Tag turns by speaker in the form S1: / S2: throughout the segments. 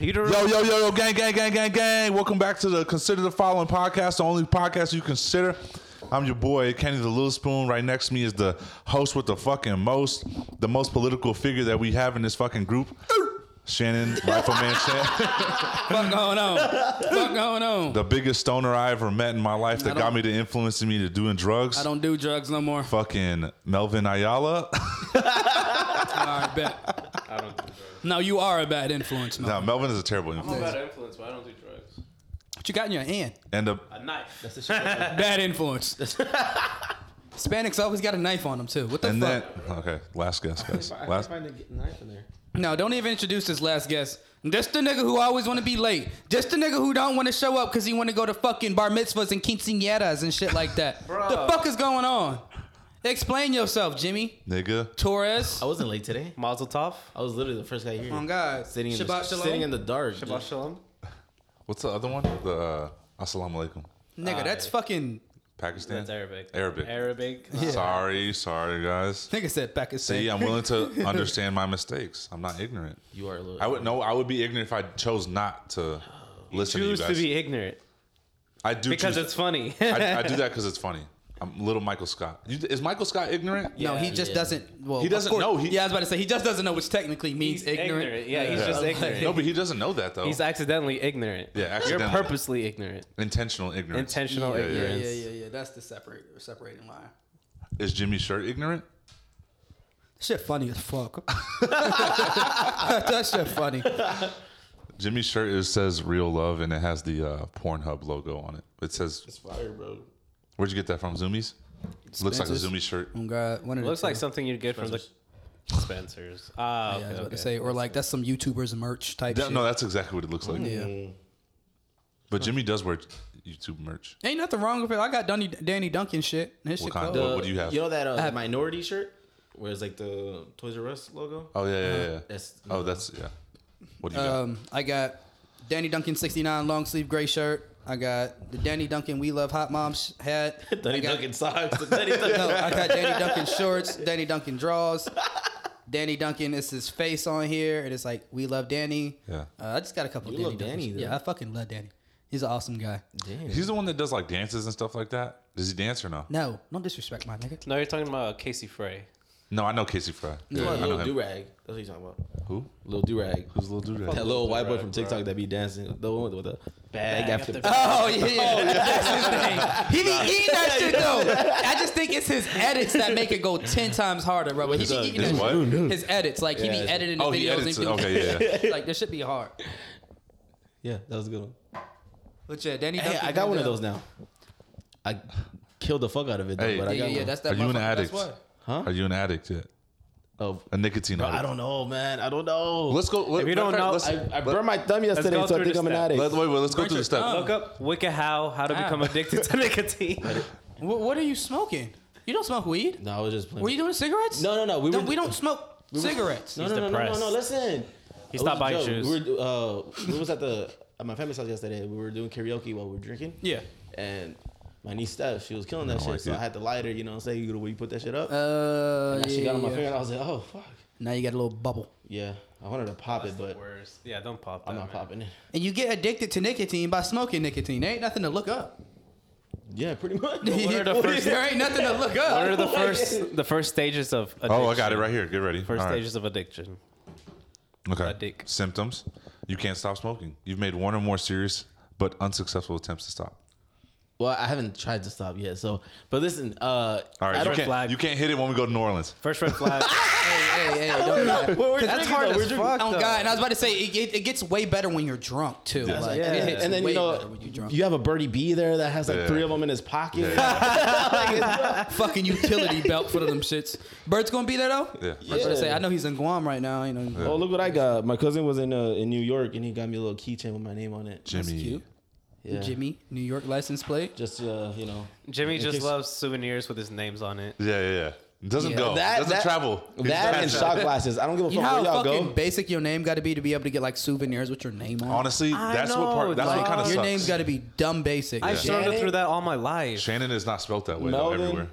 S1: You don't
S2: Yo, yo, yo, yo, gang, gang, gang, gang, gang. Welcome back to the Consider the Following podcast, the only podcast you consider. I'm your boy, Kenny the Little Spoon. Right next to me is the host with the fucking most, the most political figure that we have in this fucking group. Shannon, Rifleman Shannon,
S1: fuck going on. fuck going on.
S2: the biggest stoner I ever met in my life that got
S1: don't-
S2: me to influencing me to doing drugs.
S1: I don't do drugs no more.
S2: Fucking Melvin Ayala.
S1: All right, bet.
S3: I don't do drugs.
S1: No, you are a bad influence, man.
S2: no, Melvin is a terrible
S3: I'm a
S2: influence.
S3: bad influence, but I don't do drugs.
S1: What you got in your hand?
S2: And the,
S3: A knife. That's the
S1: Bad influence. Hispanics always got a knife on them too. What the
S2: and
S1: fuck?
S2: then, okay, last guess, guys. Last,
S3: find a knife in there.
S1: No, don't even introduce this last guest. Just the nigga who always want to be late. Just the nigga who don't want to show up because he want to go to fucking bar mitzvahs and quinceañeras and shit like that.
S3: Bruh.
S1: The fuck is going on? Explain yourself, Jimmy
S2: nigga.
S1: Torres.
S4: I wasn't late today.
S3: Mazel tov.
S4: I was literally the first guy here.
S1: Oh God,
S4: Sitting in, the,
S1: Shabbat shalom.
S4: sitting in the dark.
S3: Shabbat shalom.
S2: What's the other one? The uh, Assalamu Alaikum.
S1: nigga, that's fucking.
S2: Pakistan.
S3: That's Arabic.
S2: Arabic.
S3: Arabic.
S2: Sorry, sorry, guys.
S1: Nigga said back his
S2: See,
S1: thing.
S2: I'm willing to understand my mistakes. I'm not ignorant.
S4: You are a little.
S2: I would no, I would be ignorant if I chose not to listen
S3: Choose
S2: to you
S3: to
S2: guys.
S3: be ignorant
S2: I do
S3: because
S2: choose-
S3: it's funny.
S2: I, I do that because it's funny. I'm little Michael Scott. You, is Michael Scott ignorant?
S1: No, he
S4: Yeah,
S1: just
S4: yeah.
S1: doesn't. Well,
S2: He
S1: of
S2: doesn't
S1: course-
S2: know, he-
S1: yeah, I was about to say he just doesn't know, which technically means
S3: He's ignorant. Yeah, he's
S2: Yeah.
S3: just
S2: Okay.
S3: ignorant.
S2: No, but he doesn't know that though.
S3: He's accidentally ignorant.
S2: Yeah, accidentally. Mm-hmm.
S3: You're purposely ignorant.
S2: Intentional ignorance.
S3: Intentional
S2: Yeah, yeah,
S1: Oh, Yeah, yeah,
S3: ignorance.
S1: yeah, yeah. That's the separate separating line.
S2: Is Jimmy Shirt ignorant?
S1: Shit funny as fuck. that shit funny.
S2: Jimmy Shirt is, says real love and it has the uh, Pornhub logo on it. It says,
S4: It's fire, bro.
S2: where'd you get that from? Zoomies? Looks like a
S1: Spencer's.
S2: Zoomies shirt.
S1: Oh God, one of the
S3: Looks like
S1: two.
S3: something you'd get from the Spencer's. Ah,
S1: Yeah, I
S3: okay,
S1: was about to
S3: okay.
S1: say, or like that's some YouTubers merch type.
S2: That-
S1: shit.
S2: no, that's exactly what it looks like.
S1: yeah.
S2: But Jimmy does wear YouTube merch.
S1: Ain't nothing wrong with it. I got Danny, Danny Duncan shit. His shit
S2: kind?
S1: cool.
S2: What- what do you have?
S4: You know that uh,
S1: have-
S4: minority shirt, where it's like the Toys R Us logo.
S2: Oh yeah, yeah,
S1: Uh-huh.
S2: yeah.
S4: That's-
S2: oh, that's yeah. What do you
S1: Um, I got Danny Duncan 69 long sleeve gray shirt. I got the Danny Duncan We Love Hot Moms hat. I
S4: Danny
S1: got,
S4: Duncan socks. the Danny Duncan.
S1: No, I got Danny Duncan shorts, Danny Duncan draws. Danny Duncan is his face on here, and it's like we love Danny.
S2: Yeah.
S1: uh, I just got a couple.
S4: You
S1: Danny
S4: love
S1: Duncans.
S4: Danny, though.
S1: Yeah, I fucking love Danny. He's an awesome guy.
S4: Damn.
S2: got? He's the one that does like dances and stuff like that. Does he dance or no?
S1: No, don't disrespect my nigga.
S3: No, you're talking about Casey Frey.
S2: No, I know Casey Fry.
S4: You
S2: I
S4: want
S2: know
S4: Lil
S2: him.
S4: Durag. That's what he's talking about.
S2: Who?
S4: Lil Durag.
S2: Who's Lil Durag?
S4: That little white boy
S3: Durag,
S4: from
S3: bruh.
S4: TikTok that be dancing. The one with the bag after
S3: after
S1: Oh yeah, that's
S4: Oh,
S1: his thing. He be eating that shit though. I just think it's his edits that make it go ten times harder, bro. But he be
S4: His, uh,
S1: eating
S2: his
S1: that
S2: what?
S1: shit. His edits, like he
S4: Yeah,
S1: be
S4: his-
S1: editing the
S2: Oh, he
S1: videos
S2: edits. it.
S1: and doing
S2: Okay, yeah. yeah.
S1: like this should be hard.
S4: Yeah, that was a good one.
S1: But yeah, Danny.
S4: Hey,
S1: Duncan uh,
S4: I got one of
S1: Mandel.
S4: those now. I killed the fuck out of it, though,
S2: Hey.
S4: but I
S1: Yeah,
S4: got
S1: yeah, yeah,
S4: one.
S1: that's that.
S2: Are you an
S1: motherfucker. That's
S2: addict?
S1: why.
S4: Huh?
S2: Are you an addict yet?
S4: Oh,
S2: A nicotine
S4: I
S2: addict.
S4: don't know, man. I don't know.
S2: Let's go. Let,
S3: If you
S2: matter
S3: don't
S2: of fact,
S3: know-
S2: let's,
S4: I, I
S2: let-
S4: burned my thumb yesterday,
S3: go
S4: so I
S3: through
S4: think
S3: the
S4: I'm an
S3: step.
S4: addict.
S2: let- wait, wait. Let's go
S1: Burn
S2: through
S1: your
S2: the step.
S1: thumb.
S3: Look up Wicca How, How to
S1: Ah.
S3: Become Addicted to Nicotine.
S1: Wh- What, are you smoking? You don't smoke weed.
S4: no, I was just playing.
S1: Were you doing cigarettes?
S4: No, no, no, we
S1: We,
S4: were-
S1: we don't smoke cigarettes.
S4: no,
S3: He's
S4: no, no, no, no,
S3: depressed.
S4: no, Listen.
S3: He
S4: It
S3: stopped
S4: was a
S3: buying
S4: joke.
S3: shoes.
S4: We were, uh, we was at the at my family's house yesterday. We were doing karaoke while we were drinking.
S1: Yeah.
S4: And my niece Steph, she was killing that
S2: I
S4: shit.
S2: like
S4: so
S2: it.
S4: I had to light her. You know what I'm saying? You know where you put that shit up.
S1: Uh,
S4: and
S1: yeah,
S4: she got on my
S1: yeah.
S4: finger, and I was like, oh fuck.
S1: Now you got a little bubble,
S4: Yeah, I wanted to pop it, but
S3: Worst. Yeah, don't pop that.
S4: I'm not
S3: man.
S4: popping it.
S1: and you get addicted to nicotine by smoking nicotine. There ain't nothing to look up.
S4: Yeah, pretty much.
S3: are the first-
S1: there ain't nothing to look up.
S3: What are the
S4: Like-
S3: first the first stages of addiction?
S2: Oh, I got it right here. Get ready.
S3: First
S2: All right.
S3: stages of addiction.
S2: Okay.
S3: Addict.
S2: Symptoms. You can't stop smoking. You've made one or more serious but unsuccessful attempts to stop.
S4: Well, I haven't tried to stop yet. So, but listen, uh,
S2: All
S4: I
S2: right. You
S4: don't-
S2: can't,
S3: flag.
S2: you can't hit it when we go to New Orleans.
S3: First red flag.
S1: hey, hey, hey, don't do that.
S4: Well, we're
S1: 'Cause that's
S4: drinking,
S1: hard
S4: though.
S1: as
S4: We're drinking.
S1: fuck. Oh
S4: Though.
S1: god, and I was about to say it, it, it gets way better when you're drunk too. Like,
S4: Yeah,
S1: it hits
S4: and then
S1: way
S4: you
S1: better
S4: know
S1: when you're
S4: you,
S1: drunk.
S4: have a birdie B there that has like
S2: Yeah.
S4: three of them in his pocket.
S1: fucking utility belt for them shits. Bird's gonna be there though.
S2: Yeah.
S1: I was about to say
S4: Yeah.
S1: I know he's in Guam right now. You know.
S4: Oh, look what I got! My cousin was in uh, in New York and he got me a little keychain with my name on it.
S2: Jimmy.
S1: cute.
S4: Yeah.
S1: Jimmy, New York license plate.
S4: Just uh, you know,
S3: Jimmy
S4: In
S3: just
S4: case-
S3: loves souvenirs with his names on it.
S2: Yeah, yeah, yeah. It doesn't
S1: Yeah.
S2: go. Oh,
S4: That-
S2: It doesn't
S4: that-
S2: travel. It
S4: that
S2: doesn't
S4: and
S2: travel.
S4: shot glasses. I don't give a
S1: You
S4: fuck
S1: know how
S4: where y'all
S1: fucking
S4: go.
S1: basic your name got to be to be able to get like souvenirs with your name on. it?
S2: Honestly,
S3: I
S2: that's what
S3: know,
S2: part. That's what
S3: like,
S2: kind of
S1: your
S2: sucks.
S1: name's got to be dumb basic.
S3: I've
S1: Yeah.
S3: struggled
S4: Shannon?
S3: through that all my life.
S2: Shannon is not spelt that way though,
S4: Melvin,
S2: everywhere.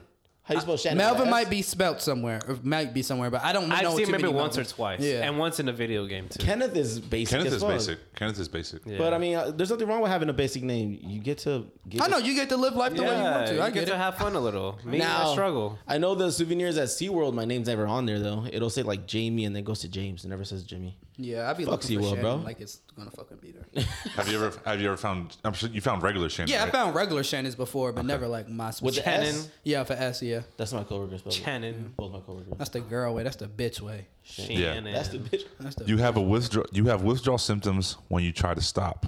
S4: How you spell Shannon?
S1: Uh, Melvin
S4: With a
S1: might
S4: S?
S1: be spelt somewhere, or might be somewhere, but I don't know.
S3: I've
S1: too
S3: seen maybe
S1: many
S3: once or
S1: Melvins.
S3: twice,
S1: Yeah.
S3: and once in a video game too.
S4: Kenneth is basic.
S2: Kenneth
S4: as
S2: is
S4: fuck.
S2: basic. Kenneth is basic.
S3: Yeah.
S4: But I mean, uh, there's nothing wrong with having a basic name. You get to. Get
S1: I
S4: to-
S1: know you get to live life the way you want to. I get,
S3: to
S1: it.
S3: have fun a little. Me, I struggle.
S4: I know the souvenirs at SeaWorld, my name's never on there though. It'll say like Jamie and then goes to James. It never says Jimmy.
S1: yeah, I be
S4: Fuck
S1: looking
S4: you
S1: for
S4: up,
S1: Shannon
S4: bro.
S1: like it's gonna fucking be there.
S2: Have you ever have you ever found? I'm sure you found regular Shannon.
S1: yeah, I
S2: right?
S1: found regular Shannons before, but never like my
S4: With the
S1: special.
S3: Shannon.
S4: S?
S1: Yeah, for S, yeah.
S4: That's my coworker spelled. it.
S3: Shannon.
S4: Both my coworkers.
S1: That's the girl way. That's the bitch way.
S3: Shannon.
S4: That's the bitch.
S1: That's the
S2: You have a withdraw. You have withdrawal symptoms when you try to stop.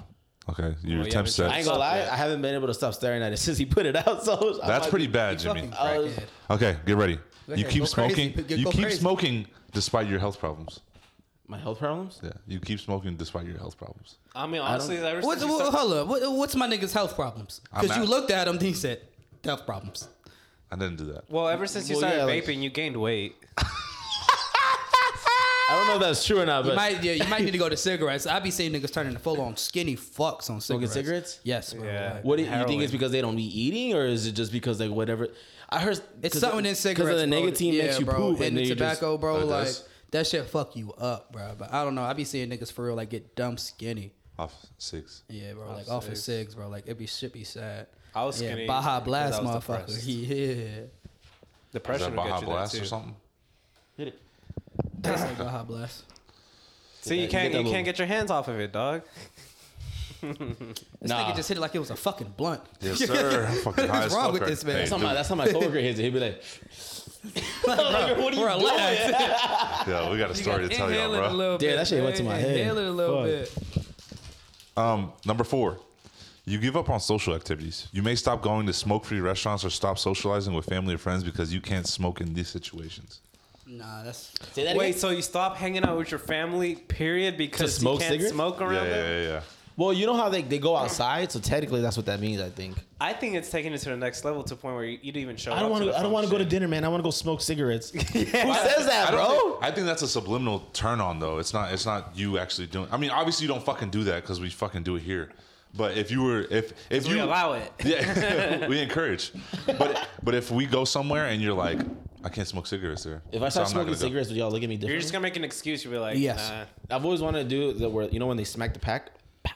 S2: Okay,
S1: Oh,
S2: your
S3: Well, you
S2: attempts
S3: haven't
S4: I
S2: at
S4: ain't gonna lie, I haven't been able to stop staring at it since he put it out. So I
S2: that's
S4: might
S2: pretty
S4: be-
S2: bad, Jimmy.
S1: fucking
S4: I was-
S1: crackhead.
S2: Okay, get ready.
S1: Go
S2: you
S1: ahead,
S2: keep
S1: go crazy.
S2: smoking.
S1: Go
S2: You keep
S1: crazy.
S2: smoking despite your health problems.
S4: My health problems.
S2: Yeah, you keep smoking despite your health problems.
S3: I mean, honestly, ever
S1: What,
S3: since you
S1: what,
S3: started-
S1: hold up. What, what's my nigga's health problems?
S2: I'm
S1: Because you
S2: at-
S1: looked at him, he said health problems.
S2: I didn't do that.
S3: well, ever since you
S4: Well,
S3: started
S4: yeah, like-
S3: vaping, you gained weight.
S4: I don't know if that's true or not,
S1: You
S4: but
S1: might, yeah, you might need to go to cigarettes. I be seeing niggas turning to full on skinny fucks on cigarettes.
S4: Smoking cigarettes?
S1: Yes. Bro,
S3: Yeah.
S1: Like,
S4: what do you
S3: Heroin.
S4: think it's because they don't be eating, or is it just because like whatever? I heard
S1: It's something in cigarettes.
S4: because the
S1: bro.
S4: nicotine
S1: Yeah,
S4: makes you
S1: bro.
S4: poop,
S1: and,
S4: then
S1: the
S4: you just-
S1: tobacco, bro.
S2: Oh, it
S1: like
S2: does?
S1: that shit fuck you up, bro. But I don't know. I be seeing niggas for real like get dumb skinny.
S2: Off six.
S1: Yeah, bro. like off of cigs, bro. Like it be shit be sad.
S3: Oh, I was
S1: yeah,
S3: skinny
S1: Baja
S3: because
S1: Blast,
S3: I was
S1: motherfucker.
S3: depressed.
S1: Yeah.
S2: Is
S3: Depression
S2: that
S3: will get
S2: Baja
S3: you
S2: Blast
S3: there
S2: or
S3: too.
S2: something?
S4: Hit it.
S1: That's like Baja Blast.
S3: See, you
S4: that- you
S3: can't
S4: get
S3: you
S4: that
S3: can't get your hands off of it, dog.
S1: This
S4: Nah.
S1: nigga just hit it like it was a fucking blunt.
S2: Yes, sir. I'm fucking high
S1: What's
S2: as
S1: wrong
S2: fuck
S1: with
S2: right-
S1: this man?
S2: Hey,
S4: That's how my
S2: dude.
S4: that's how my coworker hits it. He'd be like,
S1: Like, bro,
S4: what are you
S1: we're
S4: doing?
S1: alive.
S2: Yeah, we got a story to tell y'all,
S1: Inhale it a
S2: bro.
S1: little
S4: Damn,
S1: bit,
S4: that shit went to
S1: man.
S4: my head.
S1: Inhale it a little
S4: Fuck.
S1: bit.
S2: Um, number four, you give up on social activities. You may stop going to smoke-free restaurants or stop socializing with family or friends because you can't smoke in these situations.
S1: Nah, that's
S4: "Say that
S3: Wait,
S4: again."
S3: so you stop hanging out with your family, period, because
S4: smoke
S3: you can't
S4: cigarettes?
S3: smoke
S2: Yeah,
S3: around
S2: yeah,
S3: them?
S2: yeah, yeah.
S4: Well, you know how they, they go outside, so technically that's what that means. I think.
S3: I think it's taking it to the next level to the point where you, you don't even show
S4: I don't
S3: want
S4: want to. I don't want to go to dinner, man. I want to go smoke cigarettes. Who says that,
S2: I don't
S4: bro?
S2: think- I think that's a subliminal turn on though. It's not. It's not you actually doing. I mean, obviously you don't fucking do that because we fucking do it here. But if you were, if if you
S3: We allow it.
S2: yeah, we encourage. But but if we go somewhere and you're like, I can't smoke cigarettes there.
S4: If
S2: so
S4: I start
S2: I'm not
S4: smoking
S2: gonna go."
S4: cigarettes, would y'all look at me
S3: You're
S4: differently?
S3: just gonna make an excuse. You'll be like,
S1: Yes.
S3: nah.
S4: I've always wanted to do the where you know when they smack the pack,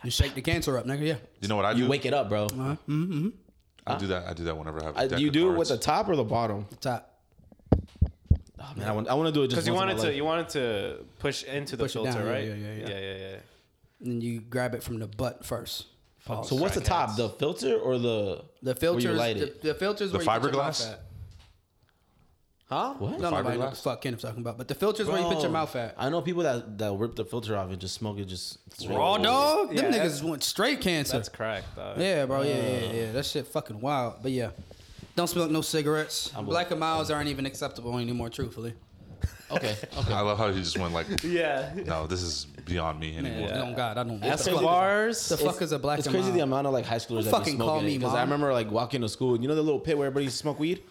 S1: you shake the cancer up, nigga. Yeah.
S2: you know what I do?
S4: you wake it up, bro.
S2: I do that. I do that whenever I have. a
S4: I,
S2: deck
S4: you
S2: of
S4: do it
S2: cards.
S4: with the top or the bottom?
S1: Top.
S4: Oh, man, I want. I want to do it just
S3: Because you
S4: once in
S3: wanted
S4: my
S3: to,
S4: life.
S3: you wanted to push into the
S1: Push it
S3: filter,
S1: down, yeah,
S3: right?
S1: yeah, yeah, yeah.
S3: yeah, yeah, yeah.
S1: And you grab it from the butt first. Pause.
S4: So what's the top? The filter or the
S1: The
S4: Where
S1: filters,
S4: you light
S1: the,
S4: it.
S1: the filters,
S2: The
S1: where you put your
S2: fiberglass?
S1: mouth at.
S3: Huh? What?
S1: No, nobody knows what
S2: Fiberglass?
S1: the fuck Kenneth's talking about. But the filters where you put your
S4: Oh,
S1: mouth at.
S4: I know people that that rip the filter off and just smoke it just straight.
S1: Raw dog,
S3: Yeah,
S1: them
S3: that's-
S1: niggas went straight cancer.
S3: That's crack, dog.
S1: yeah, bro. Yeah,
S4: Oh.
S1: yeah, yeah. That shit fucking wild. But yeah, don't smoke no cigarettes. Black and miles aren't even acceptable anymore. Truthfully,
S4: Okay.
S2: I love how you just went like,
S3: Yeah.
S2: no, this is beyond me anymore.
S1: man. Oh God, I don't. What
S4: That's
S1: the
S4: crazy.
S1: fuck,
S3: Bars.
S1: the fuck is a black
S4: It's
S1: and
S4: crazy the
S1: mild?
S4: amount of like high schoolers that
S1: fucking
S4: be
S1: call
S4: smoking
S1: me
S4: because I
S1: mom.
S4: remember like walking to school. You know the little pit where everybody smoke weed.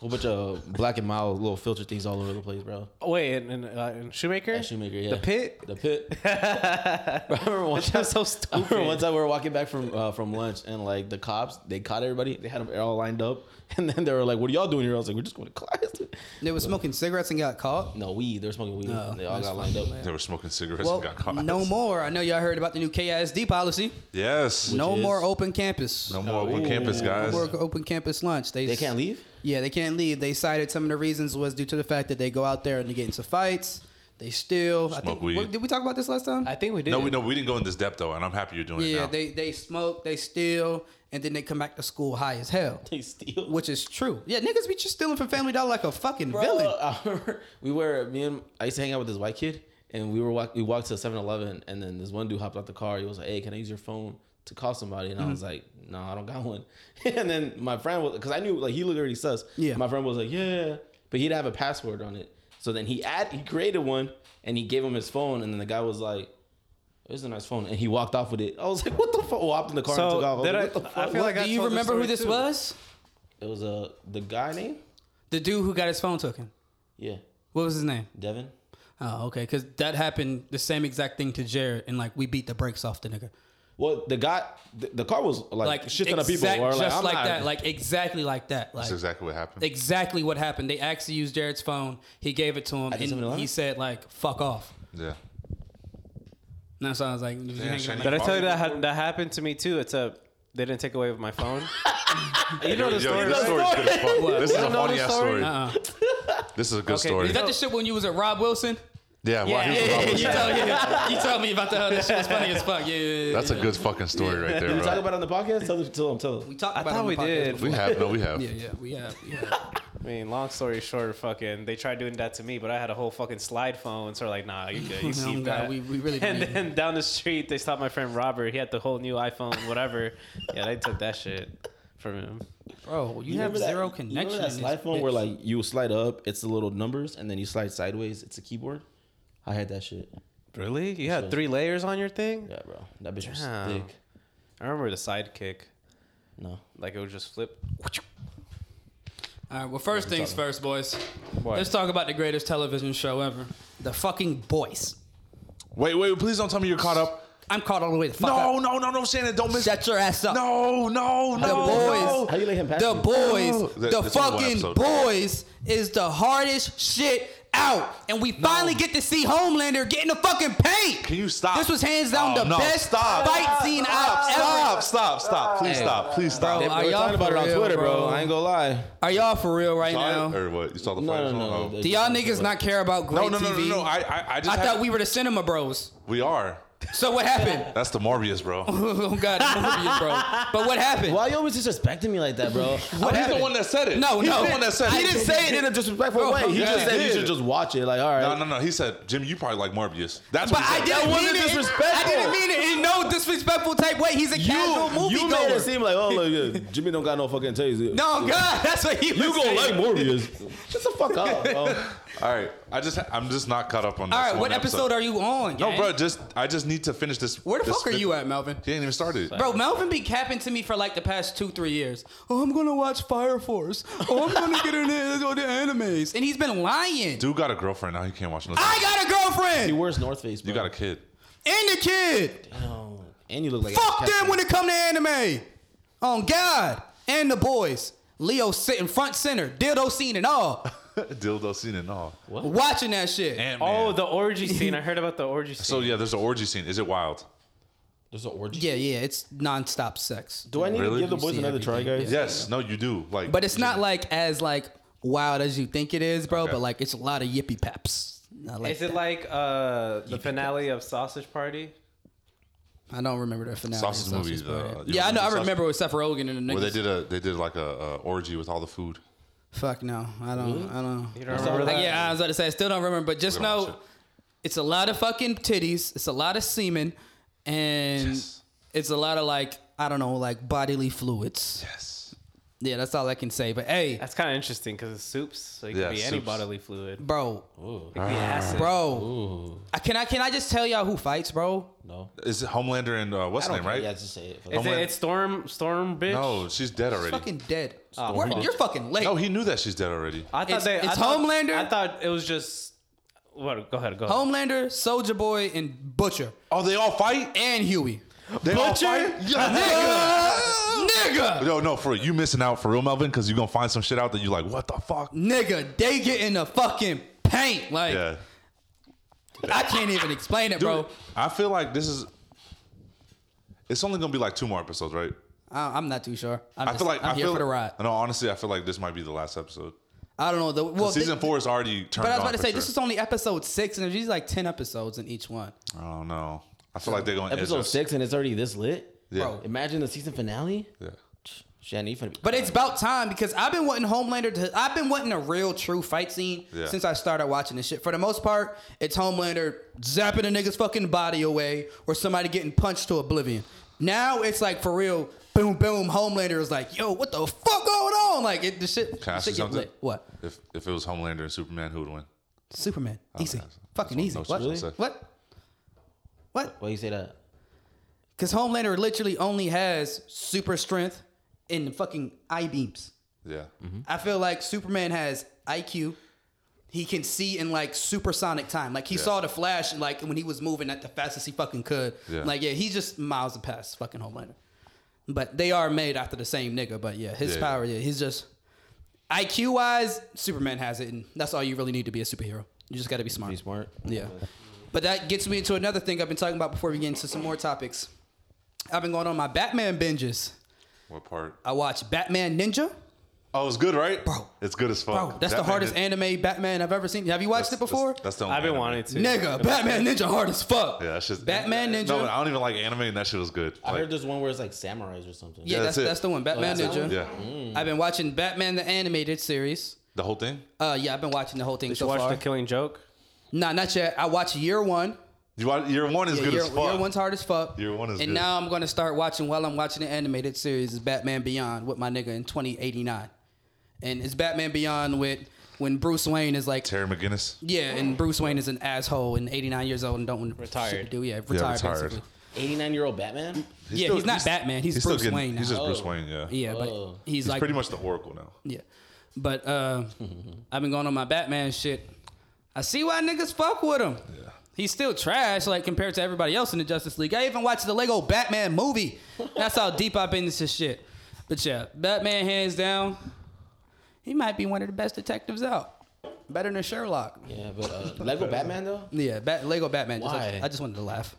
S4: A bunch of black and mild little filter things all over the place, bro.
S3: Wait, and, and, uh, and Shoemaker?
S4: That Shoemaker, yeah.
S3: The pit?
S4: The pit. Bro, I remember one time,
S3: That's so
S4: I remember
S3: stupid.
S4: one time we were walking back from uh, from lunch and like the cops, they caught everybody. They had them all lined up, and then they were like, "What are y'all doing here?" I was like, "We're just going to class."
S1: They were smoking cigarettes and got caught.
S4: No weed. They were smoking weed.
S1: No,
S4: they all
S1: that's
S4: got lined up.
S2: They were smoking cigarettes
S1: Well,
S2: and got caught.
S1: no more. I know y'all heard about the new KISD policy.
S2: Yes. No,
S1: No
S4: is-
S1: more open campus. No
S2: more open
S4: Ooh.
S2: campus, guys.
S1: more open campus lunch.
S4: They can't leave.
S1: Yeah, they can't leave. They cited some of the reasons was due to the fact that they go out there and they get into fights. They steal. I think,
S2: Smoke weed.
S1: what- Did we talk about this last time?
S3: I think we did.
S2: No, we no, we didn't go in this depth though, and I'm happy you're doing it
S1: yeah,
S2: now.
S1: they they smoke, they steal, and then they come back to school high as hell,
S4: They steal.
S1: which is true. Yeah, niggas be just stealing from Family Dollar like a fucking villain.
S4: I remember Uh, we were me and I used to hang out with this white kid, and we were walk, we walked to 7-Eleven, and then this one dude hopped out the car. He was like, "Hey, can I use your phone to call somebody?" And I
S3: Mm-hmm.
S4: was like, "No, I don't got one." and then my friend was because I knew like he looked already sus.
S1: Yeah.
S4: My friend was like, "Yeah," but he'd have a password on it. So then he add he created one, and he gave him his phone, and then the guy was like. This is a nice phone, and he walked off with it. I was like, "What the fuck?" Walked in the car and took off.
S3: so
S4: I was
S3: did I,
S4: like, what the
S3: I
S4: fuck?
S3: feel like I
S1: Do you
S3: told
S1: remember who
S3: story,
S1: this
S3: too.
S1: was?
S4: it was uh, the guy name.
S1: The dude who got his phone taken.
S4: Yeah,
S1: What was his name?
S4: Devin.
S1: Oh, okay, because that happened the same exact thing to Jared, and like we beat the brakes off the nigga.
S4: Well, the guy, the, the car was like,
S1: Like
S4: shit ton of people.
S1: exact-
S4: Or, like,
S1: just
S4: I'm
S1: like
S4: not-
S1: that. Like exactly like that. Like
S2: That's exactly what happened.
S1: exactly what happened. They actually used Jared's phone. He gave it to him,
S4: the
S1: and
S4: 7-Eleven?
S1: he said like "fuck off."
S2: yeah.
S1: And that's why I was like, "Just hang it
S2: Shane.
S1: up."
S3: Did I tell you that ha- that happened to me too? It's a they didn't take away my phone. you know the
S2: Yo,
S3: story.
S2: this
S3: right?
S2: story's good as fuck.
S1: What?
S2: This is a
S3: know
S2: funny
S3: this
S2: ass
S3: story?
S2: story.
S1: Uh-uh.
S2: This is a good
S1: Okay.
S2: story.
S1: Is that the shit when you was at Rob Wilson?
S2: yeah, why he was
S1: yeah,
S2: wrong
S1: you
S2: with that.
S1: told yeah, you told me about that. That shit was funny as fuck. Yeah, yeah, yeah.
S2: That's a good fucking story right there,
S4: Talk
S2: bro.
S4: about it on the podcast. Tell them, tell them, tell them.
S1: We talked
S3: I
S1: about. it
S3: thought
S1: on
S3: we
S1: the podcast
S3: did.
S1: before.
S2: We have, no, we have.
S1: Yeah, yeah, we have. Yeah.
S3: I mean, long story short, fucking, they tried doing that to me, but I had a whole fucking slide phone, so like, nah, you good, you see
S1: Oh, God,
S3: that.
S1: we- we really
S3: and
S1: believe
S3: then down the street, they stopped my friend Robert. He had the whole new iPhone, whatever. yeah, they took that shit from him.
S1: Bro, you, have
S4: Remember that-
S1: zero
S4: you
S1: connection.
S4: Remember that
S1: in
S4: slide
S1: this
S4: phone where
S1: bitch.
S4: like you slide up, it's the little numbers, and then you slide sideways, it's a keyboard. I had that shit.
S3: Really? You had three layers on your thing?
S4: Yeah, bro. That bitch was
S3: Damn.
S4: thick.
S3: I remember the sidekick.
S4: No.
S3: Like it would just flip.
S1: All right. Well, first things first, boys.
S3: What?
S1: Let's talk about the greatest television show ever, The Fucking Boys.
S2: Wait, wait, please don't tell me you're caught up.
S1: I'm caught all the way the fuck
S2: No,
S1: up.
S2: no, no, no, Shannon, don't miss.
S1: Shut your ass up.
S2: No, no, no.
S1: The
S2: no.
S1: boys,
S4: How you let him pass
S1: the
S4: you?
S1: boys,
S2: No. That-
S1: the
S2: that's only one
S1: fucking
S2: episode.
S1: boys is the hardest shit out, and we finally get to see Homelander get in the fucking paint.
S2: Can you stop?
S1: This was hands down
S2: Oh,
S1: the
S2: no,
S1: best
S2: stop.
S1: fight scene out ever.
S2: Stop, stop, stop. Please stop. Please stop.
S1: Bro,
S4: They
S1: are
S4: were
S1: y'all
S4: talking about
S1: for
S4: it on
S1: real,
S4: Twitter, bro.
S1: bro?
S4: I ain't gonna lie.
S1: Are y'all for real right
S2: Saw it?
S1: now?
S2: Or what? You saw the fight?
S4: No,
S2: as
S4: no,
S2: well?
S4: no.
S2: Oh.
S4: They-
S1: Do y'all niggas not care about
S2: No,
S1: great
S2: no, no, no,
S1: TV?
S2: no. I, I, I just.
S1: I
S2: had-
S1: thought we were the cinema bros.
S2: We are.
S1: So what happened?
S2: That's the Morbius, bro.
S1: oh God, Morbius, bro. But what happened?
S4: Why you always disrespecting me like that, bro?
S1: What
S2: He's the
S1: happened?
S2: one that said it.
S1: No,
S2: He's
S1: no.
S2: the one that said
S1: I
S2: it.
S4: he didn't say it in a disrespectful
S1: Bro,
S4: way. He
S1: yeah,
S4: just
S2: he
S4: said you
S2: did.
S4: should just watch it. Like, all right.
S2: No, no, no. He said, Jim, you probably like Morbius. That's
S1: But
S2: what he
S1: I
S2: said.
S1: didn't
S4: That
S1: mean
S4: wasn't
S1: it. I
S4: disrespectful.
S1: didn't mean it in no disrespectful type way. He's a casual movie
S4: you made it seem like, oh, look, yeah, Jimmy don't got no fucking taste.
S1: No, God, that's what he was
S4: You gonna
S1: saying.
S4: like Morbius? Shut the fuck up, bro.
S2: All right. I just, I'm just not caught up on this.
S1: All right,
S2: one
S1: what episode are you on?
S2: No,
S1: gang?
S2: bro. Just, I just need to finish this.
S1: Where the
S2: this
S1: fuck are
S2: fifth-
S1: you at, Melvin?
S2: He ain't even started.
S1: Bro, Melvin be capping to me for like the past two, three years. Oh, I'm gonna watch Fire Force. Oh, I'm gonna get into all the animes, and he's been lying.
S2: Dude got a girlfriend now. He can't watch no.
S1: I got a
S4: He
S1: girlfriend
S4: wears North Face, bro.
S2: you got a kid.
S1: and a kid.
S4: No. And you look like
S1: Fuck them when it come to anime. On God and the boys, Leo sitting front center, dildo scene and all,
S2: Dildo scene and all.
S1: watching that shit.
S2: Ant-Man.
S3: Oh, the orgy scene. I heard about the orgy scene.
S2: So yeah, there's an orgy scene. Is it wild?
S4: There's an orgy.
S1: Yeah, yeah, it's nonstop sex.
S4: Do I need
S2: Really?
S4: to give the
S2: You
S4: boys
S1: see
S4: another try,
S1: everything,
S4: guys?
S2: Yes. No, you do. Like,
S1: But it's not like as like wild as you think it is, bro. But like it's a lot of yippy paps. I like
S3: Is it
S1: that.
S3: like uh, the finale of Sausage Party?
S1: I don't remember the finale.
S2: Sausage
S1: It's also
S2: movie,
S1: Spider-Man.
S2: though. You
S1: yeah, I
S2: remember
S1: know. I
S2: Sausage-
S1: remember with Seth Rogen and the niggas.
S2: Well, they did a they did like a, a orgy with all the food.
S1: Fuck no, I don't. I don't.
S3: You don't remember that?
S1: Like, yeah, I was about to say I still don't remember, but just
S2: We don't
S1: know
S2: watch it.
S1: it's a lot of fucking titties. It's a lot of semen, and
S2: Yes.
S1: it's a lot of like I don't know, like bodily fluids.
S2: Yes.
S1: Yeah, that's all I can say. But hey,
S3: That's kind of interesting because it's soups, so it
S2: Yeah,
S3: could be any
S2: soups.
S3: bodily fluid.
S1: bro, Ah.
S3: It could be acid.
S1: bro, I, can I can I just tell y'all who fights, bro?
S4: No.
S2: Is it Homelander and uh, what's
S4: I
S2: her
S4: don't
S2: name
S4: care.
S2: right?
S4: Yeah, just say it. Fuck
S3: Is
S4: it.
S3: it, it's Storm, Storm bitch.
S2: No, she's dead already.
S1: Fucking dead. Where- you're fucking late.
S2: Oh, no, he knew that she's dead already.
S3: I thought
S1: It's-
S3: they. I
S1: it's
S3: thought,
S1: Homelander?
S3: I thought it was just. What? Go ahead. Go ahead.
S1: Homelander, Soldier Boy, and Butcher
S2: Oh, they all fight.
S1: and Huey.
S2: They
S3: Butcher?
S2: all fight.
S1: Nigga, nigga,
S2: No, no, for real. you missing out for real, Melvin, because you're gonna find some shit out that you like. What the fuck?
S1: nigga. They get in the fucking paint. Like
S2: Yeah,
S1: I can't even explain it, bro.
S2: I feel like this is. It's only gonna be like two more episodes, right?
S1: I, I'm not too sure. I'm
S2: I feel like
S1: I'm
S2: I
S1: here
S2: feel
S1: for the ride.
S2: No, honestly, I feel like this might be the last episode.
S1: I don't know the well. thi-
S2: Season four is already turned.
S1: but I was
S2: on
S1: about to
S2: for
S1: say
S2: sure.
S1: this is only episode six, and there's usually like ten episodes in each one.
S2: I don't know. I feel like they're going to
S4: Episode six, and it's already this lit.
S2: Yeah.
S1: Bro.
S4: Imagine the season finale.
S2: Yeah.
S4: Shannon, you finna be.
S1: But it's about time because I've been wanting Homelander to. I've been wanting a real, true fight scene
S2: Yeah.
S1: since I started watching this shit. For the most part, it's Homelander zapping a nigga's fucking body away or somebody getting punched to oblivion. Now it's like for real, boom, boom. Homelander is like, yo, what the fuck going on? Like it, the shit.
S2: Can I
S1: the
S2: ask you
S1: shit get
S2: something?
S1: lit. What?
S2: If if it was Homelander and Superman, who would win?
S1: Superman. Easy.
S2: that's- that's
S1: Fucking
S2: what
S1: easy.
S2: most
S1: What?
S2: people say.
S1: What? What?
S4: Why you say that?
S1: Because Homelander literally only has super strength and fucking I beams. Mm-hmm.
S2: Yeah.
S1: I feel like Superman has IQ. he can see in like supersonic time. Like he saw the Flash, like when he was moving at the fastest he fucking could.
S2: Yeah.
S1: Like yeah, he's just miles past fucking Homelander. But they are made after the same nigga. But yeah, his
S2: Yeah.
S1: power, yeah, he's just IQ wise, Superman has it, and that's all you really need to be a superhero. You just got to be smart.
S4: Be smart.
S1: Yeah. But that gets me into another thing I've been talking about before we get into some more topics. I've been going on my Batman binges.
S2: What part?
S1: I watch Batman Ninja.
S2: Oh, it's good, right?
S1: Bro.
S2: It's good as fuck.
S1: Bro, that's the
S2: Batman
S1: hardest
S2: is-
S1: anime Batman I've ever seen. Have you watched
S2: that's-
S1: it before?
S2: That's, that's the only
S3: I've been
S2: anime.
S3: wanting to.
S1: Nigga, Batman Ninja hard as fuck.
S2: Yeah, that's just
S1: Batman Ninja.
S2: No, but I don't even like anime, and that shit was good.
S4: I
S2: Like,
S4: heard there's one where it's like samurais or something.
S1: yeah, that's
S2: that's it.
S1: that's, the one. Mm. Batman
S4: that's
S1: Ninja.
S4: that
S2: yeah,
S1: I've been watching Batman the animated series.
S2: the whole thing.
S1: Uh, yeah, I've been watching the whole thing
S3: Did
S1: so
S3: you watch
S1: far.
S3: The Killing Joke?
S1: nah, not yet. I watched year one.
S2: You want, year one is
S1: Yeah,
S2: good
S1: year,
S2: as fuck.
S1: year one's hard as fuck.
S2: Year one is
S1: And
S2: good.
S1: now I'm gonna start watching while I'm watching the animated series is Batman Beyond with my nigga in 2089, and it's Batman Beyond with when Bruce Wayne is like
S2: Terry McGinnis.
S1: yeah, and Bruce Wayne is an asshole and 89 years old and don't want
S3: Retired.
S1: shit to do yeah retired.
S2: retired.
S1: Basically.
S4: 89 year old Batman.
S1: yeah, he's not Batman. He's,
S2: still
S1: Bruce
S2: getting-
S1: Wayne. Now.
S2: He's just Bruce
S4: Oh.
S2: Wayne. Yeah.
S1: yeah, but
S4: Oh.
S1: he's,
S2: He's
S1: like
S2: pretty much the Oracle now.
S1: yeah. But uh,
S4: Mm-hmm.
S1: I've been going on my Batman shit. I see why niggas fuck with him. He's still trash, like compared to everybody else in the Justice League. I even watched the Lego Batman movie. That's how deep I've been into this shit. But yeah, Batman hands down, he might be one of the best detectives out. Better than Sherlock.
S4: Yeah, but uh, Lego Batman though.
S1: Yeah, Bat- Lego Batman. Just-
S4: Why?
S1: I just wanted to laugh.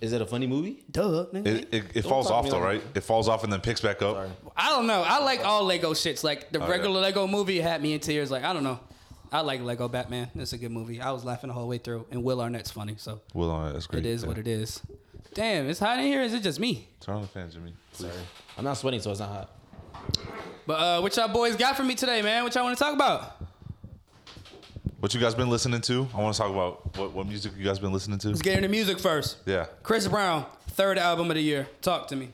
S4: Is it a funny movie?
S1: Duh. nigga.
S2: It, it, it falls
S4: talk to
S2: off
S4: me
S2: though,
S4: like-
S2: right? It falls off and then picks back up.
S4: Sorry.
S1: I don't know. I like all Lego shits. Like
S2: Oh,
S1: the regular Lego movie had me in tears. Like I don't know. I like Lego Batman. It's a good movie. I was laughing the whole way through, and Will Arnett's funny, so
S2: Well, uh, that's great.
S1: it is what it is. Damn, it's hot in here. Is it just me?
S2: Turn on the fan, Jimmy.
S4: Sorry, I'm not sweating, so it's not hot.
S1: But uh, what y'all boys got for me today, man? What y'all want to talk about?
S2: What you guys been listening to? I want to talk about what, what music you guys been listening to.
S1: Let's get into music first.
S2: Yeah.
S1: Chris Brown, third album of the year. Talk to me,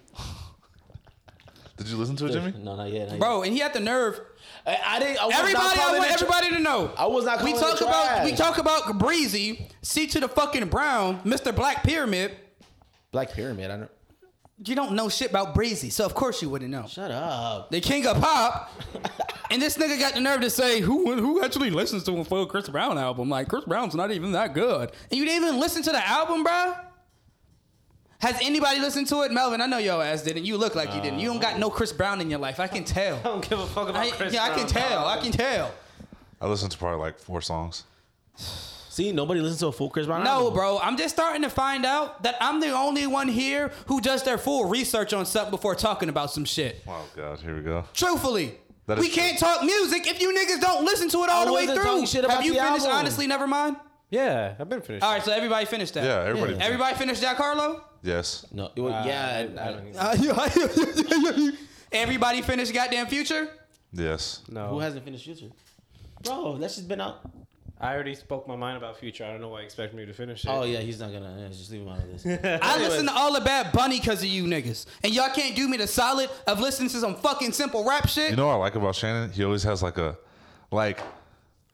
S2: Did you listen to it, Jimmy?
S4: No, not yet. Not
S1: bro. And he had the nerve.
S4: yet. I, I didn't. I was
S1: Everybody,
S4: not
S1: I
S4: calling
S1: want
S4: it-
S1: everybody to know.
S4: I was not
S1: We
S4: calling
S1: talk
S4: it
S1: about we
S4: trash.
S1: talk about Breezy, C to the fucking Brown, Mr. Black Pyramid.
S4: Black Pyramid. I don't.
S1: You don't know shit about Breezy, so of course you wouldn't know.
S4: Shut up.
S1: The king of pop, and this nigga got the nerve to say who who actually listens to a full Chris Brown album? Like Chris Brown's not even that good, and you didn't even listen to the album, bruh? Has anybody listened to it, Melvin? I know your ass didn't. You look like you didn't. You don't got no Chris Brown in your life. I can
S3: I
S1: tell.
S3: don't give a fuck about
S1: I,
S3: Chris.
S1: yeah, I can
S3: Brown.
S1: tell. I can tell.
S2: I listened to probably like four songs.
S4: See, nobody listens to a full Chris Brown.
S1: No,
S4: album.
S1: bro. I'm just starting to find out that I'm the only one here who does their full research on something before talking about some shit.
S2: Oh God, here we go.
S1: Truthfully.
S2: That
S1: we
S2: is
S1: can't talk music if you niggas don't listen to it all
S4: I
S1: the way
S4: wasn't
S1: through.
S4: talking shit
S1: Have
S4: about
S1: you
S4: the
S1: finished
S4: album.
S1: honestly? Never mind.
S3: Yeah, I've been finished.
S1: All right, so everybody finished that.
S2: Yeah, everybody.
S1: Everybody finished that, Carlo.
S2: Yes.
S4: No. It was,
S3: Uh, I, I
S4: yeah. I-
S3: don't,
S1: everybody finished goddamn future.
S2: Yes.
S3: no.
S4: who hasn't finished Future? Bro, that shit's been out.
S3: I already spoke my mind about Future. I don't know why you expect me to finish it.
S4: Oh yeah, he's not gonna. Yeah, just leave him out of this.
S1: I listened to all of Bad Bunny because of you niggas, and y'all can't do me the solid of listening to some fucking simple rap shit.
S2: You know what I like about Shannon? He always has like a, like,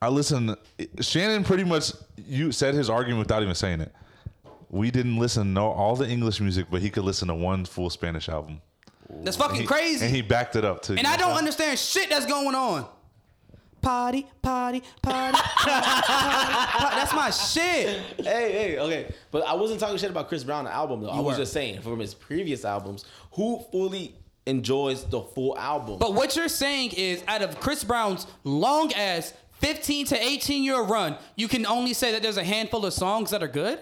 S2: I listen. Shannon pretty much you said his argument without even saying it. We didn't listen no all the English music, but he could listen to one full Spanish album.
S1: That's fucking
S2: He-
S1: crazy.
S2: And he backed it up too.
S1: and I don't understand shit that's going on. Potty, potty, potty. potty. That's my shit.
S4: hey, hey, okay. But I wasn't talking shit about Chris Brown album though. I was
S1: were.
S4: just saying from his previous albums, who fully enjoys the full album?
S1: But what you're saying is, out of Chris Brown's long ass 15 to 18 year run, you can only say that there's a handful of songs that are good?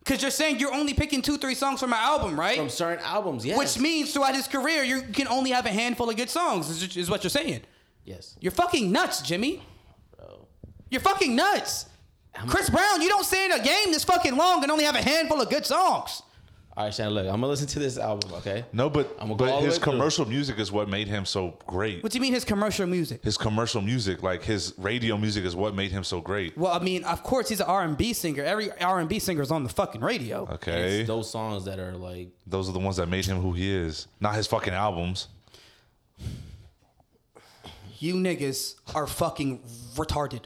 S1: Because you're saying you're only picking two, three songs from an album, right?
S4: from certain albums, yes.
S1: Which means throughout his career, you can only have a handful of good songs, is, is what you're saying.
S4: yes,
S1: You're fucking nuts, Jimmy.
S4: bro.
S1: You're fucking nuts. Chris Brown, you don't stay in a game this fucking long and only have a handful of good songs.
S4: All right, Shannon, look, I'm gonna listen to this album, okay?
S2: No, but
S4: I'ma go all
S2: but
S4: the
S2: his
S4: way through.
S2: commercial music is what made him so great.
S1: What do you mean his commercial music?
S2: his commercial music, like his radio music, is what made him so great.
S1: Well, I mean, of course he's an R&B singer. Every R&B singer is on the fucking radio.
S2: Okay,
S4: It's those songs that are like
S2: those are the ones that made him who he is. Not his fucking albums.
S1: You niggas are fucking retarded.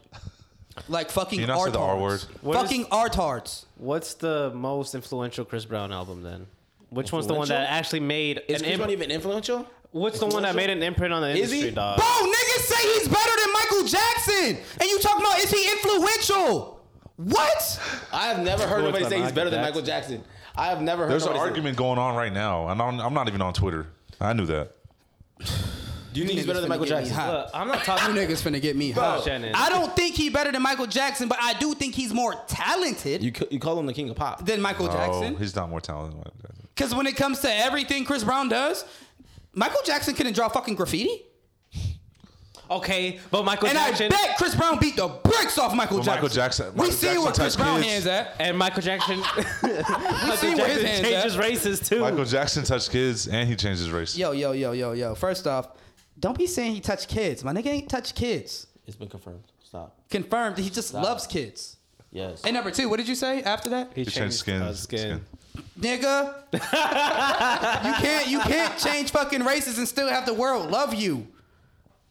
S1: Like fucking
S2: Can you not say the R
S1: artards.
S2: word?
S3: What
S1: Fucking artards.
S3: What's the most influential Chris Brown album then? Which one's the one
S4: Influential?
S3: that actually made
S4: is
S3: an
S4: Chris Brown
S3: imp-
S4: even influential?
S3: What's the one that made an imprint on the
S4: Is he?
S3: industry, dog?
S2: Uh.
S1: Bro, niggas say he's better than Michael Jackson, and you talking about is he influential? What?
S4: I have never
S3: Influenced
S4: heard nobody
S3: by
S4: say he's
S3: Michael
S4: better than
S3: Jackson.
S4: Michael Jackson. I have never heard.
S2: There's an
S4: nobody say that.
S2: argument going on right now, and I'm, I'm not even on Twitter. I knew that.
S4: Do you think he's better than
S1: Niggas
S4: Michael
S1: finna get me
S4: Jackson?
S1: hot.
S3: Look, I'm not
S1: You
S3: talking.
S1: niggas finna get me hot.
S3: Shannon.
S1: I don't think he better than Michael Jackson, but I do think he's more talented
S4: You ca- you call him the king of pop.
S1: than Michael
S2: Oh,
S1: Jackson.
S2: he's not more talented than Michael Jackson.
S1: Because when it comes to everything Chris Brown does, Michael Jackson couldn't draw fucking graffiti.
S3: Okay, but Michael
S1: And
S3: Jackson
S1: I bet Chris Brown beat the bricks off Michael
S2: But
S1: Jackson.
S2: Michael Jackson-
S1: we
S2: Michael
S1: seen
S2: Jackson
S1: where Chris
S2: touched
S1: Brown
S2: kids.
S1: hands at.
S3: and Michael Jackson.
S1: We seen where his hands at.
S3: changes races too.
S2: Michael Jackson touched kids, and he changed his race.
S1: Yo, yo, yo, yo, yo. First off, don't be saying he touched kids. My nigga ain't touched kids.
S4: It's been confirmed. Stop.
S1: Confirmed. He just loves kids.
S4: Yes.
S1: And number two, what did you say after that?
S3: he
S2: He changed skin.
S3: uh, skin.
S1: Nigga. you can't you can't change fucking races and still have the world love you.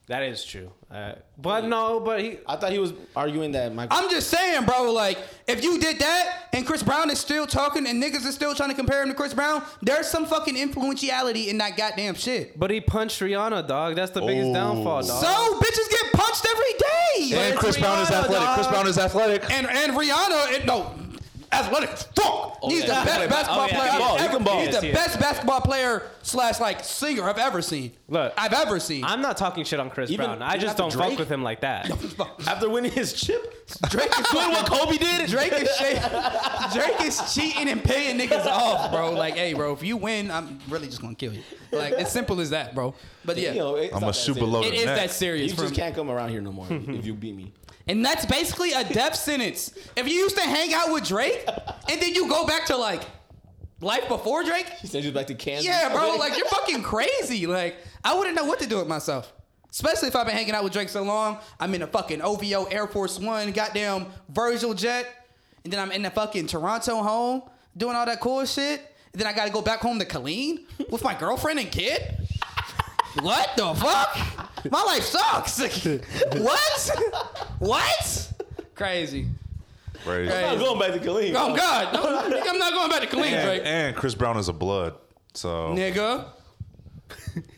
S3: That is true. Uh, but no, but he.
S4: I thought he was arguing that Michael.
S1: I'm just saying, bro, like, if you did that and Chris Brown is still talking and niggas is still trying to compare him to Chris Brown, there's some fucking influentiality in that goddamn shit.
S3: But he punched Rihanna, dog. That's the biggest
S2: Oh.
S3: downfall, dog.
S1: So bitches get punched every day.
S2: And
S3: it's
S2: Chris Brown is
S3: Rihanna,
S2: athletic. Chris
S3: dog.
S2: Brown is athletic.
S1: And and Rihanna, it, no, athletic as fuck. He's
S4: yeah,
S1: the
S4: he can
S1: best
S3: oh,
S1: basketball
S4: play ba-
S3: yeah,
S1: player.
S3: he can
S1: I've
S3: ball, he
S1: ever-
S3: can ball.
S1: He's the
S3: Yes,
S1: best basketball player slash like singer I've ever seen.
S3: Look.
S1: I've ever seen.
S3: I'm not talking shit on Chris
S4: Even-
S3: Brown. I
S4: even
S3: just
S4: after
S3: don't
S4: Drake?
S3: fuck with him like that.
S1: Fuck.
S4: After winning his chip,
S1: Drake is doing what Kobe did. Drake is cha- Drake is cheating and paying niggas off, bro. Like, hey, bro, if you win, I'm really just gonna kill you. Like, it's simple as that, bro. But yeah,
S4: you know, it's
S2: I'm
S4: not
S2: a
S4: that
S2: super
S4: serious.
S2: low.
S1: it is that serious.
S4: You
S1: for
S4: just
S1: me.
S4: can't come around here no more if you beat me.
S1: And that's basically a death sentence. If you used to hang out with Drake and then you go back to like life before Drake,
S4: He sends you back to Kansas.
S1: yeah, bro, like you're fucking crazy. Like, I wouldn't know what to do with myself. Especially if I've been hanging out with Drake so long. I'm in a fucking OVO Air Force One, goddamn Virgil jet. And then I'm in the fucking Toronto home doing all that cool shit. And then I gotta go back home to Colleen with my girlfriend and kid. What the fuck? My life sucks. what? What? Crazy.
S2: Crazy.
S1: Right.
S4: I'm going back to Killeen.
S1: Oh God! No, nigga, I'm not going back to Colleen,
S2: And,
S1: Drake.
S2: and Chris Brown is a blood. So
S1: Nigga.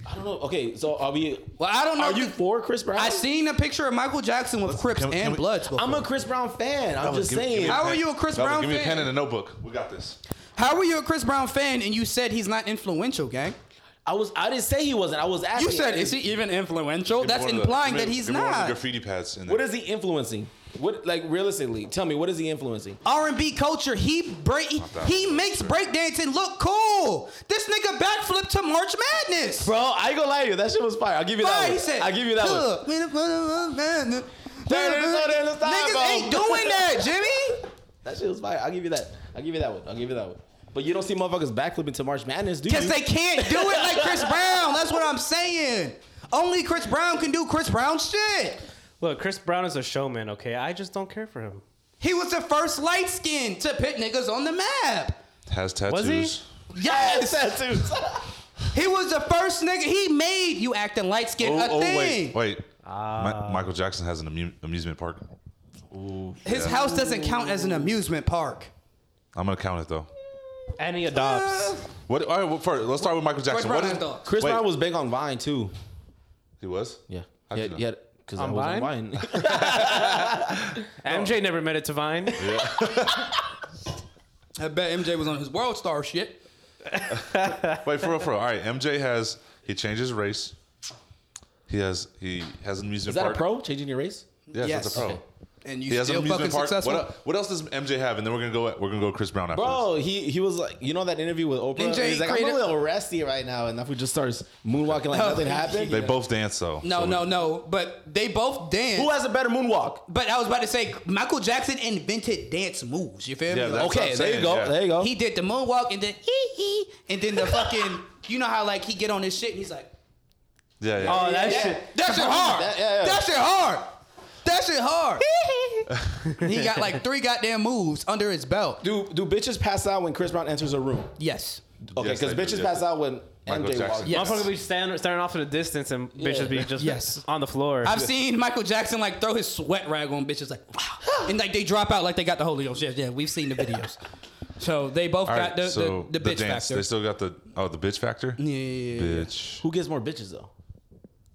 S4: I don't know. Okay, so are we?
S1: Well, I don't know.
S4: Are
S1: if
S4: Oh, you
S1: the-
S4: for Chris Brown?
S1: I seen a picture of Michael Jackson with Crips
S2: can we-
S1: and
S2: can we-
S1: Bloods. Before.
S4: I'm a Chris Brown fan. I'm just
S2: Give me- give me
S4: saying.
S2: a
S1: How
S2: pen.
S1: are you a Chris
S2: Fellas,
S1: Brown
S2: Give me a
S1: fan?
S2: pen and a notebook. We got this.
S1: How are you a Chris Brown fan and you said he's not influential, gang?
S4: I was. I didn't say he wasn't. I was asking.
S1: You said is he even influential?
S2: Give me
S1: That's
S2: one of the-
S1: implying
S2: give
S1: that
S2: me-
S1: he's
S2: give me one of the
S1: not.
S2: graffiti pads. In there.
S4: What is he influencing? What like realistically? Tell me, what is he influencing?
S1: R and B culture. He break.
S2: that.
S1: He makes breakdancing look cool. This nigga backflip to March Madness.
S4: Bro, I ain't gonna lie to you. That shit was fire. I'll give you that
S1: Right,
S4: one.
S1: he said,
S4: I'll give you that one.
S1: "Look, we the March Madness."
S4: There it is, there it is, time, bro.
S1: Niggas ain't doing that, Jimmy.
S4: That shit was fire. I'll give you that. I'll give you that one. I'll give you that one. But you don't see motherfuckers backflipping to March Madness, do you?
S1: Because they can't do it like Chris Brown. That's what I'm saying. Only Chris Brown can do Chris Brown shit.
S3: Look, Chris Brown is a showman. Okay, I just don't care for him.
S1: He was the first light skin to put niggas on the map.
S2: Has tattoos.
S3: Was he?
S1: Yes,
S4: tattoos.
S1: he was the first nigga. He made you acting light skin
S2: Oh,
S1: a
S2: oh,
S1: thing.
S2: wait, wait. Mi- Michael Jackson has an amu- amusement park.
S1: His house doesn't count as an amusement park.
S2: I'm gonna count it though.
S3: And he adopts.
S2: What? All right. Well, first, let's start with Michael
S1: Chris
S2: Jackson.
S1: Brown
S2: What
S1: has
S2: is,
S1: dogs.
S4: Chris
S2: Wait.
S4: Brown was big on Vine too.
S2: he was.
S4: Yeah.
S2: How'd
S4: Yeah,
S2: you know?
S4: yeah. Because I
S3: On
S4: was on Vine.
S1: Oh.
S3: MJ never made it to Vine.
S1: I bet MJ was on his world star shit.
S2: Wait for real, for real. All right. MJ has he changed his race. He has he has an amusement
S4: is that a
S2: park.
S4: pro? Changing your race?
S2: Yes, that's
S1: Yes.
S2: a pro.
S1: Okay. And you
S2: He has an
S1: still fucking
S2: amusement park.
S1: successful. Oh,
S2: What, el- what else does MJ have? And then we're gonna go. We're gonna go Chris Brown after.
S4: Bro, he he was like, you know that interview with Oprah?
S1: Then Jay
S4: He's like, I'm a
S1: created-
S4: little resty right now, and Nafu just starts moonwalking like
S1: Oh,
S4: nothing happened.
S2: this. They both dance though.
S1: no,
S2: so we-
S1: no, no. But they both dance.
S4: Who has a better moonwalk?
S1: but I was about to say Michael Jackson invented dance moves. You feel
S2: Yeah,
S1: me?
S2: that's
S1: Like,
S2: what I'm
S4: Okay, there you
S2: saying,
S4: go.
S2: yeah.
S4: There you go.
S1: He did the moonwalk and then hee hee, and then the fucking. You know how like he get on his shit and he's like.
S2: Yeah, yeah.
S3: Oh, that
S4: Yeah.
S3: shit.
S1: That shit hard.
S4: That- yeah, yeah.
S1: That shit hard. That shit hard. he got like three goddamn moves under his belt.
S4: Do do bitches pass out when Chris Brown enters a room?
S1: Yes.
S4: Okay,
S2: Yes,
S4: because
S2: they do,
S4: bitches
S2: yes.
S4: pass out when
S2: Michael
S4: MJ walks.
S2: Jackson.
S1: Yeah. Yes.
S3: Motherfucker be stand, staring off in the distance and
S4: Yeah.
S3: bitches be just
S1: Yes.
S3: on the floor.
S1: I've seen Michael Jackson like throw his sweat rag on bitches like, and like they drop out like they got the Holy Ghost. Yeah, yeah, we've seen the videos. So they both
S2: All
S1: got
S2: right,
S1: the,
S2: so
S1: the, the bitch
S2: dance.
S1: factor.
S2: They still got the oh the bitch factor.
S1: yeah, yeah, yeah, yeah.
S2: Bitch.
S4: Who gets more bitches though?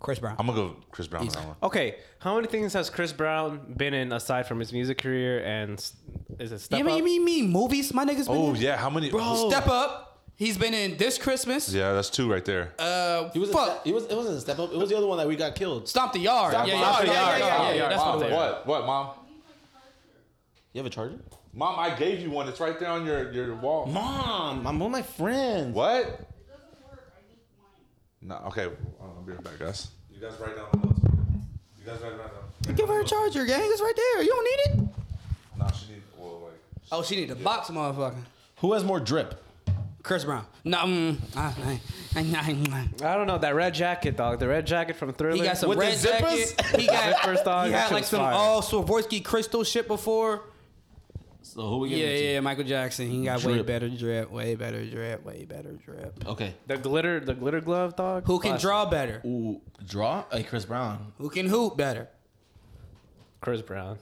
S1: Chris Brown.
S2: I'm gonna go Chris Brown on that one.
S3: Okay, how many things has Chris Brown been in aside from his music career and s- is it Step
S1: you mean
S3: Up?
S1: you mean me movies? My niggas. Been
S2: Oh
S1: in?
S2: yeah, how many? oh,
S1: Step up. He's been in this Christmas.
S2: Yeah, that's two right there.
S1: Uh,
S4: He was. A
S1: fuck.
S4: step, he was. It wasn't a step up. It was the other one that we got killed.
S1: Stomp the yard.
S4: Stomp
S1: yeah,
S4: the
S1: yeah,
S4: Yard.
S1: yeah, yeah, yeah,
S4: Stomp the
S1: yeah,
S4: Yard.
S1: yeah, That's what I'm
S3: Stomp
S1: saying.
S3: the Yard.
S2: what? What, mom?
S4: You have a charger?
S2: Mom, I gave you one. It's right there on your your wall.
S4: Mom, I'm with my friends.
S2: What? No. Okay, I'll be right back, guys. You guys write down the notes. You guys write down. the-
S1: Give her a charger, gang. It's right there. You don't need it.
S2: Nah, she need. Well, like.
S1: Oh, she need a box, motherfucker.
S4: Who has more drip?
S1: Chris Brown. No, mm, I, I, I, I,
S3: I don't know that red jacket, dog. The red jacket from Thriller.
S1: he got some
S3: With the
S1: red
S3: zippers?
S1: jacket. He got
S3: Zippers, dog.
S1: He
S3: That
S1: had
S3: shit
S1: like
S3: was
S1: some
S3: fire.
S1: all Swarovski crystal shit before.
S4: So who we
S1: Yeah,
S4: giving it to?
S1: yeah, Michael Jackson. He got way
S4: Drip.
S1: better drip, way better drip, way better drip.
S4: Okay.
S3: The glitter, the glitter glove, dog.
S1: Who can
S3: Classic.
S1: draw better?
S4: Ooh, draw? Hey, Chris Brown.
S1: Who can hoop better?
S3: Chris Brown.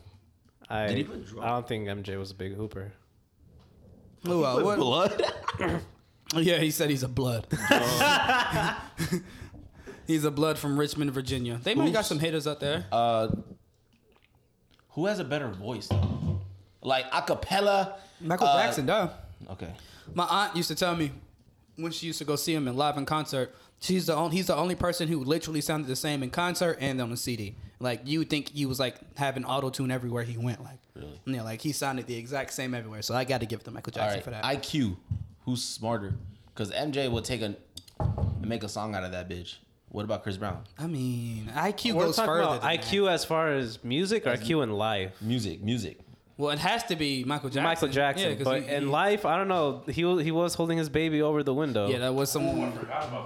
S3: I,
S4: he put draw?
S3: I don't think MJ was a big hooper.
S1: Who else? What-
S4: Oh, Blood?
S1: Yeah, he said he's a blood. he's a blood from Richmond, Virginia. They might got
S4: Oops.
S1: some haters out there.
S4: uh, who has a better voice? Though? Like acapella.
S1: Michael
S4: uh,
S1: Jackson, duh.
S4: Okay.
S1: My aunt used to tell me when she used to go see him in live in concert. She's the only, he's the only person who literally sounded the same in concert and on the CD. Like you would think he was like having auto tune everywhere he went. Like
S4: Really?
S1: yeah, like he sounded the exact same everywhere. So I got to give it to Michael
S4: All
S1: Jackson
S4: right.
S1: for that.
S4: IQ. Who's smarter? Because MJ will take a and make a song out of that bitch. What about Chris Brown?
S1: I mean, IQ
S3: We're
S1: goes
S3: talking
S1: further.
S3: about
S1: Than
S3: IQ as far as music or IQ in life.
S4: Music, music.
S1: that. Well, it has to be Michael Jackson.
S3: Michael Jackson,
S1: Yeah, 'cause
S3: but
S1: he-
S3: in
S1: he-
S3: life, I don't know. He wa- he was holding his baby over the window.
S1: Yeah, that was some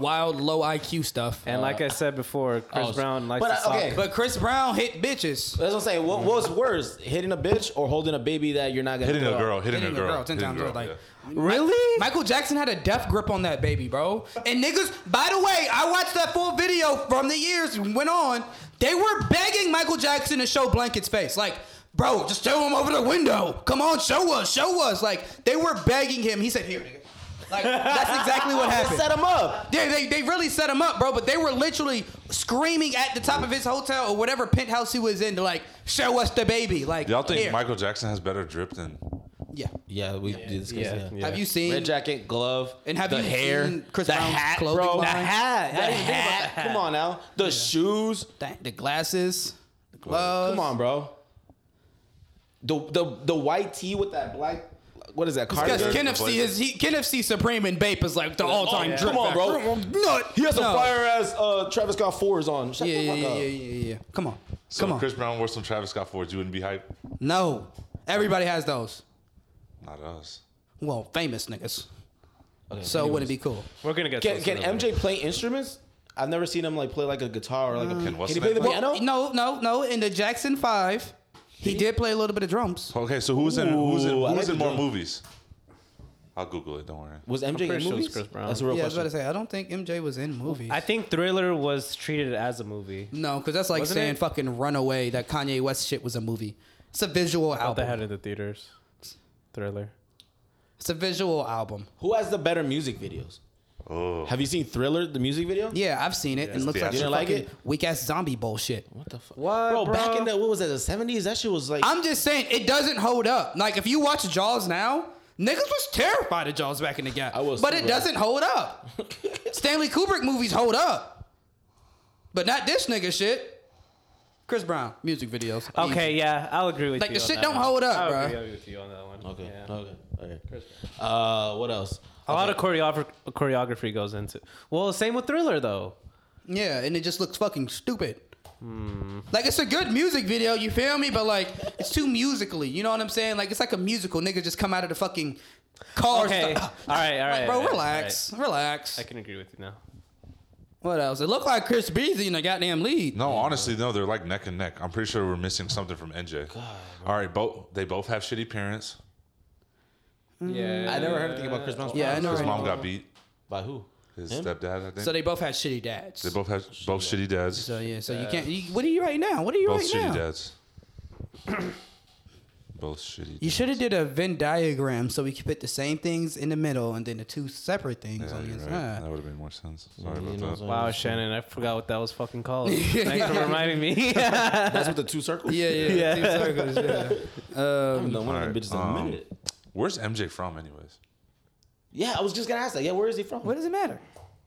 S1: wild low IQ stuff.
S3: and like I said before, Chris
S4: oh,
S3: Brown likes
S4: but,
S3: to
S4: uh,
S3: sock.
S4: okay.
S1: But Chris Brown hit bitches.
S4: That's what I'm saying. What, what's worse, hitting a bitch or holding a baby that you're not gonna
S2: Hitting a
S4: throw out?
S2: girl, hitting,
S1: Hitting
S2: a girl,
S1: ten
S2: hitting a
S1: times.
S2: girl,
S1: like,
S2: yeah.
S3: Really?
S1: Michael Jackson had a death grip on that baby, bro. And niggas, by the way, I watched that full video from the years went on. They were begging Michael Jackson to show Blanket's face. Like, bro, just throw him over the window. Come on, show us, show us. Like, they were begging him. He said, here, nigga. Like, that's exactly what happened.
S4: Set him up.
S1: Yeah, they, they really set him up, bro. But they were literally screaming at the top of his hotel or whatever penthouse he was in to like show us the baby. Like,
S2: Y'all think
S1: here.
S2: Michael Jackson has better drip than?
S1: Yeah.
S4: Yeah, we did discuss
S3: yeah,
S4: that.
S3: yeah.
S1: Have you seen
S4: Red jacket, glove,
S1: And have
S4: the
S1: you
S4: hair,
S1: seen Chris
S4: the
S1: Brown's
S4: hat,
S1: clothing
S4: bro,
S1: line?
S4: the hat,
S3: I
S4: the
S3: didn't think about
S4: hat.
S3: the hat.
S4: Come on now, the shoes.
S1: Dang, the glasses, the gloves.
S4: Come on, bro. The the the white tee with that black. What is that?
S1: Because
S4: Cardigan.
S1: Kenneth C is he Kenneth C Supreme and Bape is like the all time
S4: yeah.
S1: drip.
S4: Come on, bro.
S1: factor. Nut.
S4: He has
S1: no.
S4: a fire Oh ass uh, Travis Scott fours on. Shut
S1: Yeah,
S4: the
S1: yeah,
S4: fuck
S1: yeah,
S4: up.
S1: yeah, yeah, yeah. Come on,
S2: So
S1: come
S2: if
S1: on.
S2: Chris Brown wore some Travis Scott Fords, you wouldn't be hyped.
S1: No, everybody has those.
S2: Not us.
S1: Well, famous niggas.
S4: Okay,
S1: So it wouldn't be cool.
S3: We're gonna get
S4: Can,
S3: to
S4: can
S3: this in a
S4: MJ play instruments? I've never seen him like play like a guitar or like a.
S2: Can-
S4: Can,
S2: what's
S4: he play
S2: that?
S4: the piano?
S1: No, no, no. In the Jackson Five, he did play a little bit of drums.
S2: Okay, so who's in who's in
S4: Ooh, I
S2: who's
S4: like
S2: in
S4: the
S2: more
S4: drum.
S2: movies? I'll Google it. Don't worry.
S4: Was MJ
S3: pretty
S4: in
S3: sure it was
S4: movies?
S3: Chris Brown.
S4: That's a real
S1: Yeah, I was about to
S4: question.
S1: say. I don't think MJ was in movies.
S3: minute. I think Thriller was treated as a movie.
S1: no, because that's like
S3: Wasn't
S1: saying
S3: it?
S1: fucking Runaway. That Kanye West shit was a movie. It's a visual
S3: Out the
S1: album.
S3: head in the theaters. Thriller.
S1: It's a visual album.
S4: Who has the better music videos?
S2: Oh,
S4: Have you seen Thriller, the music video?
S1: Yeah, I've seen it. and it looks like
S2: theatrical.
S1: some
S4: You didn't like
S1: fucking weak ass zombie bullshit.
S4: What the fuck?
S3: What,
S4: bro, Back
S3: bro?
S4: in the what was that? The seventies? That shit was like.
S1: I'm just saying it doesn't hold up. Like if you watch Jaws now, niggas was terrified of Jaws back in the gap.
S4: I was
S1: but
S4: too,
S1: it
S4: bro.
S1: doesn't hold up. Stanley Kubrick movies hold up, but not this nigga shit. Chris Brown music videos.
S3: Okay, yeah, I'll agree with
S1: Like,
S3: you.
S1: the
S3: on
S1: shit
S3: that
S1: don't
S3: one.
S1: hold up,
S3: I'll
S1: bro.
S3: agree with you on that one.
S4: okay.
S3: Yeah.
S4: Okay. All right. Uh, what else?
S3: A lot of choreography, choreography goes into. Well, same with Thriller though.
S1: Yeah, and it just looks fucking stupid.
S3: Hmm.
S1: Like it's a good music video, you feel me? But like it's too musically, you know what I'm saying? Like it's like a musical. Niggas just come out of the fucking car.
S3: Okay,
S1: stop-
S3: all right, all
S1: Like,
S3: right,
S1: bro,
S3: all right,
S1: relax, relax.
S3: I can agree with you now.
S1: what else? It looked like Chris Beasley in the goddamn lead.
S2: no, honestly, no. They're like neck and neck. I'm pretty sure we're missing something from NJ. All right, both they both have shitty parents.
S3: Yeah,
S4: Mm. I never heard anything about Chris
S3: Uh,
S4: Brown's
S1: Yeah, I
S4: parents.
S1: know.
S2: His
S1: right
S2: mom
S1: now.
S2: got beat.
S4: By who?
S2: His
S4: Him?
S2: stepdad, I think.
S1: So they both had shitty dads.
S2: they both have both shitty dads.
S1: so yeah, so you can't. You, what are you right now? What are you
S2: both
S1: right
S2: shitty
S1: now?
S2: dads. Both shitty.
S1: You should have did a Venn diagram so we could put the same things in the middle and then the two separate things
S2: Yeah,
S1: on the
S2: you're right.
S1: inside.
S2: That would have made more sense. Sorry
S4: You
S2: about
S4: know,
S2: that.
S4: so-
S3: Wow, Shannon, I forgot what that was fucking called. Thanks for reminding me. yeah,
S4: That's with the two circles.
S1: Yeah, yeah,
S3: Yeah.
S1: two circles. Yeah.
S4: I haven't
S1: Um,
S4: done one of them
S2: Alright,
S4: bitches in a
S2: um,
S4: minute.
S2: Where's MJ from, anyways?
S4: Yeah, I was just gonna ask that. Yeah, where is he from?
S1: what does it matter?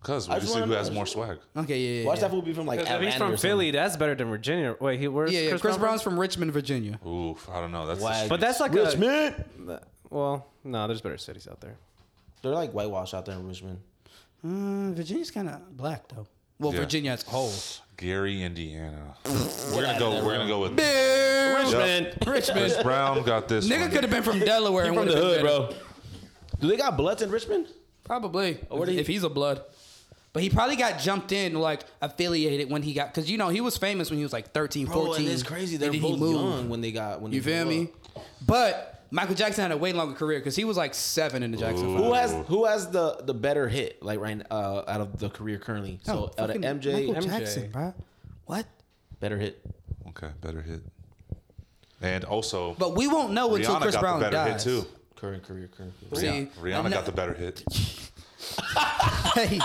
S2: Cause
S4: I
S2: we just
S4: just
S2: see
S4: wanna
S2: who
S4: know.
S2: has more swag.
S1: Okay, yeah, yeah.
S4: Watch
S1: yeah.
S4: that fool be from like
S3: if
S4: Atlanta.
S3: he's from
S4: or something.
S3: Philly, that's better than Virginia. Wait, he, where's
S1: Yeah, yeah. Chris,
S3: Chris, Brown
S1: Brown's from Richmond, Virginia.
S2: Oof, I don't know. That's
S4: Wag.
S2: the
S3: But that's like a
S4: Richmond.
S3: well, no, there's better cities out there.
S4: They're like whitewashed out there in Richmond.
S1: Uh, Virginia's kind of black though. Well,
S2: Yeah.
S1: Virginia as a whole.
S2: Gary, Indiana. we're gonna
S4: outta
S2: go.
S4: there,
S2: We're gonna go with Richmond.
S1: Richmond, Richmond.
S2: Chris Brown. Got this.
S1: Nigga
S2: one.
S1: could have been from Delaware. and
S4: From the
S1: would've been
S4: hood,
S1: better.
S4: bro. Do they got bloods in Richmond?
S1: Probably.
S4: where Oh, did he-
S1: if he's a blood. But he probably got jumped in, like, affiliated when he got, because, you know, he was famous when he was like 13, 14.
S4: and it's crazy.
S1: and
S4: They're
S1: then he
S4: both
S1: moved.
S4: young when they got when
S1: You
S4: they
S1: feel
S4: grew
S1: me?
S4: up.
S1: But Michael Jackson had a way longer career because he was like seven in the Jackson
S2: Ooh.
S1: Five.
S4: Who has who has the the better hit like right uh, out of the career currently? So out of
S1: fucking
S4: MJ,
S1: Michael
S4: MJ
S1: Jackson, bro. What?
S4: better hit.
S2: Okay, better hit. And also,
S1: But we won't know until
S2: Rihanna
S1: Chris
S2: got
S1: Brown
S2: the better
S1: dies.
S2: hit too.
S4: Current career, current. Career.
S1: See,
S2: Rihanna, Rihanna
S1: I'm
S2: got
S1: not-
S2: the better hit.
S1: Hey.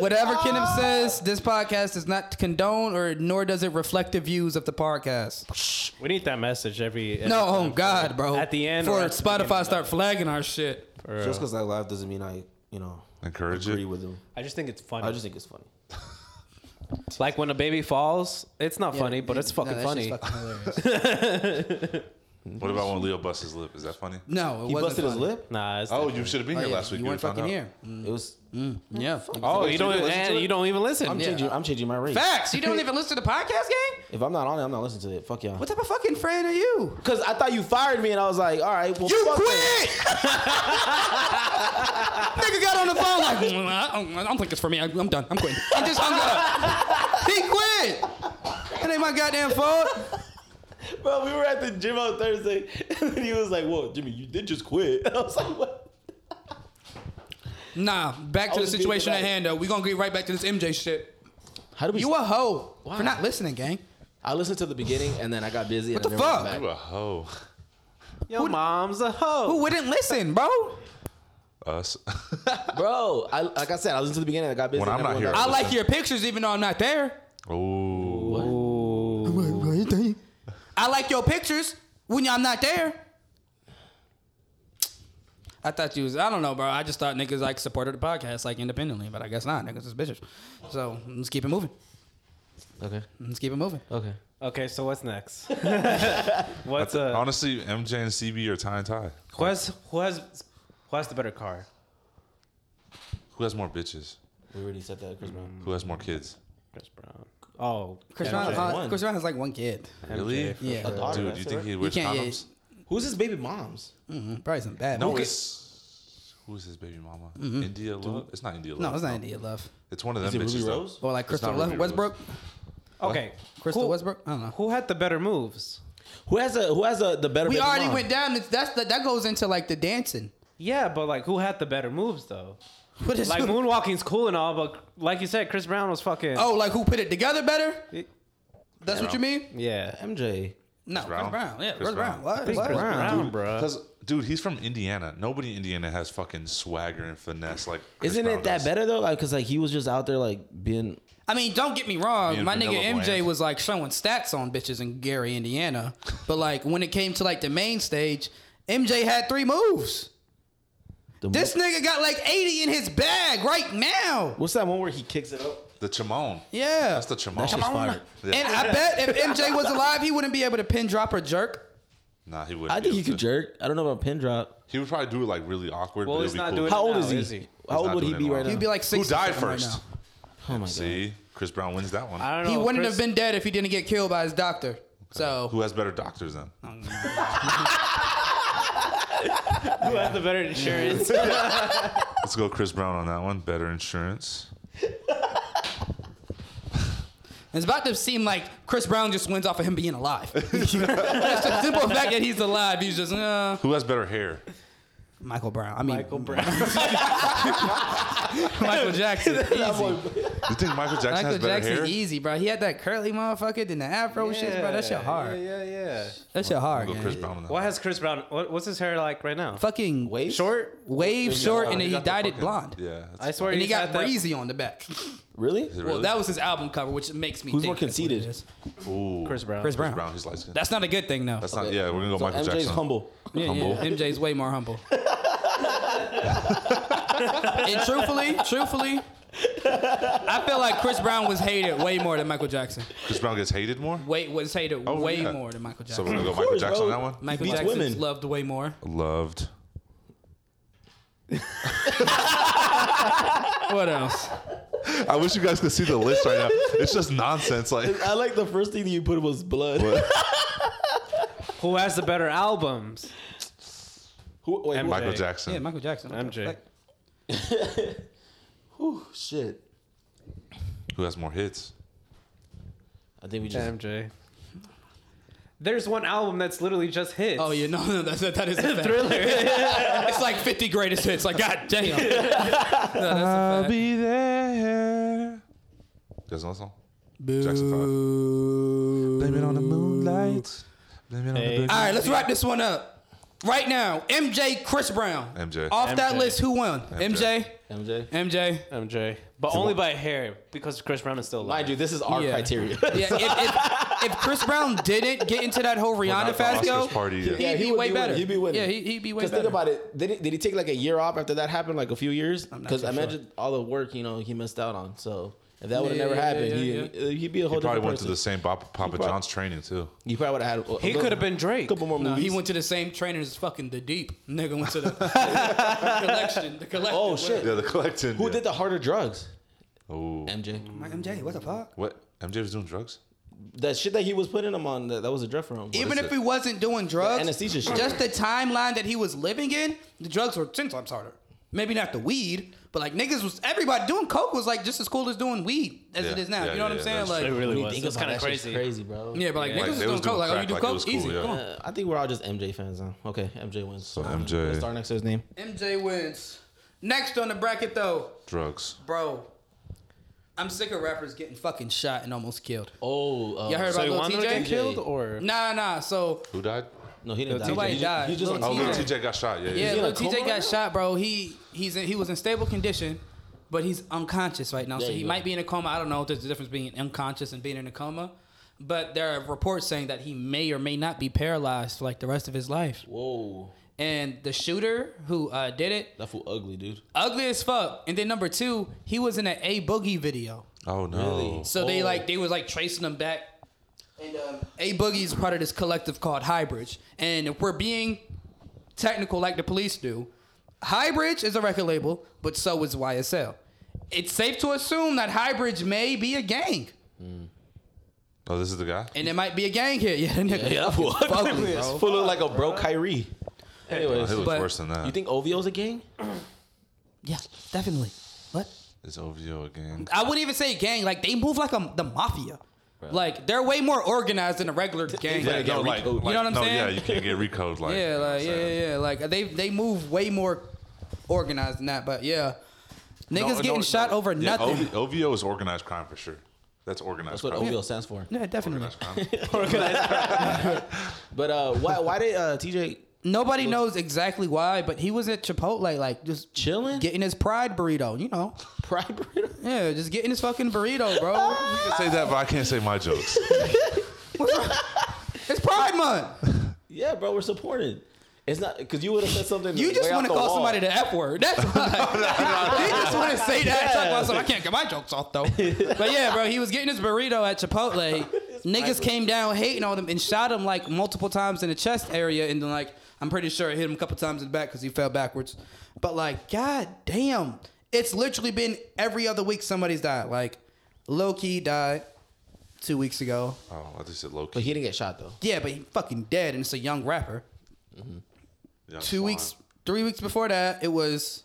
S1: Whatever
S3: Ah.
S1: Kenneth says, this podcast does not condone or nor does it reflect the views of the podcast.
S3: We need that message every. every
S1: No,
S3: time
S1: oh
S3: for-
S1: God, bro.
S3: At the end,
S1: before
S3: or at the
S1: Spotify
S3: beginning.
S1: start flagging our shit.
S3: For
S4: Just
S3: real.
S4: because I laugh doesn't mean I you know
S2: Encourage
S4: agree
S2: it.
S4: with them.
S3: I just think it's funny.
S4: I just think it's funny.
S3: like when a baby falls, it's not funny, but it's
S1: No,
S3: fucking
S1: that
S3: funny.
S1: shit's fucking hilarious.
S2: What about when Leo busts his lip? Is that funny?
S1: No, it
S4: He
S1: wasn't
S4: busted his
S1: funny.
S4: lip.
S3: Nah, it's
S2: Oh,
S3: not
S2: you
S3: funny.
S2: should have been
S1: Oh,
S2: here
S1: yeah,
S2: last week.
S1: You
S2: We
S1: weren't
S2: found
S1: fucking
S2: out.
S1: here. Mm-hmm.
S4: It was.
S1: Yeah.
S3: Oh, you don't.
S4: Listen to
S3: And
S4: it.
S3: you don't even listen.
S4: I'm
S1: Yeah.
S4: changing. I'm changing my rate.
S1: Facts. You don't even listen to podcast, gang?
S4: If I'm not on it, I'm not listening to it. Fuck y'all.
S1: What type of fucking friend are you?
S4: Because I thought you fired me, and I was like, all right, well, fuck it.
S1: Nigga got on the phone like, "Mm, I don't, I don't think it's for me. I, I'm done. I'm quitting. And just hung up. He quit. That ain't my goddamn fault.
S4: Bro, we were at the gym on Thursday, and then he was like, "Whoa, Jimmy, you did just quit." And I was like, "What?"
S1: Nah, back to the
S4: was being
S1: situation at
S4: dramatic.
S1: hand, though. We gonna get right back to this MJ shit.
S4: How do we?
S1: You a hoe
S4: Why?
S1: for not listening, gang.
S4: I listened to the beginning, and then I got busy. What
S1: the
S4: and I never went
S1: fuck?
S4: back.
S2: You a hoe.
S3: Your mom's a hoe.
S1: Who wouldn't listen, bro?
S2: Us.
S4: Bro, I, like I said, I listened to the beginning, I got busy.
S2: When
S4: and
S2: I'm
S4: never
S2: not
S4: went
S1: I
S2: here,
S1: like your pictures even though I'm not there.
S2: oh.
S1: I like your pictures when I'm not there. I thought you was I don't know, bro. I just thought niggas like supported the podcast like independently, but I guess not. Niggas is bitches. So let's keep it moving.
S4: back. Okay,
S1: Let's keep it moving.
S4: okay.
S3: Okay, so what's next? what's uh,
S2: Honestly, MJ and CB are tie and tie.
S3: who has who has who has the better car?
S2: Who has more bitches?
S4: We already said that, Chris Brown.
S2: Who has more kids?
S3: Chris Brown. Oh,
S1: Chris
S3: MJ.
S1: Brown,
S4: Brown has
S1: uh,
S4: one.
S1: Chris Brown has like one kid.
S2: Really?
S3: for
S1: Yeah,
S4: A daughter.
S2: Dude,
S4: that's
S2: you
S4: it,
S2: think
S4: right?
S2: he wears
S1: can't, yeah,
S2: condoms?
S4: Mm. Who's his baby moms?
S1: Mhm, Probably some bad.
S2: No,
S1: Okay.
S2: it's who's his baby mama? India Love? It's not India Love.
S1: Mm-hmm. no, it's not India Love
S2: It's one of them
S4: Is it
S2: bitches.
S4: Ruby
S2: though.
S4: Rose?
S1: or like
S2: It's not
S1: Crystal Love
S2: Ruby Rose.
S1: Westbrook.
S3: Okay,
S1: Crystal
S3: who,
S1: Westbrook. I don't know.
S3: Who had the better moves?
S4: Who has a who has a the better?
S1: We
S4: baby
S1: already
S4: mom?
S1: went down. It's- That's the, that goes into like the dancing.
S3: Yeah, but like who had the better moves though?
S1: What is
S3: Like moonwalking's cool and all, but like you said, Chris Brown was fucking.
S1: Oh, like who put it together better?
S3: It-
S1: That's what you mean?
S3: yeah.
S4: MJ.
S1: No, Chris Brown.
S2: Brown.
S1: Yeah, Chris,
S2: Chris Brown.
S1: Brown. What?
S3: Chris
S1: What?
S3: Brown, bro.
S2: Because dude, he's from Indiana. Nobody in Indiana has fucking swagger and finesse like. Chris
S4: Isn't
S2: Brown
S4: it that
S2: does.
S4: better though? Like, cause like he was just out there like being.
S1: I mean, don't get me wrong.
S2: Yeah,
S1: My
S2: Vanilla
S1: nigga MJ
S2: Bland.
S1: was like showing stats on bitches in Gary, Indiana. But like when it came to like the main stage, MJ had three moves.
S4: The
S1: This nigga got like 80 in his bag right now.
S4: what's that one where he kicks it up?
S2: The Chamon.
S1: Yeah.
S2: That's the Chamon.
S4: shit's fired.
S2: Yeah.
S1: and I bet if MJ was alive, he wouldn't be able to pin drop or jerk.
S2: Nah, he wouldn't.
S4: I
S2: be
S4: think he
S2: able
S4: could
S2: to.
S4: jerk. I don't know about pin drop.
S2: He would probably do it like really awkward.
S3: Well,
S2: but
S3: he's
S2: it'd
S3: not
S2: be cool.
S3: doing it
S4: How old
S3: now,
S4: is he?
S3: is he?
S4: How
S2: not
S4: old would
S2: doing
S4: he
S2: it
S4: be
S2: no
S4: right
S2: longer.
S4: now?
S1: He'd be like
S2: Who
S1: six.
S2: died first?
S4: oh my god.
S2: See, Chris Brown wins that one.
S3: I don't know.
S1: He wouldn't
S3: Chris-
S1: have been dead if he didn't get killed by his doctor. So
S2: Who has better doctors then?
S3: Who had the better insurance?
S2: Let's go Chris Brown on that one. Better insurance.
S1: it's about to seem like Chris Brown just wins off of him being alive. That's the simple fact that he's alive. He's just uh,
S2: Who has better hair?
S1: Michael Brown. I mean,
S3: Michael Brown.
S1: Michael Jackson. Easy.
S2: You think Michael Jackson
S1: Michael
S2: has better
S1: Jackson,
S2: hair?
S1: easy, bro. He had that curly motherfucker, then the afro shit, bro. That shit hard.
S3: Yeah, yeah, yeah.
S1: That shit hard.
S2: Go
S1: gang.
S2: Chris Brown. now.
S3: Why has Chris Brown? What, what's his hair like right now?
S1: Fucking wave,
S4: Wave?
S3: Short.
S1: short,
S2: Oh,
S1: and then he
S2: got the
S1: dyed it
S2: fucking-
S1: blonde.
S2: Yeah.
S3: I swear
S1: And he
S3: he's
S1: got
S3: had that-
S1: breezy on the back.
S4: Really?
S2: Is it
S1: Well,
S2: really?
S1: that was his album cover, which makes me.
S4: Who's
S1: think
S4: more
S1: that's what it
S4: conceited?
S1: is.
S2: Ooh.
S3: Chris Brown.
S1: Chris Brown.
S2: Chris Brown. He's light skinned.
S1: That's not a good thing, though.
S2: That's not. Yeah, we're gonna go Michael
S4: MJ's
S2: Jackson.
S4: humble.
S1: Yeah, yeah.
S2: humble.
S1: MJ's way more humble. and truthfully, truthfully, I feel like Chris Brown was hated way more than Michael Jackson.
S2: Chris Brown gets hated more.
S1: Way was hated
S2: Oh,
S1: way
S2: yeah.
S1: more than Michael
S2: So
S1: Jackson.
S2: we're gonna go
S4: course,
S2: Michael Jackson on
S4: bro.
S2: that one.
S1: Michael
S4: beats
S1: Jackson's
S4: women.
S1: loved way more.
S2: Loved.
S1: What else?
S2: I wish you guys could see the list right now. It's just nonsense. Like
S4: I like the first thing that you put was blood.
S3: Who has the better albums?
S4: Who, wait,
S3: And
S4: who-
S2: Michael
S3: MJ.
S2: Jackson.
S1: Yeah, Michael Jackson.
S3: MJ.
S1: Like,
S4: whew, shit.
S2: Who has more hits?
S4: I think we just.
S3: MJ. There's one album that's literally just hits.
S1: Oh yeah, no, no, that's that is a fact.
S3: Thriller.
S1: It's like 50 greatest hits. Like God damn. no, that's a
S2: I'll
S1: fact.
S2: be there. There's another song. Jackson Five. Blame it on the moonlight. Blame it on
S3: Hey.
S2: the
S1: All right, let's wrap this one up. Right now, MJ, Chris Brown.
S2: MJ.
S1: Off that
S3: MJ.
S1: list, who won?
S2: MJ.
S1: MJ.
S4: MJ.
S1: MJ.
S3: MJ. But only by hair because Chris Brown is still alive.
S4: Mind you, this is our
S1: Yeah.
S4: criteria.
S1: Yeah, if, if, if Chris Brown didn't get into that whole
S2: Not
S1: Rihanna
S2: the Oscars
S1: fiasco,
S2: party. yet.
S1: Yeah. He'd be way
S4: winning.
S1: better.
S4: He'd be winning.
S1: Yeah, he- he'd be way
S4: think
S1: better.
S4: about it. Did he, did he take like a year off after that happened? Like a few years?
S1: not
S4: Because
S1: too sure.
S4: imagine all the work you know he missed out on. So if that would have
S1: Yeah,
S4: never
S1: yeah,
S4: happened,
S1: yeah,
S4: he, uh, he'd be a whole
S2: He probably
S4: different
S2: went to
S4: person.
S2: the same Papa, Papa
S4: probably-
S2: John's training too.
S4: You probably would have had. A,
S3: he could have been Drake.
S4: couple more
S1: No,
S4: movies.
S1: he went to the same trainer as fucking the deep. Nigga went to the collection. The collection.
S4: Oh shit!
S2: Yeah, the collecting.
S4: Who did the harder drugs?
S2: Oh,
S4: MJ.
S1: MJ, what the fuck?
S2: what? MJ was doing drugs.
S4: That shit that he was putting him on, that, that was a drug for him.
S1: Even
S2: is
S1: if
S2: it?
S1: he wasn't doing drugs,
S4: The anesthesia shit.
S1: just the timeline that he was living in, the drugs were ten times harder. Maybe not the weed, but like niggas was everybody doing coke was like just as cool as doing weed as
S2: Yeah,
S1: it is now.
S2: yeah,
S1: you know what
S2: yeah,
S1: I'm saying?
S2: that's
S1: Like,
S3: it
S4: When
S3: really
S4: you
S3: was.
S4: think
S3: It's
S4: about
S3: kind of
S4: that shit's
S3: crazy.
S4: crazy, bro.
S1: yeah, but like
S2: Like,
S1: niggas was
S2: they
S1: doing
S2: was
S1: coke.
S2: doing
S1: like, oh,
S2: crack
S1: you do
S2: like it was
S1: coke,
S2: cool,
S1: easy.
S2: yeah.
S1: Come on.
S4: Uh, I think we're all just MJ fans now. Okay, MJ wins. So
S2: MJ.
S4: Let's start next to his name.
S1: MJ wins. Next on the bracket though,
S2: Drugs.
S1: bro. I'm sick of rappers getting fucking shot and almost killed.
S4: Oh, uh,
S1: Y'all heard
S3: So he
S1: about
S3: wanted
S1: Lil
S3: to
S1: TJ?
S3: get killed
S4: Yeah.
S3: or
S1: Nah, nah. So
S2: Who died?
S4: no, he didn't die.
S1: nobody
S4: he,
S1: died.
S4: He just
S1: Lil
S2: Oh,
S4: on
S2: little
S1: TJ.
S2: TJ got shot. Yeah,
S1: Yeah,
S4: in
S1: little
S4: a coma
S1: TJ
S4: right now?
S1: got shot, bro. He he's in, he was in stable condition, but he's unconscious right now. so
S4: There you
S1: he
S4: go.
S1: might be in a coma. I don't know. There's a difference between unconscious and being in a coma. But there are reports saying that he may or may not be paralyzed for like the rest of his life.
S4: Whoa,
S1: And the shooter who uh, did it,
S4: that fool ugly, dude.
S1: ugly as fuck. And then number two, he was in an A Boogie video.
S2: Oh no.
S4: Really?
S1: So they
S4: Oh.
S1: like they was like tracing them back. And um, A Boogie is part of this collective called Highbridge. And if we're being technical like the police do, Highbridge is a record label, but so is YSL. It's safe to assume that Highbridge may be a gang.
S2: Oh, this is the guy.
S1: And it might be a gang here. Yeah, nigga.
S4: Yeah, that fool ugly.
S1: bro.
S4: Fool look like a broke Kyrie.
S2: Oh,
S4: Anyways,
S2: it was
S1: But-
S2: worse than that.
S4: you think OVO's a gang?
S1: Yeah, definitely. What?
S2: it's OVO again.
S1: I wouldn't even say gang. Like they move like a, the mafia. Like they're way more organized than a regular gang.
S4: Yeah,
S2: no,
S4: got
S2: like,
S4: recode. You
S2: like-
S1: know what I'm
S2: no,
S1: saying?
S2: Yeah, you can't get recode. Like,
S1: Yeah,
S2: you know what I'm
S1: like yeah,
S2: saying?
S1: yeah, yeah. Like they they move way more organized than that. But yeah,
S2: No,
S1: niggas
S2: no,
S1: getting
S2: no.
S1: shot over
S2: Yeah,
S1: nothing.
S2: OV- OVO is organized crime for sure. That's organized
S4: That's what
S2: crime.
S4: OVO stands for.
S1: yeah, definitely.
S2: Organized crime.
S4: But uh, why why did uh, TJ
S1: Nobody knows exactly why, but he was at Chipotle, like just
S4: chilling?
S1: getting his pride burrito. You know,
S4: pride burrito?
S1: yeah, just getting his fucking burrito, bro.
S2: You can say that, but I can't say my jokes.
S1: it's Pride Month.
S4: Yeah, bro, we're supported. It's not because you would have said something.
S1: You
S4: way
S1: just
S4: off
S1: want to
S4: the
S1: call
S4: wall.
S1: somebody the F word. That's why. you just want to say that. Talk about something. I can't get my jokes off though. But yeah, bro, he was getting his burrito at Chipotle. Niggas came down hating on him and shot him like multiple times in the chest area, and then like I'm pretty sure it hit him a couple times in the back because he fell backwards. But like, god damn, it's literally been every other week somebody's died. Like, Loki died two weeks ago.
S2: oh, I just said low
S4: But
S2: key.
S4: he didn't get shot though.
S1: Yeah, but he fucking dead, and it's a young rapper.
S2: Yeah,
S1: Two
S2: it's
S1: weeks,
S2: mine.
S1: three weeks before that, it was. Is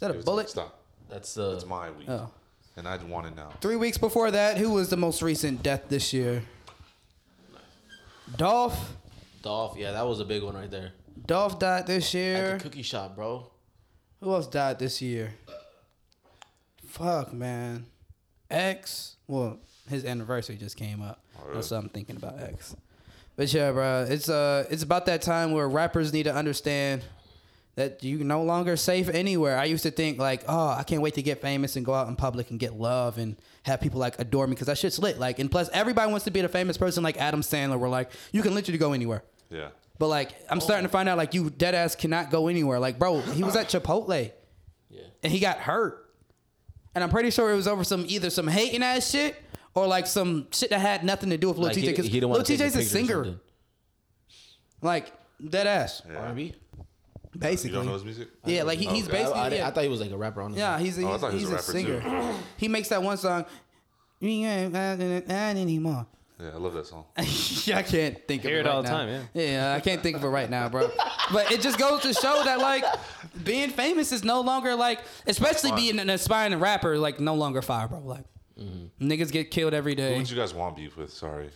S1: that a
S2: It was-
S1: bullet?
S2: Stop.
S4: That's uh,
S2: It's my week.
S1: Oh.
S2: And I want it now.
S1: Three weeks before that, who was the most recent death this year? Dolph.
S4: Dolph. Yeah, that was a big one right there.
S1: Dolph died this
S4: At
S1: year.
S4: the cookie shop, bro.
S1: Who else died this year? Fuck, man. X. Well, his anniversary just came up, so I'm thinking about X. But yeah, bro, it's uh, it's about that time where rappers need to understand that you no longer safe anywhere. I used to think like, oh, I can't wait to get famous and go out in public and get love and have people like adore me because that shit's lit. Like, and plus, everybody wants to be the famous person like Adam Sandler. Where like you can literally go anywhere.
S2: Yeah.
S1: But like, I'm
S4: Oh.
S1: starting to find out like you dead ass cannot go anywhere. Like, bro, he was at Chipotle
S4: Yeah.
S1: and he got hurt, and I'm pretty sure it was over some either some hating ass shit or like some shit that had nothing to do with Lil
S4: Like,
S1: TJ.
S4: he,
S1: Because
S4: he didn't
S1: Lil
S4: want to
S1: TJ's a singer, like dead ass,
S4: R&B?
S2: You
S1: basically.
S2: don't know his music?
S1: yeah, like he, he's
S2: Okay.
S4: I,
S1: basically.
S4: I,
S1: yeah.
S4: I thought he was like a rapper on
S1: Yeah, he's a,
S2: Oh, I
S1: he's,
S2: thought he was
S1: he's
S2: a
S1: a,
S2: rapper, too.
S1: singer. he makes that one song. "You ain't got nothing anymore.
S2: Yeah, I love that song.
S1: I can't think of
S3: Hear it
S1: it,
S3: all
S1: right
S3: the
S1: now.
S3: time,
S1: yeah, I can't think of it right now, bro. but it just goes to show that like being famous is no longer like, especially
S2: Fun.
S1: being an aspiring rapper, like no longer fire, bro. Like
S4: Mm-hmm.
S1: niggas get killed every
S2: Who
S1: day.
S2: would you guys want beef with? Sorry.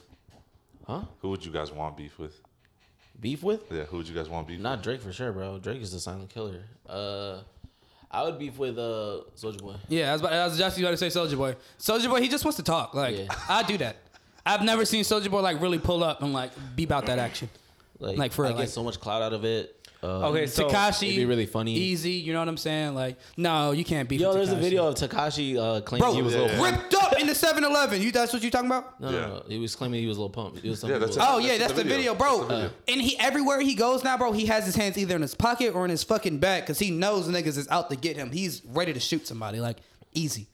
S4: Huh?
S2: Who would you guys want beef with?
S4: Beef with?
S2: Yeah, who would you guys want beef
S4: Not Drake for sure, bro. Drake is the silent killer. Uh, I would beef with uh Soldier Boy.
S1: Yeah, I was, about, I was just about to say Soldier Boy. Soldier Boy, he just wants to talk. Like
S4: Yeah.
S1: I do that. I've never seen Soldier Boy like really pull up and like be about that action.
S4: Like,
S1: Like, for
S4: I
S1: real, like-
S4: get so much clout out of it. Uh,
S3: Okay, so
S1: Takashi,
S4: it'd be really funny.
S1: easy. You know what I'm saying? Like, no, you can't beat.
S4: Yo,
S1: with
S4: there's a
S1: Tekashi.
S4: video of Takashi uh, claiming
S1: Bro,
S4: he was
S2: yeah,
S4: a little
S2: yeah.
S4: pump.
S1: ripped up in the 7-Eleven. You that's what you talking about?
S4: No,
S2: Yeah.
S4: no, no, he was claiming he was a little pump. He was some
S2: Yeah,
S4: people-
S2: that's it.
S1: Oh yeah,
S2: That's
S1: that's
S2: the
S1: the
S2: video.
S1: video, bro.
S2: That's the video.
S1: And he everywhere he goes now, bro, he has his hands either in his pocket or in his fucking back because he knows niggas is out to get him. He's ready to shoot somebody, like easy,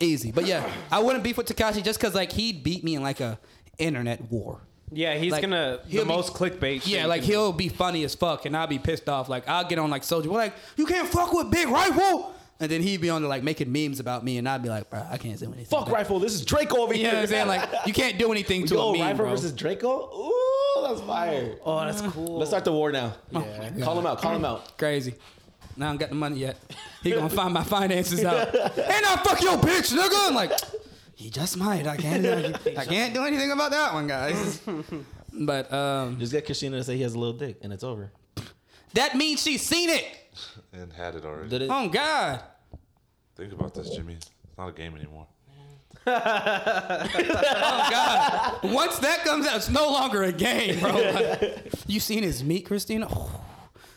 S1: easy. But yeah, I wouldn't beef with Takashi just because like he beat me in like a internet war.
S3: Yeah, he's
S1: Like,
S3: gonna the
S1: he'll be-
S3: most clickbait.
S1: Yeah,
S3: shit
S1: like
S3: you can-
S1: he'll be funny as fuck, and I'll be pissed off. Like I'll get on like Soldier, we're like, you can't fuck with Big Rifle, and then he'd be on there like making memes about me, and I'd be like, bro, I can't say anything.
S4: Fuck Rifle, this is Drake over
S1: You
S4: here.
S1: know what I'm saying? Like you can't do anything to
S4: Yo,
S1: a meme,
S4: Rifle
S1: bro.
S4: versus Draco? Ooh, that's fire.
S3: Oh, that's cool.
S4: Let's start the war now.
S1: Yeah.
S4: Call him out, call him out.
S1: Crazy. Now I don't got the money yet. He gonna find my finances out. And I fuck your bitch, nigga. I'm like, he just might. I can't. I can't do anything about that one, guys. But um,
S4: Just get Christina to say he has a little dick and it's over.
S1: that means she's seen it.
S2: with? And had it already.
S4: Did it?
S1: Oh God.
S2: Think about this, Jimmy. It's not a game anymore.
S1: Oh God. Once that comes out, it's no longer a game, bro. Like, you seen his meat, Christina?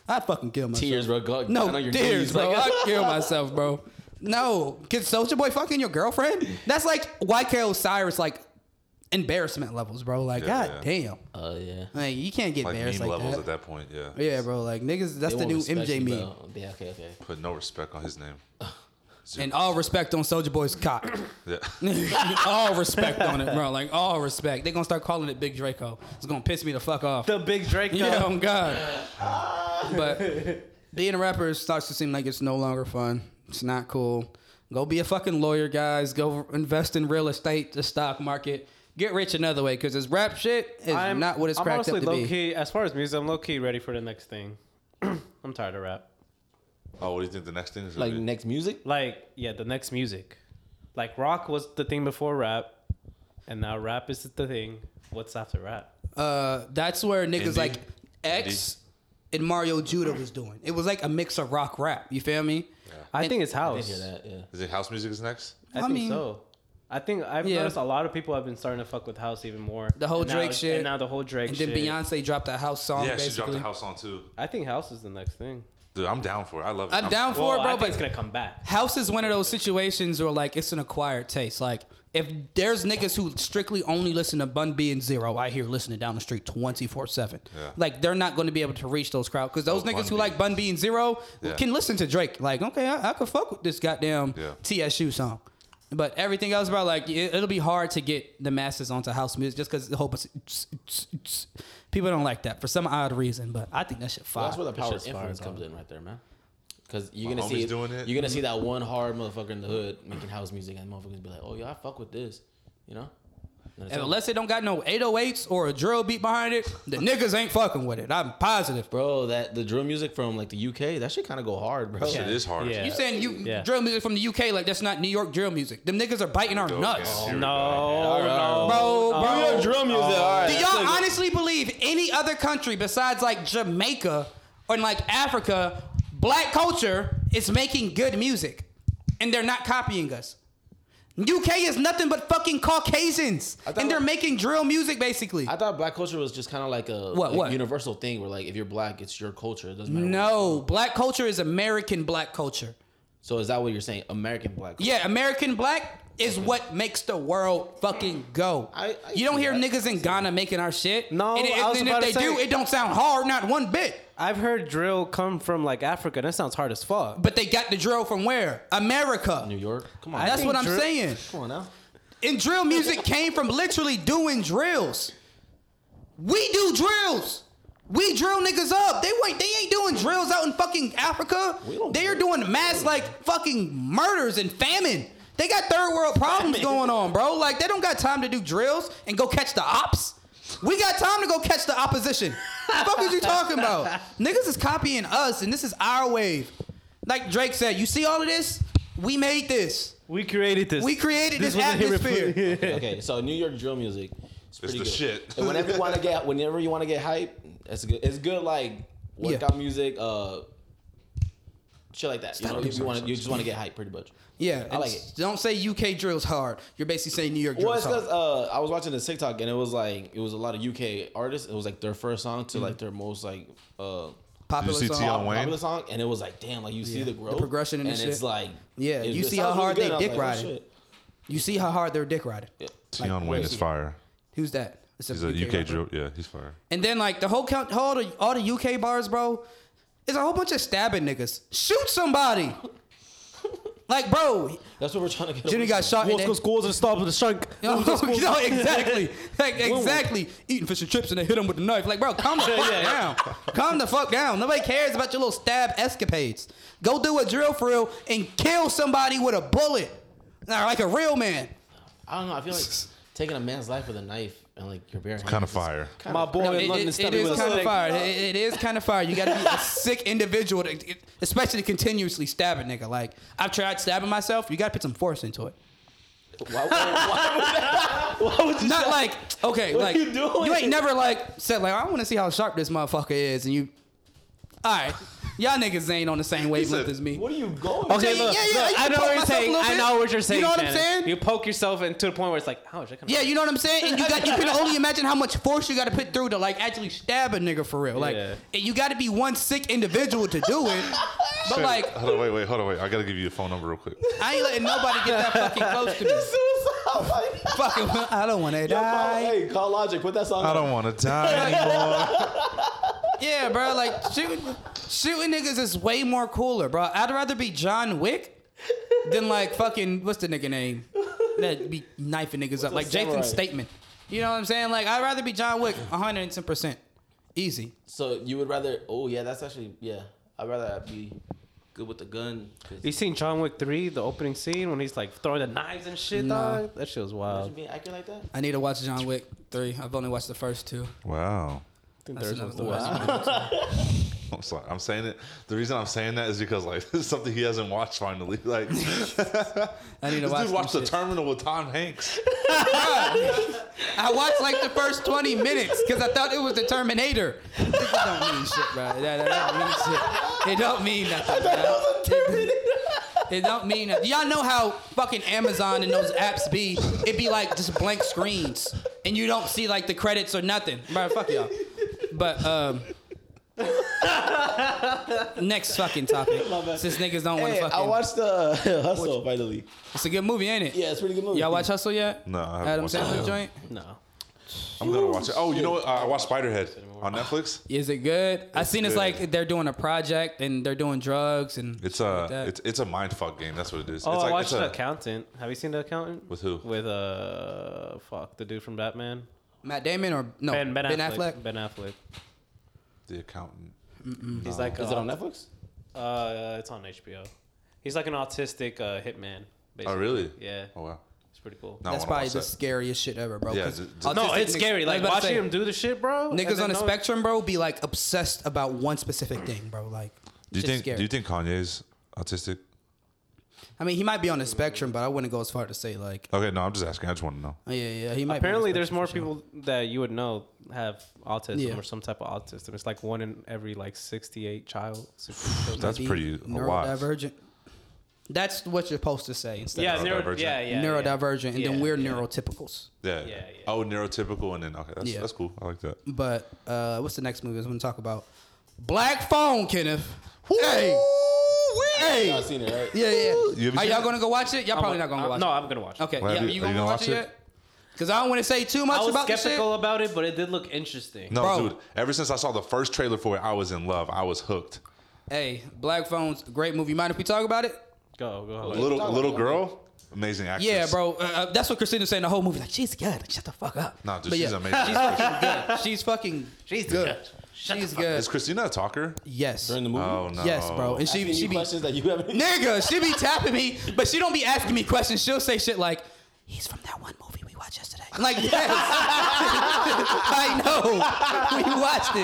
S1: Oh, I'd fucking kill myself.
S4: Tears, bro. Go,
S1: No
S4: down on your
S1: tears,
S4: knees,
S1: bro.
S4: like-
S1: I'd kill myself, bro. No, can Soulja Boy fucking your girlfriend? That's like YK Osiris, like embarrassment levels, bro. Like,
S2: Yeah,
S1: god
S2: yeah.
S1: damn,
S4: Oh, yeah.
S1: like you can't get
S2: Like
S1: embarrassed
S2: meme
S1: like
S2: levels
S1: that.
S2: at that point, yeah.
S1: Yeah, bro. Like niggas, that's
S4: They
S1: the
S4: won't
S1: new
S4: respect
S1: MJ
S4: you,
S1: meme.
S4: bro. Yeah, okay, okay.
S2: Put no respect on his name.
S1: And all respect on Soulja Boy's cock.
S2: Yeah.
S1: all respect on it, bro. Like all respect. They gonna start calling it Big Draco. It's gonna piss me the fuck off.
S3: the big Drake.
S1: Yeah,
S3: though.
S1: oh God. But being a rapper starts to seem like it's no longer fun. It's not cool. Go be a fucking lawyer, guys. Go invest in real estate, the stock market. Get rich another way, because this rap shit is
S3: I'm
S1: not what it's
S3: I'm
S1: cracked
S3: honestly
S1: up to
S3: low
S1: be.
S3: key. As far as music, I'm low key ready for the next thing. I'm tired of rap.
S2: oh, what do you think the next thing is? gonna
S4: Like
S2: be?
S4: next music?
S3: Like yeah, the next music. Like rock was the thing before rap, and now rap is the thing. What's after rap?
S1: Uh, that's where niggas
S2: Indie.
S1: like X and Mario Judah was doing. It was like a mix of rock rap. You feel me?
S3: I think it's
S4: I
S3: house.
S4: hear that, yeah.
S2: Is it house music is next?
S3: I,
S1: I
S3: think
S1: mean-
S3: so. I think I've
S1: Yeah.
S3: noticed a lot of people have been starting to fuck with house even more.
S1: The whole
S3: And now-
S1: Drake shit.
S3: and now the whole Drake
S1: And then
S3: shit.
S1: Beyonce dropped a house song.
S2: yeah,
S1: basically.
S2: she dropped the house song too.
S3: I think house is the next thing.
S2: Dude, I'm down for it. I love it.
S1: I'm down for
S3: Well,
S1: it,
S3: I
S1: bro.
S3: think
S1: But
S3: it's gonna come back.
S1: House is one of those situations where like it's an acquired taste. Like if there's niggas who strictly only listen to Bun B and Zero, I hear listening down the street twenty four seven.
S2: Yeah.
S1: Like they're not going to be able to reach those crowd because those
S2: Oh,
S1: niggas
S2: Bun
S1: who
S2: B.
S1: like Bun B and Zero
S2: Yeah.
S1: can listen to Drake. Like okay, I, I could fuck with this goddamn
S2: Yeah.
S1: TSU song. But everything else, bro, like it, it'll be hard to get the masses onto house music just because the whole bunch of people don't like that for some odd reason. But I think that shit
S4: Well,
S1: fire.
S4: that's where the power of
S3: shit's fire,
S4: influence
S3: dog.
S4: comes in right there, man. Because you're
S2: My
S4: gonna see
S2: homie's doing it. Mm-hmm.
S4: you're gonna see that one hard motherfucker in the hood making house music, and motherfuckers be like, "Oh yeah, I fuck with this," you know. And it's
S1: And
S4: like,
S1: unless it don't got no 808s or a drill beat behind it, the niggas ain't fucking with it. I'm positive, bro.
S4: bro, that the drill music from like the UK, that shit kind of go hard, bro.
S2: Shit is hard.
S3: Yeah.
S1: You saying you
S3: Yeah.
S1: drill music from the UK like that's not New York drill music. Them niggas are biting our
S2: Okay,
S4: Oh.
S1: nuts.
S2: here we go.
S3: Oh, No, no,
S1: Bro, bro.
S4: New York drill music, all right.
S1: Do y'all honestly believe any other country besides like Jamaica or like Africa, black culture is making good music and they're not copying us? UK is nothing but fucking Caucasians,
S4: I thought-
S1: and they're making drill music basically.
S4: I thought black culture was just kind of like a
S1: What,
S4: like
S1: what?
S4: universal thing where like if you're black, it's your culture. It doesn't matter. where you're
S1: no,
S4: from.
S1: black culture is American black culture.
S4: So is that what you're saying? American black. Culture?
S1: Yeah, American black is
S3: Mm-hmm.
S1: what makes the world fucking go.
S4: I- I
S1: you don't
S4: see
S1: hear
S4: that.
S1: niggas in Ghana making our shit.
S3: No,
S1: and, it-
S3: I was
S1: and
S3: about to
S1: if they do,
S3: say-
S1: it don't sound hard, not one bit.
S3: I've heard drill come from like Africa. That sounds hard as fuck.
S1: But they got the drill from where? America.
S4: New York. Come on.
S1: That's
S4: man.
S1: what I'm saying.
S4: Come on now.
S1: And drill music came from literally doing drills. We do drills. We drill niggas up. They wait. They ain't doing drills out in fucking Africa.
S4: We don't
S1: They are
S4: drill.
S1: doing mass like fucking murders and famine. They got third world problems going on, bro. Like they don't got time to do drills and go catch the ops. We got time to go catch the opposition. the fuck is you talking about? Niggas is copying us, and this is our wave. Like Drake said, you see all of this? We made this.
S3: We created this.
S1: We created this,
S3: was the
S1: atmosphere.
S4: okay, so New York drill music. It's pretty
S2: the
S4: good.
S2: shit.
S4: And whenever you want to get, whenever you want to get hype, it's good. It's good like workout music, uh, shit like that. You know, if you want, you just want to get hype, pretty much.
S1: Yeah,
S4: I like
S1: it's- Don't say UK drills hard. You're basically saying New York
S4: Well,
S1: drills
S4: it's because
S1: hard.
S4: uh, I was watching this TikTok and it was like it was a lot of UK artists. It was like their first song to
S1: Mm-hmm.
S4: like their most like uh
S1: Popular
S2: see T.O.
S1: song.
S2: Wayne?
S4: popular song, and it was like damn, like you see the growth,
S1: progression and
S4: and
S1: shit.
S4: it's like
S1: Yeah,
S4: it-
S1: you
S4: it
S1: see how
S4: sounds really
S1: hard
S4: good.
S1: they
S4: And I was
S1: dick
S4: like, oh,
S1: riding.
S4: shit.
S1: You see how hard they're dick riding.
S4: Yeah.
S2: Tion Wayne is fire.
S1: Who's that? It's
S2: He's a
S1: rapper.
S2: UK drill. Yeah, he's fire.
S1: And then like the whole count, all the all the UK bars, bro, is a whole bunch of stabbing niggas. Shoot somebody. like, bro,
S4: That's what we're trying to get.
S1: Jimmy
S4: away
S1: got
S4: from.
S1: shot. And then,
S3: schools and stops with a shark.
S1: no, no, exactly, like exactly. Eating fish and chips and they hit him with a knife. Like, bro, calm the fuck down. Calm the fuck down. Nobody cares about your little stab escapades. Go do a drill for real and kill somebody with a bullet, Nah, like a real man.
S4: I don't know. I feel like taking a man's life with a knife and like your bare hands.
S2: Kind of
S4: is
S2: fire.
S3: My boy
S1: No,
S3: in
S1: it-
S3: London
S1: it- it
S3: stabbed me
S1: is
S3: with
S1: kind
S3: a
S1: of
S3: stick.
S1: fire. It- it is kind of fire. You got to be a sick individual, to, it- especially to continuously stab a nigga. Like I've tried stabbing myself. You got to put some force into it.
S4: Why, would- why would that- why would you
S1: Not
S4: shot-
S1: like okay,
S4: What are
S1: like
S4: you doing?
S1: ain't never like said like I want to see how sharp this motherfucker is, and you. All right, y'all niggas ain't on the same wavelength
S2: said,
S1: as me.
S4: What are you going?
S1: Okay,
S4: to?
S1: look. yeah, yeah, I used
S3: I
S1: to
S3: know
S1: poke
S3: what you're
S1: myself
S3: saying.
S1: a little
S3: I
S1: bit.
S3: know what you're saying.
S1: know what I'm
S3: Shannon.
S1: saying?
S3: You poke yourself and to the point where it's like, ouch, that kinda
S1: Yeah,
S3: hurt.
S1: you know what I'm saying? And you got you can only imagine how much force you got to put through to like actually stab a nigga for real. Like,
S3: Yeah.
S1: and you got to be one sick individual to do it. But
S2: Shit.
S1: like,
S2: hold on, wait, wait, hold on, wait. I gotta give you a phone number real quick.
S1: I ain't letting nobody get that fucking close to me.
S4: Suicide. Like,
S1: fucking, I don't want to
S4: yo, call,
S1: die.
S4: hey, call Logic. Put that song.
S2: I
S4: on.
S2: don't want to die anymore.
S1: Yeah, bro. Like shooting, shooting niggas is way more cooler, bro. I'd rather be John Wick than like fucking what's the nigga name that be knifing niggas up, like Jason
S4: samurai?
S1: Statham. You know what I'm saying? Like I'd rather be John Wick, 110 percent, easy.
S4: So you would rather? Oh yeah, that's actually yeah. I'd rather be good with the gun. 'cause-
S3: You seen John Wick 3, the opening scene, when he's like throwing the knives and shit,
S1: Nah.
S3: dog? That shit was
S4: Imagine
S3: wild.
S4: being accurate like that.
S1: I need to watch John Wick three. I've only watched the first two.
S2: Wow.
S1: That's another one.
S2: I'm sorry. I'm saying it. The reason I'm saying that is because like this is something he hasn't watched finally. Like this
S1: I need to
S2: dude
S1: watch.
S2: watched
S1: them
S2: The
S1: shit.
S2: Terminal with Tom Hanks.
S1: I watched like the first 20 minutes because I thought it was the Terminator. It don't mean shit, bro. That, that don't mean shit. It don't mean nothing. bro. It, don't mean nothing. Y'all know how fucking Amazon and those apps be. It be like just blank screens and you don't see like the credits or nothing. Bro, fuck y'all. But, um,. Next fucking topic. Since niggas don't want to
S4: Hey,
S1: fucking.
S4: I watched the Hustle finally.
S1: it's a good movie, ain't it?
S4: Yeah, it's a pretty good movie.
S1: Y'all watch Hustle yet?
S2: No, I haven't
S1: Adam
S2: watched it
S1: Sandler
S2: yet.
S1: joint.
S4: No.
S2: I'm gonna watch it. Oh, you know what? I I watched Spiderhead on Netflix.
S1: Is it good? I seen it's
S2: good.
S1: like they're doing a project and they're doing drugs and
S2: It's
S1: shit like
S2: a
S1: that.
S2: it's it's a mind fuck game. That's what it is.
S3: Oh,
S2: it's
S3: I watched
S2: it's
S3: The
S2: a-
S3: Accountant. Have you seen The Accountant?
S2: With who?
S3: With, uh, fuck, the dude from Batman.
S1: Matt Damon or no
S3: Ben,
S1: Ben,
S3: ben,
S1: Affleck. Mm-hmm.
S3: Affleck. Ben Affleck.
S2: the accountant.
S3: He's like,
S4: Is it on Netflix?
S3: Uh, it's on HBO. He's like an autistic uh, hitman. Basically.
S2: Oh, really?
S3: Yeah,
S2: Oh wow.
S3: it's pretty cool.
S2: No, I
S1: That's
S2: wanna
S1: probably
S2: watch
S1: the
S2: that.
S1: scariest shit ever, bro.
S2: Yeah,
S1: 'cause
S2: th- th-
S1: autistic
S3: No, it's
S1: niggas-
S3: scary.
S1: I was
S3: Like
S1: about to
S3: watching
S1: say,
S3: him do the shit, bro. and
S1: Niggas
S3: then
S1: on the
S3: know-
S1: spectrum, bro, be like obsessed about one specific thing, bro. Like,
S2: Do you
S1: just
S2: think
S1: Scary.
S2: Do you think Kanye's autistic?
S1: I mean, he might be on the spectrum, but I wouldn't go as far to say like,
S2: Okay, no, I'm just asking. I just want to know.
S1: oh, yeah, yeah, he might.
S3: Apparently,
S1: be on the
S3: there's more
S1: spectrum
S3: people that you would know have autism
S1: Yeah.
S3: or some type of autism. It's like one in every like 68 child. 60 children.
S2: That's
S1: for sure.
S2: pretty a
S1: Be
S2: lot.
S1: Neurodivergent. That's what you're supposed to say instead
S3: yeah,
S1: of
S3: neuro,
S2: neurodivergent.
S3: yeah, yeah,
S1: neurodivergent, and
S3: Yeah,
S1: then we're
S3: yeah.
S1: neurotypicals.
S2: Yeah.
S3: Yeah, yeah.
S2: Oh, neurotypical, and then okay, that's
S1: Yeah.
S2: that's cool. I like that.
S1: But uh, what's the next movie I was going to talk about? Black Phone, Kenneth. Hey, hey,
S4: I've seen it, right?
S1: yeah, yeah.
S2: You ever
S1: Are
S2: seen
S1: y'all
S2: it?
S1: going to go watch it? Y'all
S3: I'm
S1: probably
S3: a-
S1: not going to
S3: I'm-
S1: watch
S3: No,
S1: it.
S3: I'm gonna watch it.
S1: Okay,
S2: Well,
S1: yeah,
S2: have
S1: you,
S2: you- are you
S1: gonna,
S2: gonna
S1: watch,
S2: watch
S1: it
S2: it?
S1: yet? Because I don't want to say too much
S3: I was
S1: about the
S3: skeptical
S1: shit.
S3: about it, but it did look interesting.
S2: No,
S1: Bro.
S2: dude. Ever since I saw the first trailer for it, I was in love. I was hooked.
S1: Hey, Black Phone's a great movie. Mind if we talk about it?
S3: Go, go. ahead.
S2: Little little girl, amazing actress.
S1: Yeah, bro. Uh, uh, that's what Christina's saying the whole movie. Like, she's good. Like, shut the fuck up.
S2: No, dude,
S1: But
S2: she's
S1: yeah,
S2: amazing.
S1: good. She's fucking. She's good. she's good.
S2: Is Christina a talker?
S1: Yes.
S4: During the movie.
S2: Oh no.
S1: uh, Yes, bro. And she
S4: Asking
S1: she
S4: you
S1: be
S4: questions that you haven't.
S1: nigga. She be tapping me, but she don't be asking me questions. She'll say shit like. He's from that one movie we watched yesterday. I'm Like yes, I know. We watched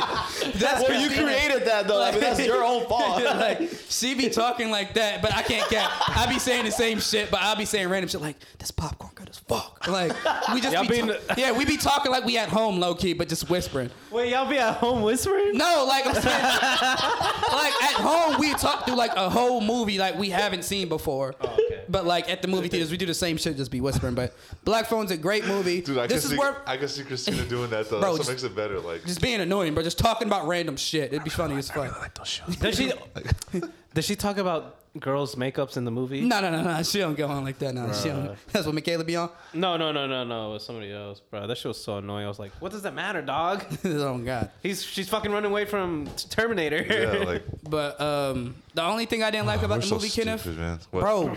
S1: it. That's
S4: Well, you
S1: Christina.
S4: created that though. I mean, that's your own fault.
S1: like she be talking like that, but I can't cap. I be saying the same shit, but I be saying random shit like this popcorn good as fuck. Like we just
S3: Y'all
S1: be
S3: being
S1: talk-
S3: the-
S1: yeah, we be talking like we at home low key, but just whispering.
S3: Wait, y'all be at home whispering?
S1: No, like I'm saying, like at home we talk through like a whole movie like we haven't seen before.
S2: Oh,
S3: okay.
S1: But like at the movie theaters, we do the same shit, just be whispering. But Black Phone's a great movie.
S2: Dude, I
S1: this
S2: can
S1: is
S2: see
S1: where
S2: I can see Christina doing that though.
S1: Bro,
S2: That's what
S1: just-
S2: makes it better. Like
S1: just being annoying, bro. Just talking about random shit. It'd be funny as fuck.
S3: Does she? does she talk about girls' makeups in the movie?
S1: No, no, no, no. She don't go on like that. No, she don't. That's what Michaela be on.
S3: no, no, no, no, no. It was somebody else, bro. That shit was so annoying. I was like, what does that matter, dog?
S1: oh God.
S3: He's she's fucking running away from Terminator.
S2: yeah, like
S1: But um, the only thing I didn't like about
S2: we're
S1: the
S2: so
S1: movie,
S2: stupid,
S1: Kenneth,
S2: man. What?
S1: bro,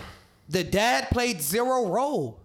S1: the dad played zero role.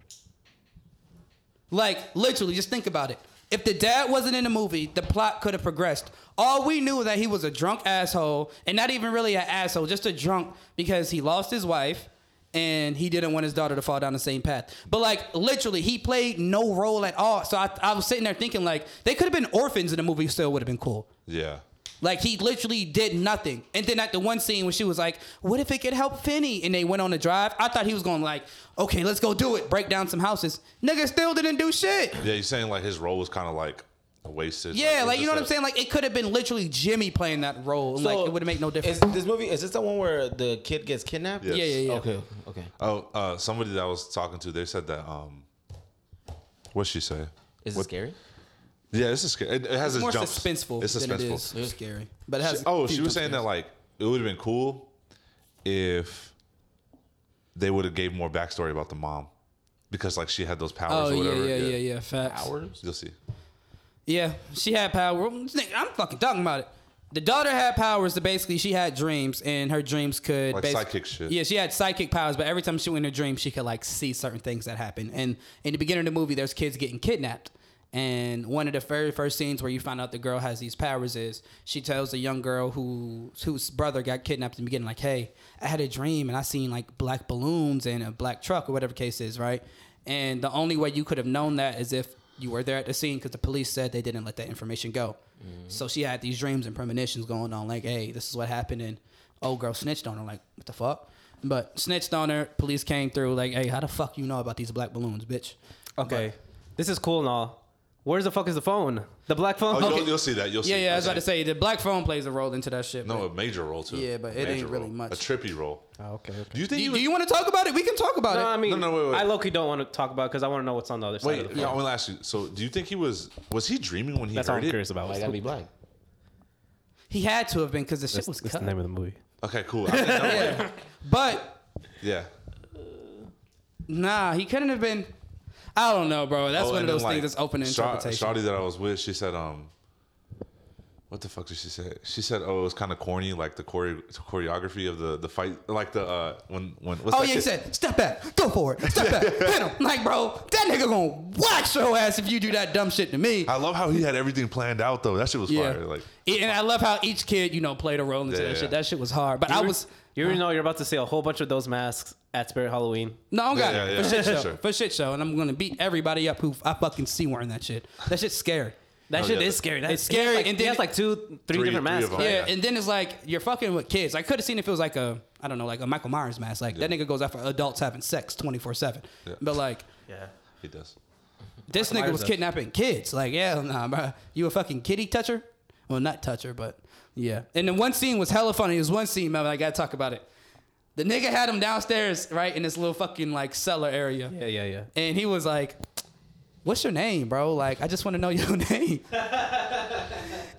S1: Like literally, just think about it. If the dad wasn't in the movie, the plot could have progressed. All we knew was that he was a drunk asshole, and not even really an asshole, just a drunk because he lost his wife and he didn't want his daughter to fall down the same path. But like literally, he played no role at all. So I, I was sitting there thinking like they could have been orphans in the movie, still would have been cool.
S2: Yeah.
S1: Like he literally did nothing. And then at the one scene when she was like, "What if it could help Finny?" and they went on the drive, I thought he was going to like, "Okay, let's go do it. Break down some houses." Nigga still didn't do shit.
S2: Yeah, you're saying like his role was kind of like wasted.
S1: Yeah,
S2: it
S1: like you
S2: just
S1: know what I'm
S2: a-
S1: saying? Like it could have been literally Jimmy playing that role. and, like it would have made no difference.
S4: Is this movie is this the one where the kid gets kidnapped?
S2: Yes.
S1: Yeah, yeah, yeah.
S4: Okay, okay.
S2: Oh, uh, somebody that I was talking to, they said that. Um, what'd she say?
S4: Is it
S2: What-
S4: scary? Oh,
S2: Yeah, this is scary. It, it has
S1: It's
S2: its
S1: more
S2: jumps.
S1: suspenseful
S2: It's
S1: than it
S2: suspenseful.
S1: is scary. But it has
S2: oh, she was saying that like it would have been cool if they would have gave more backstory about the mom because like she had those powers
S1: Oh
S2: or
S1: yeah,
S2: whatever.
S1: yeah, yeah, yeah, facts.
S4: Hours?
S2: You'll see.
S1: Yeah, she had power. Nigga, I'm fucking talking about it. The daughter had powers that basically she had dreams and her dreams could
S2: Like
S1: basi-
S2: psychic shit.
S1: Yeah, she had psychic powers, but every time she went in her dream, she could like see certain things that happen. And in the beginning of the movie, there's kids getting kidnapped. And one of the very first scenes where you find out the girl has these powers is she tells a young girl who whose brother got kidnapped in the beginning, like, "Hey, I had a dream and I seen like black balloons and a black truck or whatever case is, right?" And the only way you could have known that is if you were there at the scene because the police said they didn't let that information go. So she had these dreams and premonitions going on, like, "Hey, this is what happened," and old girl snitched on her. Like, what the fuck? But snitched on her. Police came through. Like, hey, how the fuck you know about these black balloons, bitch?
S3: Okay, this is cool and all. Where the fuck is the phone? The black phone.
S2: Oh,
S3: Okay.
S2: you'll, you'll see that. You'll
S1: Yeah,
S2: see.
S1: yeah. I was
S2: You'll
S1: about to
S2: see.
S1: say the black phone plays a role into that shit.
S2: No,
S1: but-
S2: a major role too.
S1: Yeah, but it
S2: Major
S1: ain't really
S2: role.
S1: much.
S2: A trippy role.
S3: Oh, okay. okay.
S2: Do you think
S1: Do,
S2: you?
S1: do you want to talk about it? We can talk about
S3: No,
S1: it.
S3: I mean,
S2: No, no, wait, wait.
S3: I low-key don't want to talk about because I want to know what's on the other side. Of
S2: Wait,
S3: the
S2: yeah, I
S3: phone.
S2: want to ask you. So, do you think he was was he dreaming when he
S3: that's all
S2: heard
S3: I'm
S2: it?
S3: curious about.
S4: Why I
S3: What's
S4: gotta be
S3: the,
S4: black?
S1: he had to have been because the shit was
S3: what's the
S1: cut.
S3: name of the movie?
S2: Okay, cool. I didn't know it.
S1: Yeah. but
S2: yeah.
S1: nah, he couldn't have been. I don't know, bro. That's
S2: Oh,
S1: one
S2: and
S1: of those
S2: then, like,
S1: things that's open to
S2: Sha-
S1: interpretation.
S2: Shawty that I was with, she said, um, what the fuck did she say? She said, oh, it was kind of corny, like the chore- choreography of the the fight, like the uh when when. What's
S1: Oh
S2: that
S1: yeah, he
S2: shit?
S1: said, step back, go for it, step back, hit him. Like, bro, that nigga gonna wax your ass if you do that dumb shit to me.
S2: I love how he had everything planned out though. That shit was
S1: Yeah.
S2: fire. Like,
S1: E- and I love how each kid, you know, played a role into
S2: Yeah,
S1: that
S2: yeah.
S1: shit. That shit was hard. But I was
S3: You already know you're about to see a whole bunch of those masks at Spirit Halloween.
S1: no, I don't got
S2: Yeah,
S1: it
S2: yeah,
S1: for
S2: yeah.
S1: shit show.
S2: Sure.
S1: For shit show, and I'm gonna beat everybody up who I fucking see wearing that shit. That shit's scary.
S3: That
S2: Oh,
S3: shit
S2: yeah.
S3: is scary. That's
S1: It's scary,
S3: Like,
S1: and
S3: he
S1: then-
S3: has like two, three
S2: Three-
S3: different
S2: three
S3: masks.
S2: of 'em.
S3: yeah.
S1: Yeah,
S2: Oh, yeah.
S1: and then it's like you're fucking with kids. I could have seen if it was like a I don't know, like a Michael Myers mask. Like that nigga goes after adults having sex twenty four seven.
S2: Yeah.
S1: But like
S2: he does.
S1: This nigga
S3: Myers
S1: was
S3: does.
S1: kidnapping kids. Like, yeah, nah, bro. You a fucking kitty toucher? Well, not toucher, but yeah. And then one scene was hella funny. There's one scene, man, I gotta talk about it. The nigga had him downstairs, right, in this little fucking like cellar area.
S3: Yeah, yeah, yeah.
S1: And he was like, What's your name, bro? Like, I just want to know your name.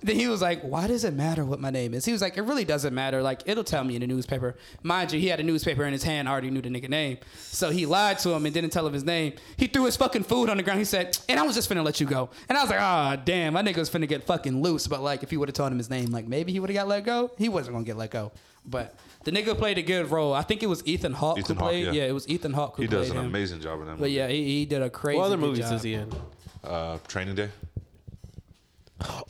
S1: then he was like, Why does it matter what my name is? He was like, It really doesn't matter. Like, it'll tell me in the newspaper. Mind you, he had a newspaper in his hand, already knew the nigga name. So he lied to him and didn't tell him his name. He threw his fucking food on the ground. He said, And I was just finna let you go. And I was like, Ah, damn, my nigga was finna get fucking loose. But like, if you would have told him his name, like, maybe he would have got let go. He wasn't gonna get let go. But the nigga played a good role. I think it was Ethan Hawke who
S2: Ethan Hawke,
S1: played.
S2: yeah.
S1: yeah. it was Ethan Hawke who
S2: He
S1: played
S2: does an
S1: him.
S2: amazing job in that
S1: But
S2: movie.
S1: yeah, he, he did a crazy.
S3: What other
S1: good
S3: movies
S1: job.
S3: is he in?
S2: Uh, Training Day.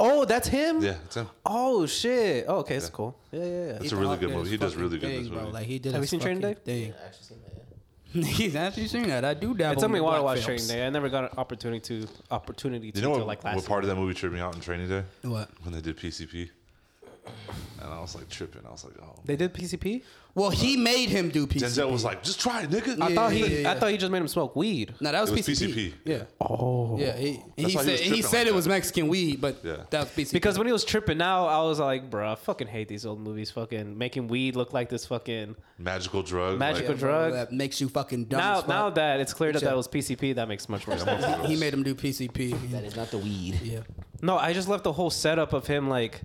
S3: Oh, that's him.
S2: Yeah, it's him.
S3: Oh shit. Oh, okay, that's cool. Yeah, yeah, yeah.
S2: It's a really
S1: Hawke
S2: good
S1: did
S2: movie.
S1: his
S2: He does
S1: fucking
S2: really good in
S1: thing,
S2: this
S1: bro.
S2: movie.
S1: Like he did.
S3: Have
S1: his
S3: you seen Training
S1: fucking Thing.
S4: actually seen that.
S1: He's actually seen that. I do dabble.
S3: It took
S1: in
S3: me a
S1: the
S3: while to
S1: black
S3: watch
S1: films.
S3: Training Day. I never got an opportunity to opportunity to
S2: You know what,
S3: till, like last.
S2: what part of that movie tripped me out in Training Day?
S1: What?
S2: When they did PCP. And I was like tripping. I was like, oh.
S3: they did PCP.
S1: Well, he made him do PCP.
S2: Denzel was like, just try it, nigga.
S1: Yeah,
S3: I thought
S1: Oh, yeah,
S3: Oh, he.
S1: yeah, yeah.
S3: I thought he just made him smoke weed.
S1: no, that was,
S2: It was
S1: PCP.
S2: PCP.
S1: Yeah.
S3: Oh.
S1: Yeah. He, and he
S2: why he
S1: said
S2: was
S1: and he
S2: tripping
S1: said
S2: like
S1: it
S2: that.
S1: was Mexican weed, but
S2: Yeah.
S1: that was PCP.
S3: Because when he was tripping out, I was like, bro, I fucking hate these old movies. Fucking making weed look like this fucking.
S2: Magical drug.
S3: Magical
S2: like,
S3: drug.
S1: that makes you fucking dumb.
S3: Now,
S1: as fuck.
S3: now that it's clear that
S1: Yeah.
S3: that was PCP, that makes much more sense.
S2: drug.
S1: he made him do PCP.
S4: That is not the weed.
S1: Yeah.
S3: No, I just left the whole setup of him like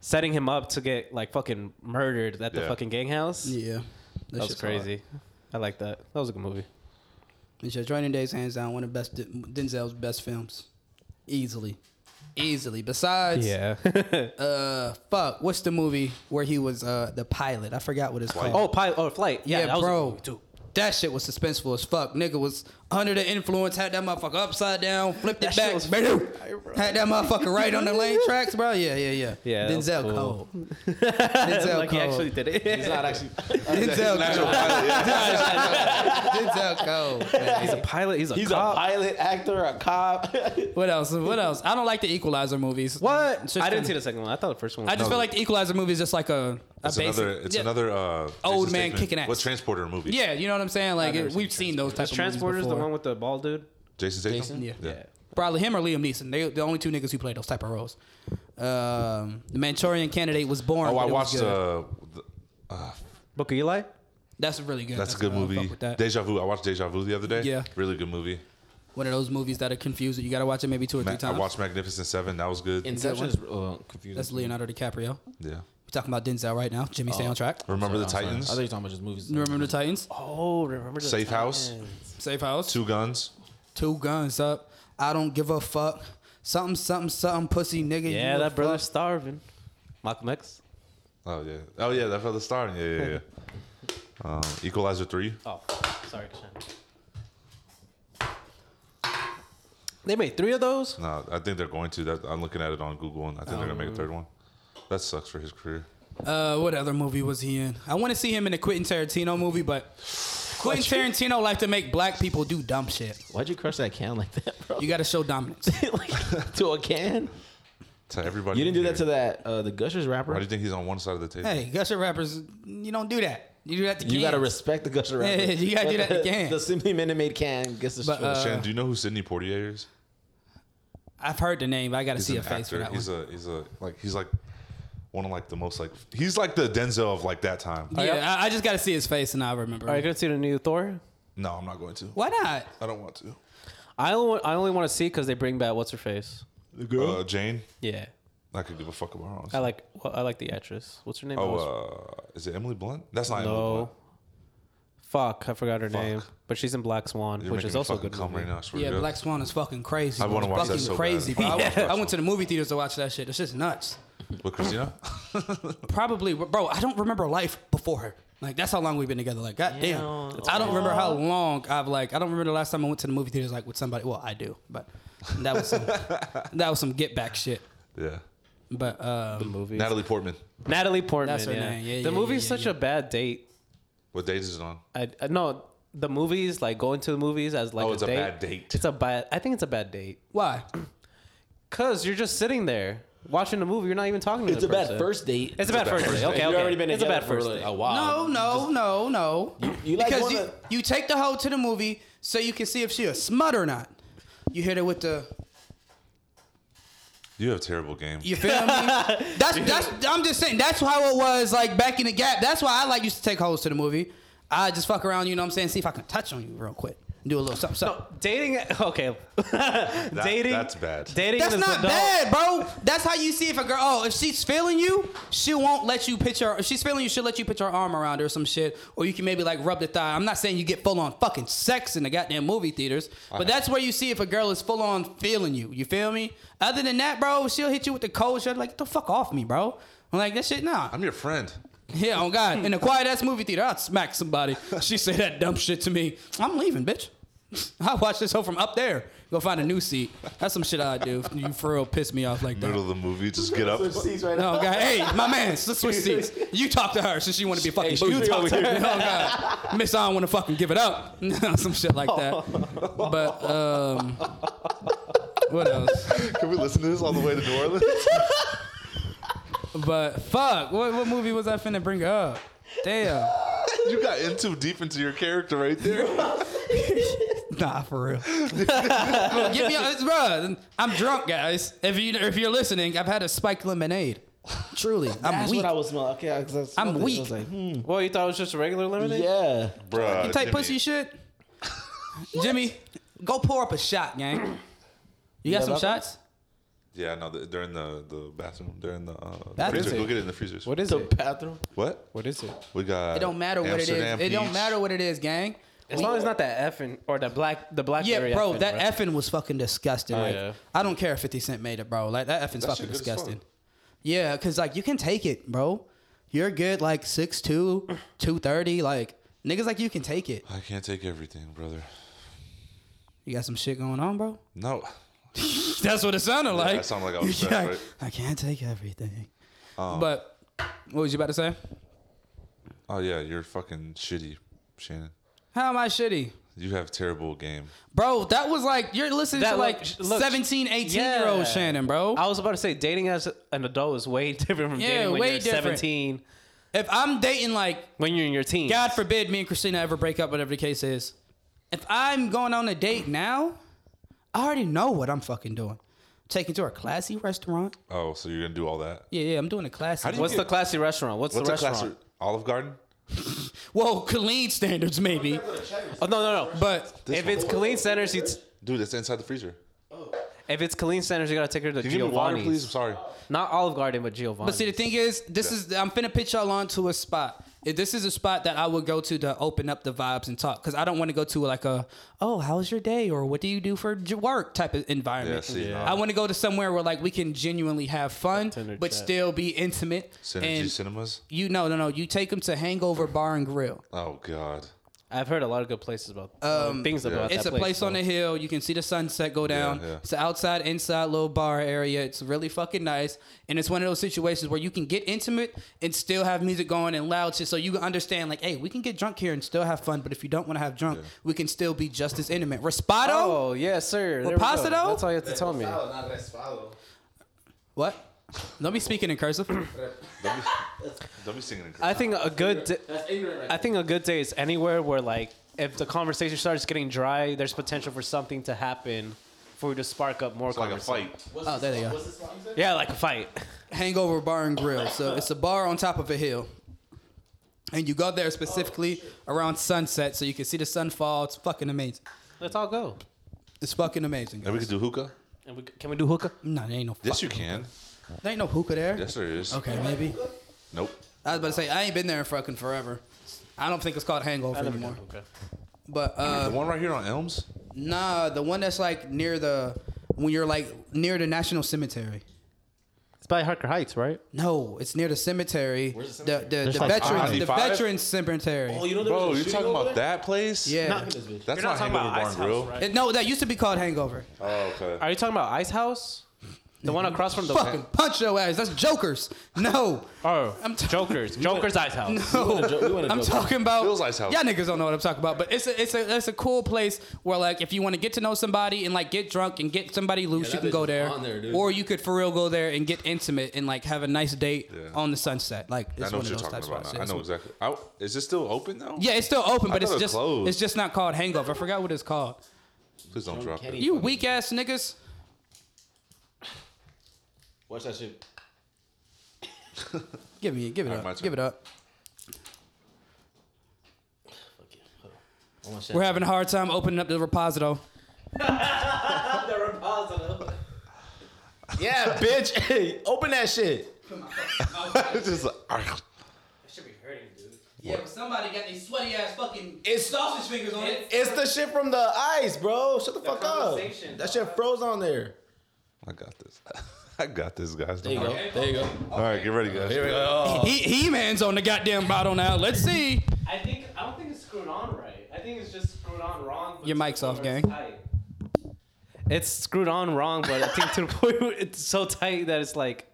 S3: setting him up to get like fucking murdered at the
S2: Yeah.
S3: fucking gang house.
S1: Yeah.
S3: that was
S1: shit's hard.
S3: crazy. I like that. That was a good movie.
S1: And so Training Day's hands down one of the best Denzel's best films, easily, easily. Besides,
S3: Yeah.
S1: uh, fuck, what's the movie where he was uh the pilot? I forgot what it's called.
S3: oh, pilot. Oh, flight. Yeah,
S1: Yeah,
S3: that was a good
S1: bro.
S3: movie, too.
S1: That shit was suspenseful as fuck. Nigga was under the influence, had that motherfucker upside down, flipped
S3: That
S1: it
S3: shit
S1: back,
S3: was
S1: bro. had that motherfucker right on the lane tracks, bro. Yeah, yeah, yeah.
S3: Yeah, that was
S1: Denzel
S3: cool.
S1: Cole. Denzel
S3: like
S1: Cole.
S3: he actually did
S4: He's
S3: it.
S4: not actually.
S1: Denzel Cole. Denzel Cole. man.
S3: he's a pilot. He's a
S4: He's
S3: cop.
S4: a pilot, actor, a cop.
S1: What else? What else? I don't like the Equalizer movies.
S3: what?
S1: It's just
S3: I didn't
S1: kinda-
S3: see the second one. I thought the first one. Was
S1: I just feel like the Equalizer movie is just like a, a
S2: It's
S1: basic.
S2: another, it's
S1: yeah,
S2: another uh,
S1: Old
S2: Jason
S1: man
S2: Statham-
S1: kicking ass.
S2: What transporter movie?
S1: Yeah, you know what I'm saying? Like
S3: never
S1: it,
S3: seen
S1: we've seen those types
S3: Is
S1: of movies
S3: Transporters the
S1: before.
S3: one with the bald dude?
S2: Jason Statham.
S4: Jason?
S1: Yeah.
S2: yeah.
S1: Probably him or Liam Neeson. They the only two niggas who play those type of roles. Um, the Manchurian Candidate was born.
S2: Oh,
S1: but
S2: I
S1: it was
S2: watched.
S1: good.
S2: Uh, the,
S3: Book of Eli.
S1: That's really good.
S2: that's a good
S1: why I
S2: movie.
S1: fuck with that.
S2: Deja Vu. I watched Deja Vu the other day.
S1: Yeah.
S2: Really good movie.
S1: One of those movies that are confused. You gotta watch it maybe two or
S2: Ma-
S1: three
S2: I
S1: times.
S2: watched Magnificent Seven. That was good.
S4: Inception is uh, confusing.
S1: That's Leonardo DiCaprio.
S2: yeah.
S1: We're talking about Denzel right now. Jimmy, stay on track.
S2: Remember the
S4: I'm sorry.
S2: Titans?
S4: I thought you were talking about just movies.
S1: Remember the Titans?
S3: Oh, remember the
S2: Safe House.
S1: Safe House.
S2: Two Guns.
S1: Two guns up. I don't give a fuck. Something, something, something, pussy nigga.
S3: Yeah,
S1: you a
S3: that brother's
S1: fuck.
S3: starving. Malcolm X.
S2: Oh yeah. Oh yeah. That felt the star. Yeah yeah yeah. Uh, Equalizer three.
S3: Oh, sorry, Kishan. They made three of those.
S2: No, I think they're going to. That I'm looking at it on Google, and I think they're gonna make a third one. That sucks for his career.
S1: Uh, what other movie was he in? I want to see him in a Quentin Tarantino movie, but Quentin Tarantino like to make black people do dumb shit.
S4: Why'd you crush that can like that, bro?
S1: You gotta show dominance.
S4: like, to a can?
S2: To everybody.
S4: You didn't do that to
S2: the.
S4: that uh, the Gushers rapper.
S2: Why do you think he's on one side of the table?
S1: Hey, gusher rappers, you don't do that. You do that to
S4: You gotta
S1: kids.
S4: respect the Gusher rapper.
S1: Yeah, you gotta do that
S4: The-
S1: again.
S4: The Simply Minute Maid can gets the
S1: But,
S4: short.
S1: uh,
S2: Shannon, do you know who Sidney Portier is?
S1: I've heard the name, but I gotta
S2: He's
S1: see a
S2: an
S1: face for
S2: actor.
S1: that
S2: he's
S1: one.
S2: a he's a like he's like one of like the most like he's like the Denzel of like that time.
S1: yeah, I, I just gotta see his face and I'll remember.
S2: Oh,
S3: Are you
S1: him.
S3: gonna see the new Thor?
S2: No, I'm not going to.
S1: Why not?
S2: I don't want to.
S3: I only, I only want to see because they bring back what's her face.
S2: The girl, uh, Jane.
S3: Yeah,
S2: I could give a fuck about her.
S3: I
S2: Honestly.
S3: like well, I like the actress. What's her name? I always-
S2: Oh, uh, is it Emily Blunt? That's not Emily Blunt.
S3: no. Fuck, I forgot her
S2: Fuck.
S3: name. But she's in Black Swan,
S2: You're
S3: which
S2: making
S3: is
S2: me
S3: also a
S2: fucking
S3: good
S2: come
S3: movie.
S2: right now. I swear
S1: Yeah,
S2: to God.
S1: Black Swan is fucking crazy.
S2: I wanna
S1: bro.
S2: watch that
S1: fucking
S2: so bad.
S1: crazy. bro. I,
S2: Yeah.
S1: watched- I went to the movie theaters to watch that shit. It's just nuts.
S2: With Christina.
S1: Probably, bro. I don't remember life before her. Like that's how long we've been together. Like, goddamn,
S3: Yeah. That's
S1: I don't remember how long I've like. I don't remember the last time I went to the movie theaters like with somebody. Well, I do, but that was some, that was some get back shit.
S2: yeah.
S1: But um,
S3: Movie.
S2: Natalie Portman.
S3: Natalie Portman.
S1: That's her
S3: yeah.
S1: name. Yeah,
S3: the
S1: yeah,
S3: movie's
S1: yeah,
S3: such
S1: yeah.
S3: a bad date.
S2: What date is it on?
S3: I, I no, the movies like going to the movies as like
S2: Oh,
S3: a
S2: it's a
S3: date.
S2: bad date.
S3: It's a bad. I think it's a bad date
S1: why?
S3: because you're just sitting there watching the movie. You're not even talking to
S4: It's
S3: the
S4: a bad
S3: person.
S4: first date.
S3: It's a bad first date.
S4: If
S3: Okay,
S4: You've
S3: okay.
S4: already been
S3: it's a
S4: together
S3: bad
S4: for
S3: first
S4: like
S3: date.
S4: a while.
S1: No, no, no, no.
S4: Um, you like
S1: because
S4: one
S1: you,
S4: of-
S1: you take the hoe to the movie so you can see if she a smut or not. You hit her with the
S2: You have terrible game.
S1: You feel me? That's that's. I'm just saying. That's how it was like back in the gap. That's why I like used to take hoes to the movie. I just fuck around, you know what I'm saying? See if I can touch on you real quick. Do a little something. something.
S3: No, dating. Okay, dating.
S2: that's bad.
S3: Dating.
S1: That's
S3: as
S1: not
S3: adult-
S1: bad, bro. That's how you see if a girl. Oh, if she's feeling you, she won't let you pitch her. If she's feeling you, she'll let you put your arm around her or some shit, or you can maybe like rub the thigh. I'm not saying you get full on fucking sex in the goddamn movie theaters, but that's where you see if a girl is full on feeling you. You feel me? Other than that, bro, she'll hit you with the cold shit. Like, get the fuck off me, bro. I'm like that shit. Nah.
S2: I'm your friend.
S1: Yeah, oh God. In a quiet ass movie theater, I'd smack somebody. She said that dumb shit to me. I'm leaving, bitch. I watch this hoe from up there. Go find a new seat. That's some shit I do. You for real piss me off like that.
S2: Middle of the movie, just get up.
S4: right
S1: No, God. Hey, my man, let's switch seats. You talk to her since you want to be a fucking hey, You talk to her. No, God. Miss, I don't want to fucking give it up. some shit like that. But, um, what else?
S2: Can we listen to this all the way to New Orleans?
S1: But, fuck. What, what movie was I finna bring up? Damn.
S2: you got in too deep into your character right there.
S1: Nah, for real. Bro, Give me, a- bro. I'm drunk, guys. If you if you're listening, I've had a spiked lemonade. Truly, I'm
S4: That's
S1: weak.
S4: what I was smelling. Okay, I was- I was
S1: I'm
S4: smelling this. I was
S1: weak.
S4: like, hmm,
S3: Well, you thought it was just a regular lemonade?
S4: yeah.
S2: Bruh.
S1: You type
S2: Jimmy.
S1: pussy shit. Jimmy, go pour up a shot, gang. You got
S4: got
S1: some
S4: that one?
S1: shots?
S2: Yeah, no, they're in the, the bathroom. They're in the uh,
S1: Bathroom?
S2: freezer. Go get it in the freezer.
S3: What is
S4: The
S3: it?
S4: bathroom.
S2: What?
S3: What is it?
S2: We got.
S1: It don't matter what it is.
S2: Amsterdam
S1: It don't
S2: peach.
S1: matter what it is, gang.
S3: As long as it's not that effing or that black, the black.
S1: Yeah, bro, that effing was fucking disgusting.
S3: Oh,
S1: like,
S3: yeah.
S1: I don't care if 50 Cent made it, bro. Like, that effing's
S2: That shit
S1: fucking
S2: good as fuck.
S1: disgusting. Yeah, because, like, you can take it, bro. You're good, like, 6'2, 230. Like, niggas, like, you can take it.
S2: I can't take everything, brother.
S1: You got some shit going on, bro?
S2: No.
S1: That's what it sounded like.
S2: that sounded like I was
S1: Yeah,
S2: drunk, right? Um,
S1: I can't take everything. But, what was you about to say?
S2: Oh yeah, you're fucking shitty, Shannon.
S1: How am I shitty?
S2: You have terrible game.
S1: Bro, that was like, you're listening
S3: That
S1: to,
S3: look-
S1: like,
S3: look-
S1: 17, 18 year old
S3: Yeah.
S1: Shannon, bro.
S3: I was about to say dating as an adult is way different from
S1: Yeah,
S3: dating when
S1: way
S3: you're
S1: different.
S3: 17.
S1: if I'm dating, like,
S3: When you're in your teens.
S1: God forbid me and Christina ever break up, whatever the case is. If I'm going on a date now, I already know what I'm fucking doing. Taking to a classy restaurant.
S2: Oh, so you're gonna do all that?
S1: Yeah, yeah, I'm doing a classy.
S2: do you-
S3: What's the classy restaurant? What's,
S2: What's
S3: the
S2: a class?
S3: restaurant?
S2: Olive Garden?
S1: Whoa, Colleen standards maybe,
S3: Oh no, no, no.
S1: but
S3: if it's Colleen Centers, you t-
S2: Dude, it's inside the freezer.
S3: if it's Colleen Centers, you gotta take her to
S2: Can you give me water, please?
S3: Giovanni's.
S2: I'm sorry.
S3: Not Olive Garden, but Giovanni's.
S1: but see the thing is, this is I'm finna pitch y'all on to a spot. If This is a spot that I would go to to open up the vibes and talk, because I don't want to go to like a oh how's your day or what do you do for j- work type of
S2: Yeah,
S1: environment.
S2: see,
S1: I
S2: yeah.
S1: want to go to somewhere where like we can genuinely have fun,
S3: Tender
S1: but
S3: chat.
S1: still be intimate.
S2: Synergy
S1: and
S2: Cinemas.
S1: You no no no. You take them to Hangover Bar and Grill.
S2: Oh God.
S3: I've heard a lot of good places about um, things about
S1: It's
S3: that
S1: a place on
S3: though.
S1: the hill. You can see the sunset go down.
S2: yeah.
S1: It's an outside, inside little bar area. It's really fucking nice, and it's one of those situations where you can get intimate and still have music going and loud shit, so you can understand like, hey, we can get drunk here and still have fun. But if you don't want to have drunk, we can still be just as intimate. Respato,
S3: Oh yeah, sir. There we go.
S1: pasta though?
S3: That's all you have to tell me.
S4: Not that swallow.
S1: what? Don't be speaking in cursive.
S2: Don't be, don't be singing. in cursive.
S3: I think a good. d-
S4: That's ignorant. Right
S3: I think a good day is anywhere where like if the conversation starts getting dry, there's potential for something to happen for you to spark up more
S2: It's like a
S3: conversation.
S2: fight.
S4: What's
S1: Oh, there they
S4: the-
S1: go.
S4: What's the song you said?
S3: Yeah, like a fight.
S1: Hangover Bar and Grill. So it's a bar on top of a hill. And you go there
S2: Oh,
S1: specifically around sunset so you can see the sun fall. It's fucking amazing.
S3: Let's all go.
S1: It's fucking amazing.
S2: And we could do hookah.
S3: And we, can we do hookah?
S1: No, there ain't no
S2: Yes,
S1: fuck.
S2: you can.
S1: There ain't no hookah there.
S2: Yes, there is.
S1: Okay, maybe.
S2: Nope.
S1: I was about to say, I ain't been there in fucking forever. I don't think it's called Hangover anymore. But
S2: The
S1: uh,
S2: one right here on Elms.
S1: nah, the one that's like near the, when you're like near the National Cemetery.
S3: It's by Harker Heights, right?
S1: No, it's near the cemetery.
S4: Where's the
S1: The, the, the,
S3: like
S1: veterans, the
S2: 95?
S1: veterans cemetery.
S4: Oh, you know there
S2: Bro,
S4: was a
S2: you're
S4: shooting
S2: talking
S4: over
S2: about
S4: there?
S2: that place?
S1: yeah.
S4: Not this bitch.
S2: That's not, Hangover Bar and Grill.
S1: It- no, that used to be called Hangover.
S2: Oh, okay.
S3: Are you talking about Ice House? The one across from the
S1: fucking punch your ass. That's Jokers. No.
S3: Oh,
S1: I'm t-
S3: Joker's. Joker's Ice House.
S1: No,
S4: wanna jo- we wanna
S1: Oh, I'm
S4: joke.
S1: talking about
S2: Bill's Ice House.
S1: Y'all niggas don't know what I'm talking about, but it's a it's a it's a cool place where like if you want to get to know somebody and like get drunk and get somebody loose,
S4: Yeah,
S1: you
S4: that
S1: can go
S4: bitch is
S1: there,
S4: on there, dude.
S1: or you could for real go there and get intimate and like have a nice date
S2: Yeah.
S1: on the sunset. Like it's
S2: I know
S1: one
S2: what
S1: of
S2: you're
S1: those
S2: talking
S1: types of
S2: about.
S1: spots.
S2: Now. I
S1: It's-
S2: know exactly. I, is it still open though?
S1: Yeah, it's still open, but
S2: thought
S1: it's
S2: it
S1: just
S2: closed.
S1: it's just not called Hangover. I forgot what it's called.
S2: Please don't drop
S4: Kenny.
S2: it.
S1: You weak ass niggas.
S4: Watch that shit.
S1: Give me, give it
S2: Alright, my
S1: up,
S2: turn.
S1: give it up.
S4: Oh, shit.
S1: We're having a hard time opening up the reposito.
S4: yeah, bitch. Hey, open that shit.
S2: It's just like, "Argh."
S3: should be hurting, dude.
S1: Yeah, but somebody got these sweaty ass fucking
S4: It's-
S1: sausage fingers on it.
S4: It's the shit from the ice, bro. Shut the, fuck up.
S3: conversation.
S4: That shit froze on there.
S2: I got this. I got this, guys.
S4: There you go. There you go.
S2: All right, get ready, guys.
S4: Here we go.
S1: He He Man's on the goddamn bottle now. Let's see.
S3: I think I don't think it's screwed on right. I think it's just screwed on wrong. But
S1: Your mic's
S3: to the
S1: off,
S3: point where
S1: gang.
S3: It's, tight. It's screwed on wrong, but I think to the point where it's so tight that it's like,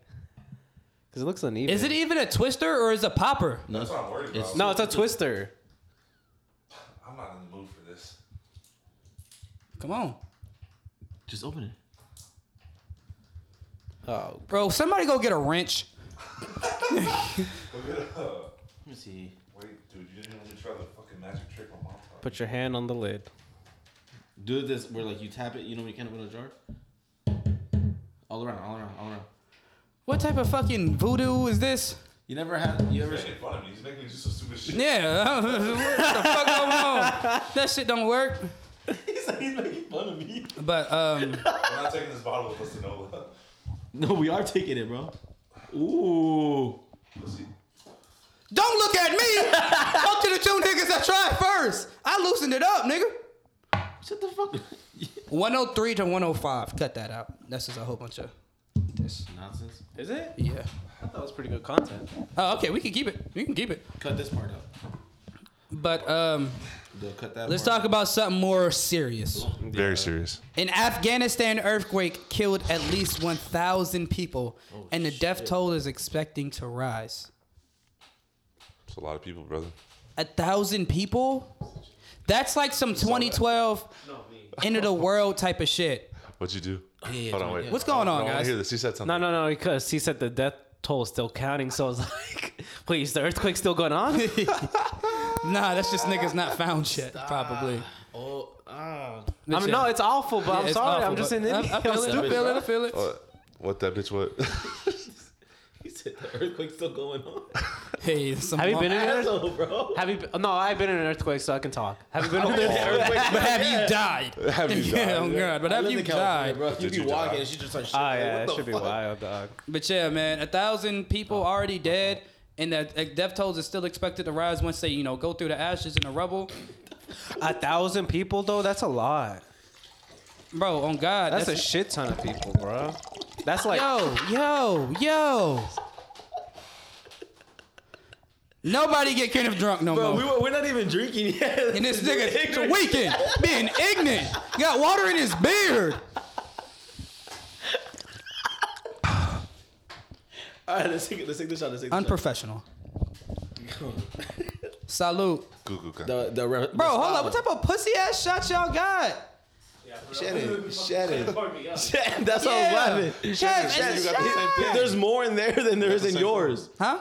S3: because it looks uneven.
S1: Is it even a twister or is it a popper?
S4: No,
S2: That's what I'm worried
S4: It's-
S2: about.
S3: No, it's a twister.
S2: I'm not in the mood for this.
S1: Come on.
S4: just open it.
S3: Oh,
S1: Bro, somebody go get a wrench.
S2: Look it up.
S4: Let me see.
S2: Wait, dude, you didn't even try the fucking magic trick on my top.
S3: put your hand on the lid.
S4: Do this where like you tap it. You know when you can't open a jar. All around, all around, all around.
S1: What type of fucking voodoo is this?
S4: You never had. You ever?
S2: making fun of me. He's making me do some stupid shit.
S1: Yeah, what the fuck going on? That shit don't work.
S4: he's, like, he's making fun of me.
S1: But um,
S2: We're not taking this bottle with us to Nola.
S4: No, we are taking it, bro. Ooh.
S2: Let's see.
S1: don't look at me. Talk to the two niggas that tried first. I loosened it up, nigga.
S4: Shut the fuck. up.
S1: 103 to 105. Cut that out. That's just a whole bunch of this.
S4: Nonsense.
S3: Is it?
S1: Yeah.
S3: I thought it was pretty good content.
S1: Oh, okay. We can keep it. We can keep it.
S4: Cut this part out.
S1: But um,
S4: Dude, cut that.
S1: let's
S4: part
S1: talk about something more serious.
S2: Very serious.
S1: An Afghanistan earthquake killed at least 1,000 people, and the death toll is expecting to rise.
S2: It's a lot of people, brother.
S1: A thousand people? That's like some 2012
S3: No, me.
S1: end of the world type of shit.
S2: What'd you do?
S4: yeah,
S2: Hold
S4: yeah,
S2: on, wait.
S4: yeah.
S1: What's going
S2: I
S1: on,
S2: want to
S1: guys?
S2: hear this. He said something.
S3: No, no, no. Because he said the death toll is still counting, so I was like, wait, is the earthquake still going on?
S1: Nah, that's just niggas not found yet, probably.
S4: Oh. Ah.
S3: I mean, no, it's awful, but I'm
S1: Yeah, it's
S3: sorry.
S1: awful,
S3: I'm just
S1: but
S3: an idiot.
S1: I, I feel it. I feel it. I feel it.
S2: What, what that bitch? What?
S4: He said the earthquake's still going on.
S1: Hey, some
S3: Have you
S1: long-
S3: been in an earthquake?
S4: Asshole, bro.
S3: Have you? been- No, I've been in an earthquake, so I can talk. Have you been in an earthquake?
S1: But have you died?
S2: Have you
S1: yeah,
S2: died?
S1: oh god, but
S4: I
S1: have
S4: lived
S1: you
S4: in California,
S1: died?
S4: bro. You
S2: Did
S4: be
S2: you
S4: walking
S2: die? Ah,
S4: and she just like shit.
S3: Oh
S4: like,
S3: yeah,
S4: what
S3: it
S4: the
S3: should be
S4: fuck?
S3: wild, dog.
S1: But yeah, man, a thousand people already dead, and the uh, death tolls is still expected to rise once they, you know, go through the ashes and the rubble.
S3: A thousand people though, that's a lot.
S1: Bro, on God,
S3: That's,
S1: that's,
S3: a shit ton of people, bro. That's like
S1: yo, yo, yo. Nobody get Kenneth drunk no
S4: Bro,
S1: more.
S4: we were, we're not even drinking yet.
S1: and this nigga's
S4: Ignorant.
S1: weekend being ignorant. Got water in his beard.
S4: All right, let's take, let's take this shot. Let's take this
S1: Unprofessional. Salute.
S2: Goo goo goo.
S4: shot. The, the re-
S1: Bro, hold up. What type of pussy ass shot y'all got?
S4: Shannon, Shannon, Shannon. That's how
S1: Yeah.
S4: I was laughing.
S1: Chef,
S2: Chef,
S1: it's
S2: you got the
S1: Chef.
S2: same thing.
S4: There's more in there than there is in
S2: same
S4: yours.
S1: Huh?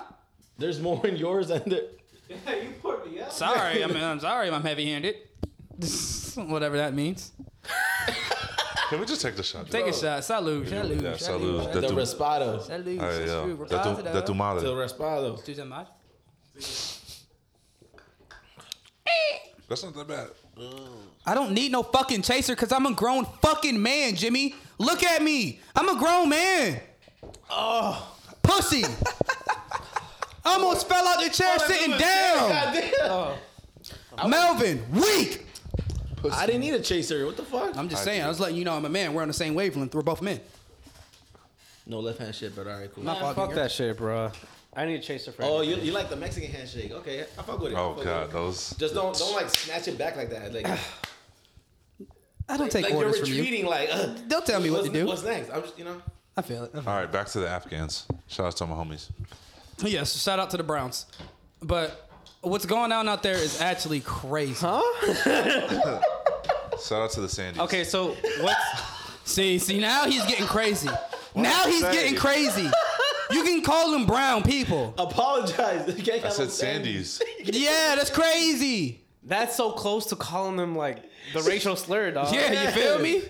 S4: There's more in yours than there.
S3: you poured me out.
S1: Sorry, I mean, I'm sorry, I'm heavy handed. Whatever that means.
S2: Can we just take the shot?
S1: Take a shot. Salute. Salute.
S2: Yeah,
S1: salute.
S2: salute.
S4: The
S2: That tu-
S4: Respado.
S1: Salute.
S2: Ay,
S1: salute,
S2: yo. That tu-
S1: reposado.
S2: that tu
S4: The
S2: madre.
S4: Respado.
S1: Tu sais mal?
S2: That's not that bad.
S1: I don't need no fucking chaser because I'm a grown fucking man, Jimmy. Look at me. I'm a grown man. Oh, pussy. Almost fell out the chair
S4: Oh,
S1: sitting down. Oh. Melvin, weak.
S4: I didn't need a chaser. What the fuck?
S1: I'm just saying. I was letting you know I'm a man. We're on the same wavelength. We're both men.
S4: no left hand shit, but all right, cool.
S1: Not fucking
S3: Fuck that shit, bro. I need a chaser for.
S4: Oh, you, you like the Mexican handshake? Okay, I fuck with it. I
S2: Oh
S4: fuck with
S2: god,
S4: it.
S2: those.
S4: Just don't don't like snatch it back like that. Like,
S1: I don't take
S4: like you're
S1: orders from you.
S4: retreating. Like, uh,
S1: Don't tell me what
S4: what's,
S1: to do.
S4: What's next? I'm just you know.
S1: I feel it. I feel it.
S2: All right, back to the Afghans. Shout out to my homies.
S1: Yes, shout out to the Browns. But what's going on out there is actually crazy.
S2: Shout out to the Sandies.
S3: Okay, so what's
S1: See, see, now he's getting crazy. now
S2: did I
S1: he's
S2: say?
S1: getting crazy. You can call them brown people.
S4: Apologize. You can't
S2: I
S4: have
S2: said
S4: no sandy.
S2: Sandies.
S1: Yeah, that's crazy.
S3: that's so close to calling them like the racial slur, dog.
S1: Yeah, you feel me?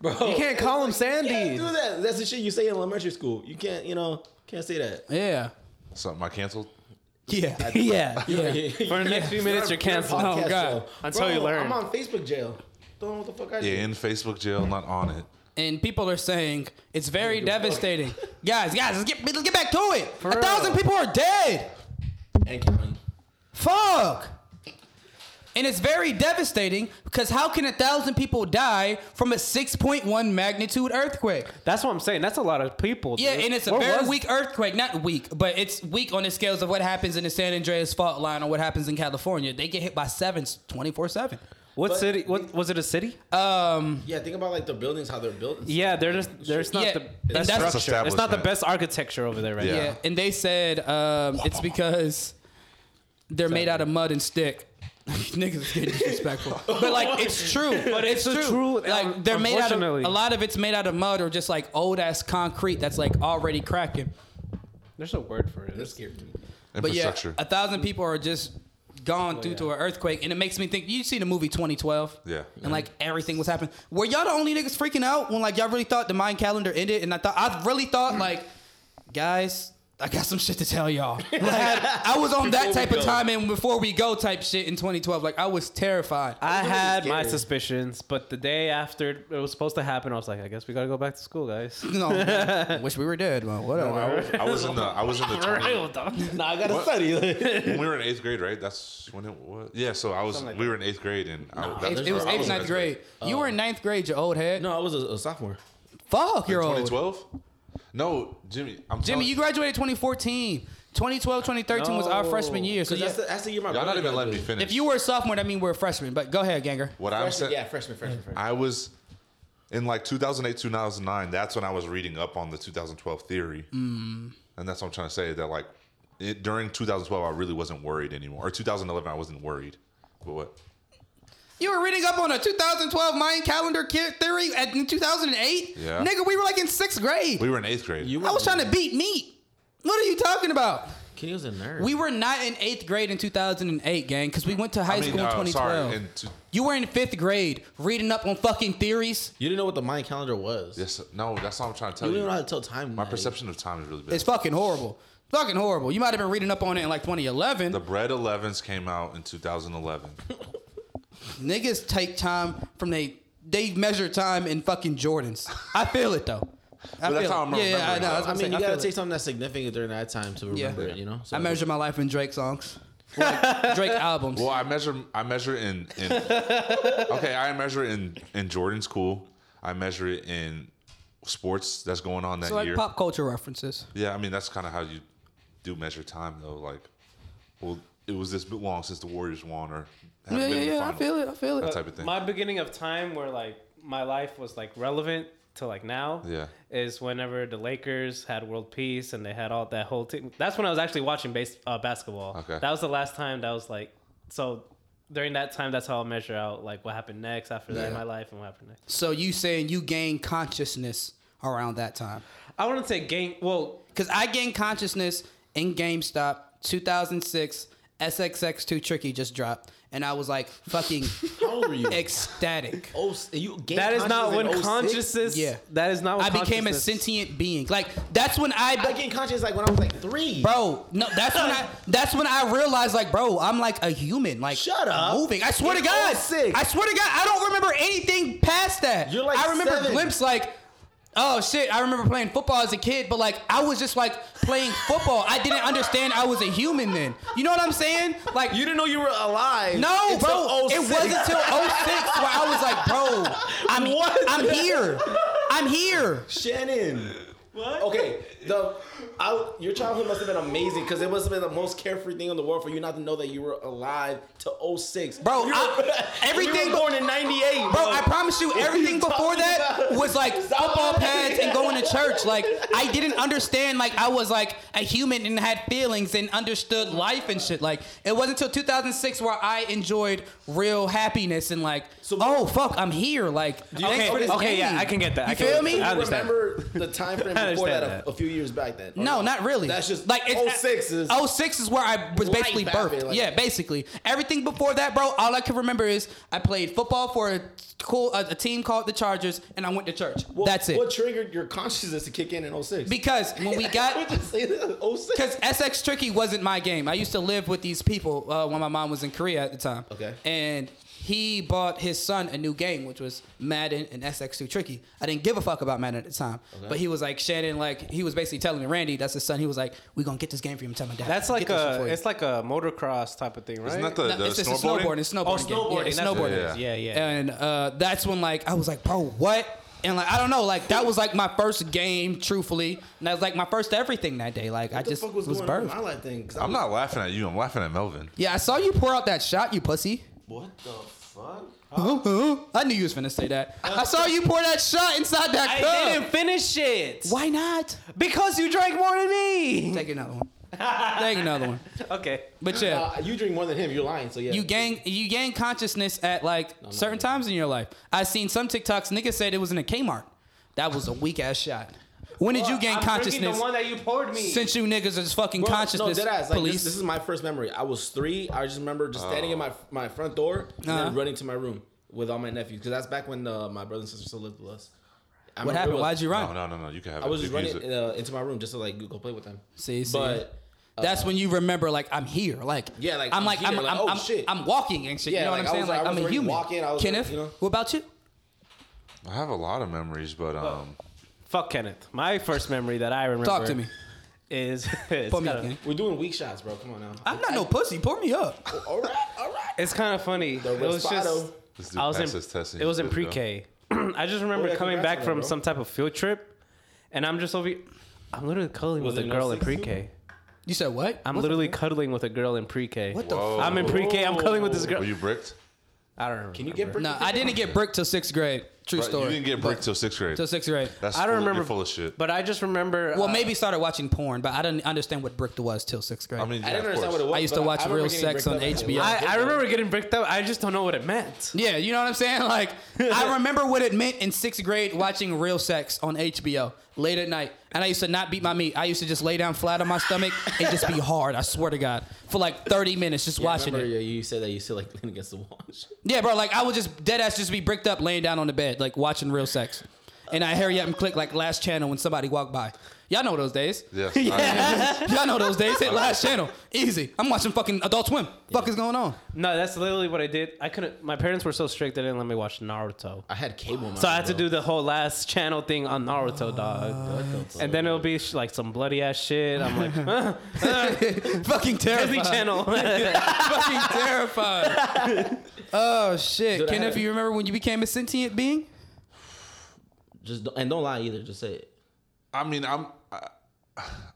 S4: bro.
S3: You can't call them
S4: You can't
S3: Sandy.
S4: do that. That's the shit you say in elementary school. You can't, you know, can't say that.
S1: Yeah.
S2: Something I canceled.
S1: Yeah, yeah, yeah.
S3: For the next few minutes, you're canceled.
S1: Oh, God.
S3: Until you learn.
S4: I'm on Facebook jail. Don't know what the fuck I do.
S2: Yeah, in Facebook jail, not on it.
S1: And people are saying it's very devastating. guys, guys, let's get let's get back to it. A
S3: real.
S1: thousand people are dead.
S4: And counting.
S1: Fuck. And it's very devastating because how can a thousand people die from a 6.1 magnitude earthquake?
S3: That's what I'm saying. That's a lot of people.
S1: Yeah,
S3: dude.
S1: and it's a
S3: Where
S1: very
S3: was-
S1: weak earthquake. Not weak, but it's weak on the scales of what happens in the San Andreas fault line or what happens in California. They get hit by sevens 24 7.
S3: What
S4: But-
S3: city? What was it? A city?
S1: Um,
S4: Yeah, think about like the buildings, how they're built. and
S3: yeah, they're just there's not
S1: Yeah,
S3: the
S1: and
S3: best
S1: that's-
S2: That's
S3: structure. It's not the
S2: establishment.
S3: best architecture over there right
S2: Yeah.
S1: yeah. and they said um, it's because they're made out of mud and stick. Niggas is getting disrespectful, but like it's true. But it's,
S3: it's a
S1: true.
S3: true- um,
S1: Like they're made out of
S3: unfortunately.
S1: a lot of it's made out of mud or just like old ass concrete that's like already cracking.
S3: There's a word for
S4: They're
S3: it.
S4: scared.
S1: But yeah,
S2: Infrastructure.
S1: a thousand people are just gone due to an earthquake, and it makes me think. You see the movie 2012?
S2: Yeah.
S1: And like everything was happening. Were y'all the only niggas freaking out when like y'all really thought the Mayan calendar ended? And I thought I really thought like, guys, I got some shit to tell y'all. Like, I was on that
S4: Before we
S1: type of
S4: go.
S1: time and before we go type shit in 2012. Like I was terrified.
S3: I
S4: really
S3: had my
S4: scary.
S3: suspicions, but the day after it was supposed to happen, I was like, I guess we gotta go back to school, guys.
S1: no, man, wish we were dead. Well, whatever.
S2: I was in the I was in the 20,
S4: Nah, I gotta
S2: What?
S4: study.
S2: when we were in eighth grade, right? That's when it was. Yeah, so I was
S3: like
S2: we were in eighth grade and I, that
S1: It, it was
S2: I
S1: eighth,
S2: in
S1: ninth grade. You were in ninth grade, your old head.
S4: no, I was a, a sophomore.
S1: Fuck, you're old.
S2: 2012? No, Jimmy. I'm
S1: Jimmy,
S2: telling-
S1: you graduated 2014. 2012, 2013 was our
S3: No.
S1: freshman year. So
S4: Cause that's,
S1: yeah.
S4: the, that's the year my
S2: Y'all not
S4: brother
S2: even letting me
S4: graduated.
S2: finish.
S1: if you were a sophomore, that means we're a freshman. But go ahead, Ganger.
S2: what I'm
S4: Freshman,
S2: saying,
S4: yeah, freshman, freshman, freshman.
S2: I was in like 2008, 2009. That's when I was reading up on the 2012 theory,
S1: Mm-hmm.
S2: and that's what I'm trying to say. That like it, during 2012, I really wasn't worried anymore. Or 2011, I wasn't worried. But what?
S1: You were reading up on a 2012 Mayan calendar ki- theory at, in 2008?
S2: Yeah.
S1: Nigga, we were like in sixth grade.
S2: We were in eighth grade.
S4: You were
S1: I was trying to beat meat. What are you talking about?
S4: Kenny was a nerd.
S1: We were not in eighth grade in 2008, gang, because we went to high
S2: I mean,
S1: school in
S2: uh,
S1: 2012.
S2: sorry. And to,
S1: you were in fifth grade reading up on fucking theories.
S4: you didn't know what the Mayan calendar was.
S2: yes, no, that's not what I'm trying to
S4: You
S2: tell
S4: didn't
S2: you.
S4: know how to tell time.
S2: My perception of time is really bad.
S1: It's fucking horrible. Fucking horrible. You might have been reading up on it in like 2011.
S2: the bread 11s came out in 2011.
S1: Niggas take time from they they measure time in fucking Jordans. I feel it though. I
S2: But that's
S1: feel
S2: how I'm
S1: it. Yeah, yeah, I
S2: remembering it.
S1: know. That's what
S4: I
S1: I'm
S4: mean,
S1: saying.
S4: you
S1: I
S4: gotta
S1: feel
S4: take
S1: it.
S4: something that's significant during that time to remember
S1: Yeah.
S4: it. You know, so
S1: I measure my life in Drake songs, Like, Drake albums.
S2: Well, I measure I measure in, in okay. I measure in in Jordan's cool. I measure it in sports that's going on that
S1: so like
S2: year.
S1: pop culture references.
S2: Yeah, I mean that's kind of how you do measure time though. Like, well, it was this bit long since the Warriors won or haven't
S1: Yeah,
S2: been
S1: yeah,
S2: in the
S1: yeah. I
S2: final. Uh,
S1: feel it. I feel
S2: That
S1: it.
S2: type of thing.
S3: My beginning of time where like my life was like relevant to like now
S2: Yeah.
S3: is whenever the Lakers had world peace and they had all that whole team. That's when I was actually watching base uh, basketball.
S2: Okay.
S3: That was the last time that was like so. During that time, that's how I'll measure out like what happened next after that in
S1: Yeah.
S3: my life and what happened next.
S1: So you saying you gain consciousness around that time?
S3: I wouldn't say game. Well,
S1: Because I gained consciousness in GameStop 2006. SXX2 Tricky just dropped, and I was like fucking
S4: how old were you?
S1: ecstatic.
S4: oh, s- you gained
S3: that is not when
S4: consciousness in 06?
S3: consciousness.
S1: oh Yeah.
S3: That is not. When
S1: I became a
S3: consciousness-
S1: sentient being. Like that's when I,
S4: I gained consciousness like when I was like three.
S1: bro. No, that's when I. That's when I realized, like, bro, I'm like a human. Like,
S4: Shut up.
S1: Moving. I swear to
S4: You're
S1: God.
S4: all sick.
S1: I swear to God, I don't remember anything past that.
S4: You're like
S1: I remember
S4: seven.
S1: glimpse like. Oh shit! I remember playing football as a kid, but like I was just like playing football. I didn't understand I was a human then. You know what I'm saying? Like
S4: You didn't know you were alive.
S1: No,
S4: until
S1: bro.
S4: 06.
S1: It wasn't until 06 where I was like, bro, I'm
S4: What?
S1: I'm here. I'm here.
S4: Shannon. What? Okay, the I, your childhood must have been amazing because it must have been the most carefree thing in the world for you not to know that you were alive to 06.
S1: Bro,
S4: you
S1: I- everything
S4: you
S1: be-
S4: were born in 98. Bro,
S1: Bro, I promise you, everything before
S4: talking
S1: that
S4: about-
S1: was like
S4: Stop.
S1: football pads and going to church. Like I didn't understand, like I was like a human and had feelings and understood life and shit. Like it wasn't until 2006 where I enjoyed real happiness and like, oh fuck, I'm here. Like thanks
S3: okay,
S1: for this
S3: okay,
S1: game.
S3: yeah, I can get that.
S1: You
S3: I can
S1: feel
S3: get
S1: me?
S3: that. I
S4: I
S3: understand.
S4: remember the time frame
S3: I
S4: before that,
S3: understand
S4: A,
S3: that.
S4: a few years back then.
S1: No, not really.
S4: That's just
S1: like it's oh,
S4: 06 is
S1: 06 is where I was
S4: Life
S1: basically birthed.
S4: happened, like-
S1: yeah, basically everything before that, bro. All I can remember is I played football for a cool a, a team called the Chargers, and I went to church.
S4: What-
S1: That's it.
S4: What triggered your consciousness to kick in oh in 06?
S1: Because when we
S4: we
S1: got
S4: just say that 06.
S1: Because SX Tricky wasn't my game. I used to live with these people uh, when my mom was in Korea at the time.
S4: Okay.
S1: And he bought his son a new game, which was Madden and SX2 Tricky. I didn't give a fuck about Madden at the time. But he was like, Shannon, like, he was basically telling me, Randy, that's his son. He was like, we going to get this game for you. I'm telling my dad.
S3: That's
S1: "Get
S3: like
S1: this shit
S3: a
S1: for you."
S3: it's like a motocross type of thing, right?
S2: Isn't that the,
S1: No,
S2: the
S1: it's just a snowboarding.
S2: snowboarding?
S1: It's snowboarding.
S3: oh snowboarding?
S1: game. Yeah, it's
S3: that's what it
S1: snowboarding.
S3: is. Yeah, yeah.
S1: And uh, that's when like I was like, bro, what? And like I don't know, like that was like my first game, truthfully, and that was like my first everything that day. Like I
S4: What the
S1: just
S4: fuck
S1: was,
S4: was, going on in
S1: birthed.
S4: my life then? 'Cause I
S2: I'm
S4: was-
S2: not laughing at you. I'm laughing at Melvin.
S1: Yeah, I saw you pour out that shot, you pussy.
S4: What the fuck?
S1: Huh? Huh? I knew you was finna say that. I saw you pour that shot inside that cup.
S3: I didn't finish it.
S1: Why not?
S3: Because you drank more than me.
S1: Take another one. Take another one.
S3: Okay.
S1: But yeah,
S4: Uh, you drink more than him. You're lying. So yeah.
S1: you gain you gain consciousness at like certain times in your life. I seen some TikToks. Niggas said it was in a Kmart. That was a weak ass shot. When did you gain
S3: I'm drinking
S1: consciousness?
S3: The one that you poured me.
S1: Since you niggas is fucking
S4: Bro,
S1: consciousness
S4: no, deadass. Like,
S1: police.
S4: This, this is my first memory. I was three. I just remember just standing in my my front door and
S1: Uh-huh.
S4: then running to my room with all my nephews because that's back when uh, my brother and sister still lived with us. I remember
S1: what
S4: it
S1: happened?
S4: was-
S1: Why'd you run?
S2: No, no, no, no. You can have
S4: I
S2: it.
S4: was
S2: You
S4: just
S2: can use
S4: running
S2: it.
S4: uh, into my room just to like go play with them.
S1: See, see.
S4: But
S1: That's when you remember, like I'm here, like
S4: Yeah, like,
S1: I'm
S4: I'm
S1: like
S4: here,
S1: I'm
S4: like,
S1: I'm,
S4: oh,
S1: I'm,
S4: shit.
S1: I'm walking and shit.
S4: Yeah,
S1: you know
S4: like,
S1: what
S4: I
S1: I'm saying?
S4: was- I
S1: like
S4: was
S1: I'm a
S4: already
S1: human.
S4: walking, I was
S1: Kenneth,
S4: already- you know?
S1: what about you?
S2: I have a lot of memories, but um,
S3: Fuck Kenneth. My first memory that I remember.
S1: Talk to me.
S3: Is it's
S1: Pour me up,
S3: kinda-
S1: King.
S4: we're doing weak shots, bro. Come on now.
S1: I'm not no pussy. Pour me up.
S4: all right, all right.
S3: It's kind of funny. It was just
S4: Respado.
S2: this dude
S3: I was
S2: passed
S3: in
S2: his test and
S3: it
S2: he
S3: was in
S2: good to go.
S3: pre-K. I just remember
S4: Oh, yeah,
S3: coming
S4: congrats
S3: back
S4: on that,
S3: from
S4: bro.
S3: some type of field trip, and I'm just over. I'm literally cuddling
S4: Was
S3: with a
S4: it
S3: girl in
S4: 06 too?
S3: pre-K.
S1: You said what?
S3: I'm literally cuddling with a girl in pre-K.
S1: what the?
S2: Whoa.
S1: F-
S3: I'm in pre-K. I'm cuddling with this girl.
S2: Were you bricked?
S3: I don't remember.
S4: Can you get brick?
S1: no, I didn't get bricked till sixth grade. True
S2: Bro,
S1: story.
S2: You didn't get
S1: But-
S2: bricked till sixth grade.
S1: till sixth grade.
S2: That's
S3: I don't
S2: full- you're
S3: remember-
S2: Full of shit.
S3: But I just remember.
S1: well,
S3: uh,
S1: maybe started watching porn, but I didn't understand what bricked was till sixth grade.
S2: I mean, yeah,
S4: I didn't
S2: of
S4: understand what
S2: course.
S4: it was.
S1: I used to
S4: but
S1: watch
S4: remember
S1: Real
S4: getting
S1: Sex
S4: bricked
S1: on
S4: up.
S1: HBO.
S3: I, I remember getting bricked up. I just don't know what it meant.
S1: yeah, you know what I'm saying? Like, I remember what it meant in sixth grade watching Real Sex on HBO late at night, and I used to not beat my meat. I used to just lay down flat on my stomach and just be hard. I swear to God, for like 30 minutes, just
S4: Yeah, I
S1: watching it.
S4: remember, Yeah, you said that you still like lean against the wall. and shit.
S1: Yeah, bro. Like I would just dead ass just be bricked up, laying down on the bed, like watching real sex. And I hurry up and click like last channel when somebody walked by. Y'all know those days.
S2: Yes, I
S1: yeah. Y'all know those days. Hit last channel. Easy. I'm watching fucking Adult Swim. Fuck is going on?
S3: No, that's literally what I did. I couldn't. My parents were so strict they didn't let me watch Naruto.
S4: I had cable. in my
S3: So I had
S4: room,
S3: to
S4: bro.
S3: do the whole last channel thing on Naruto, dog. And then it'll be sh- like some bloody ass shit. I'm like, huh,
S1: fucking terrified.
S3: Disney Channel.
S1: fucking terrified. oh shit.
S4: Dude, I
S1: Kenneth,
S4: had-
S1: you remember when you became a sentient being?
S4: just don't, and don't lie either. Just say it.
S2: I mean, I'm I,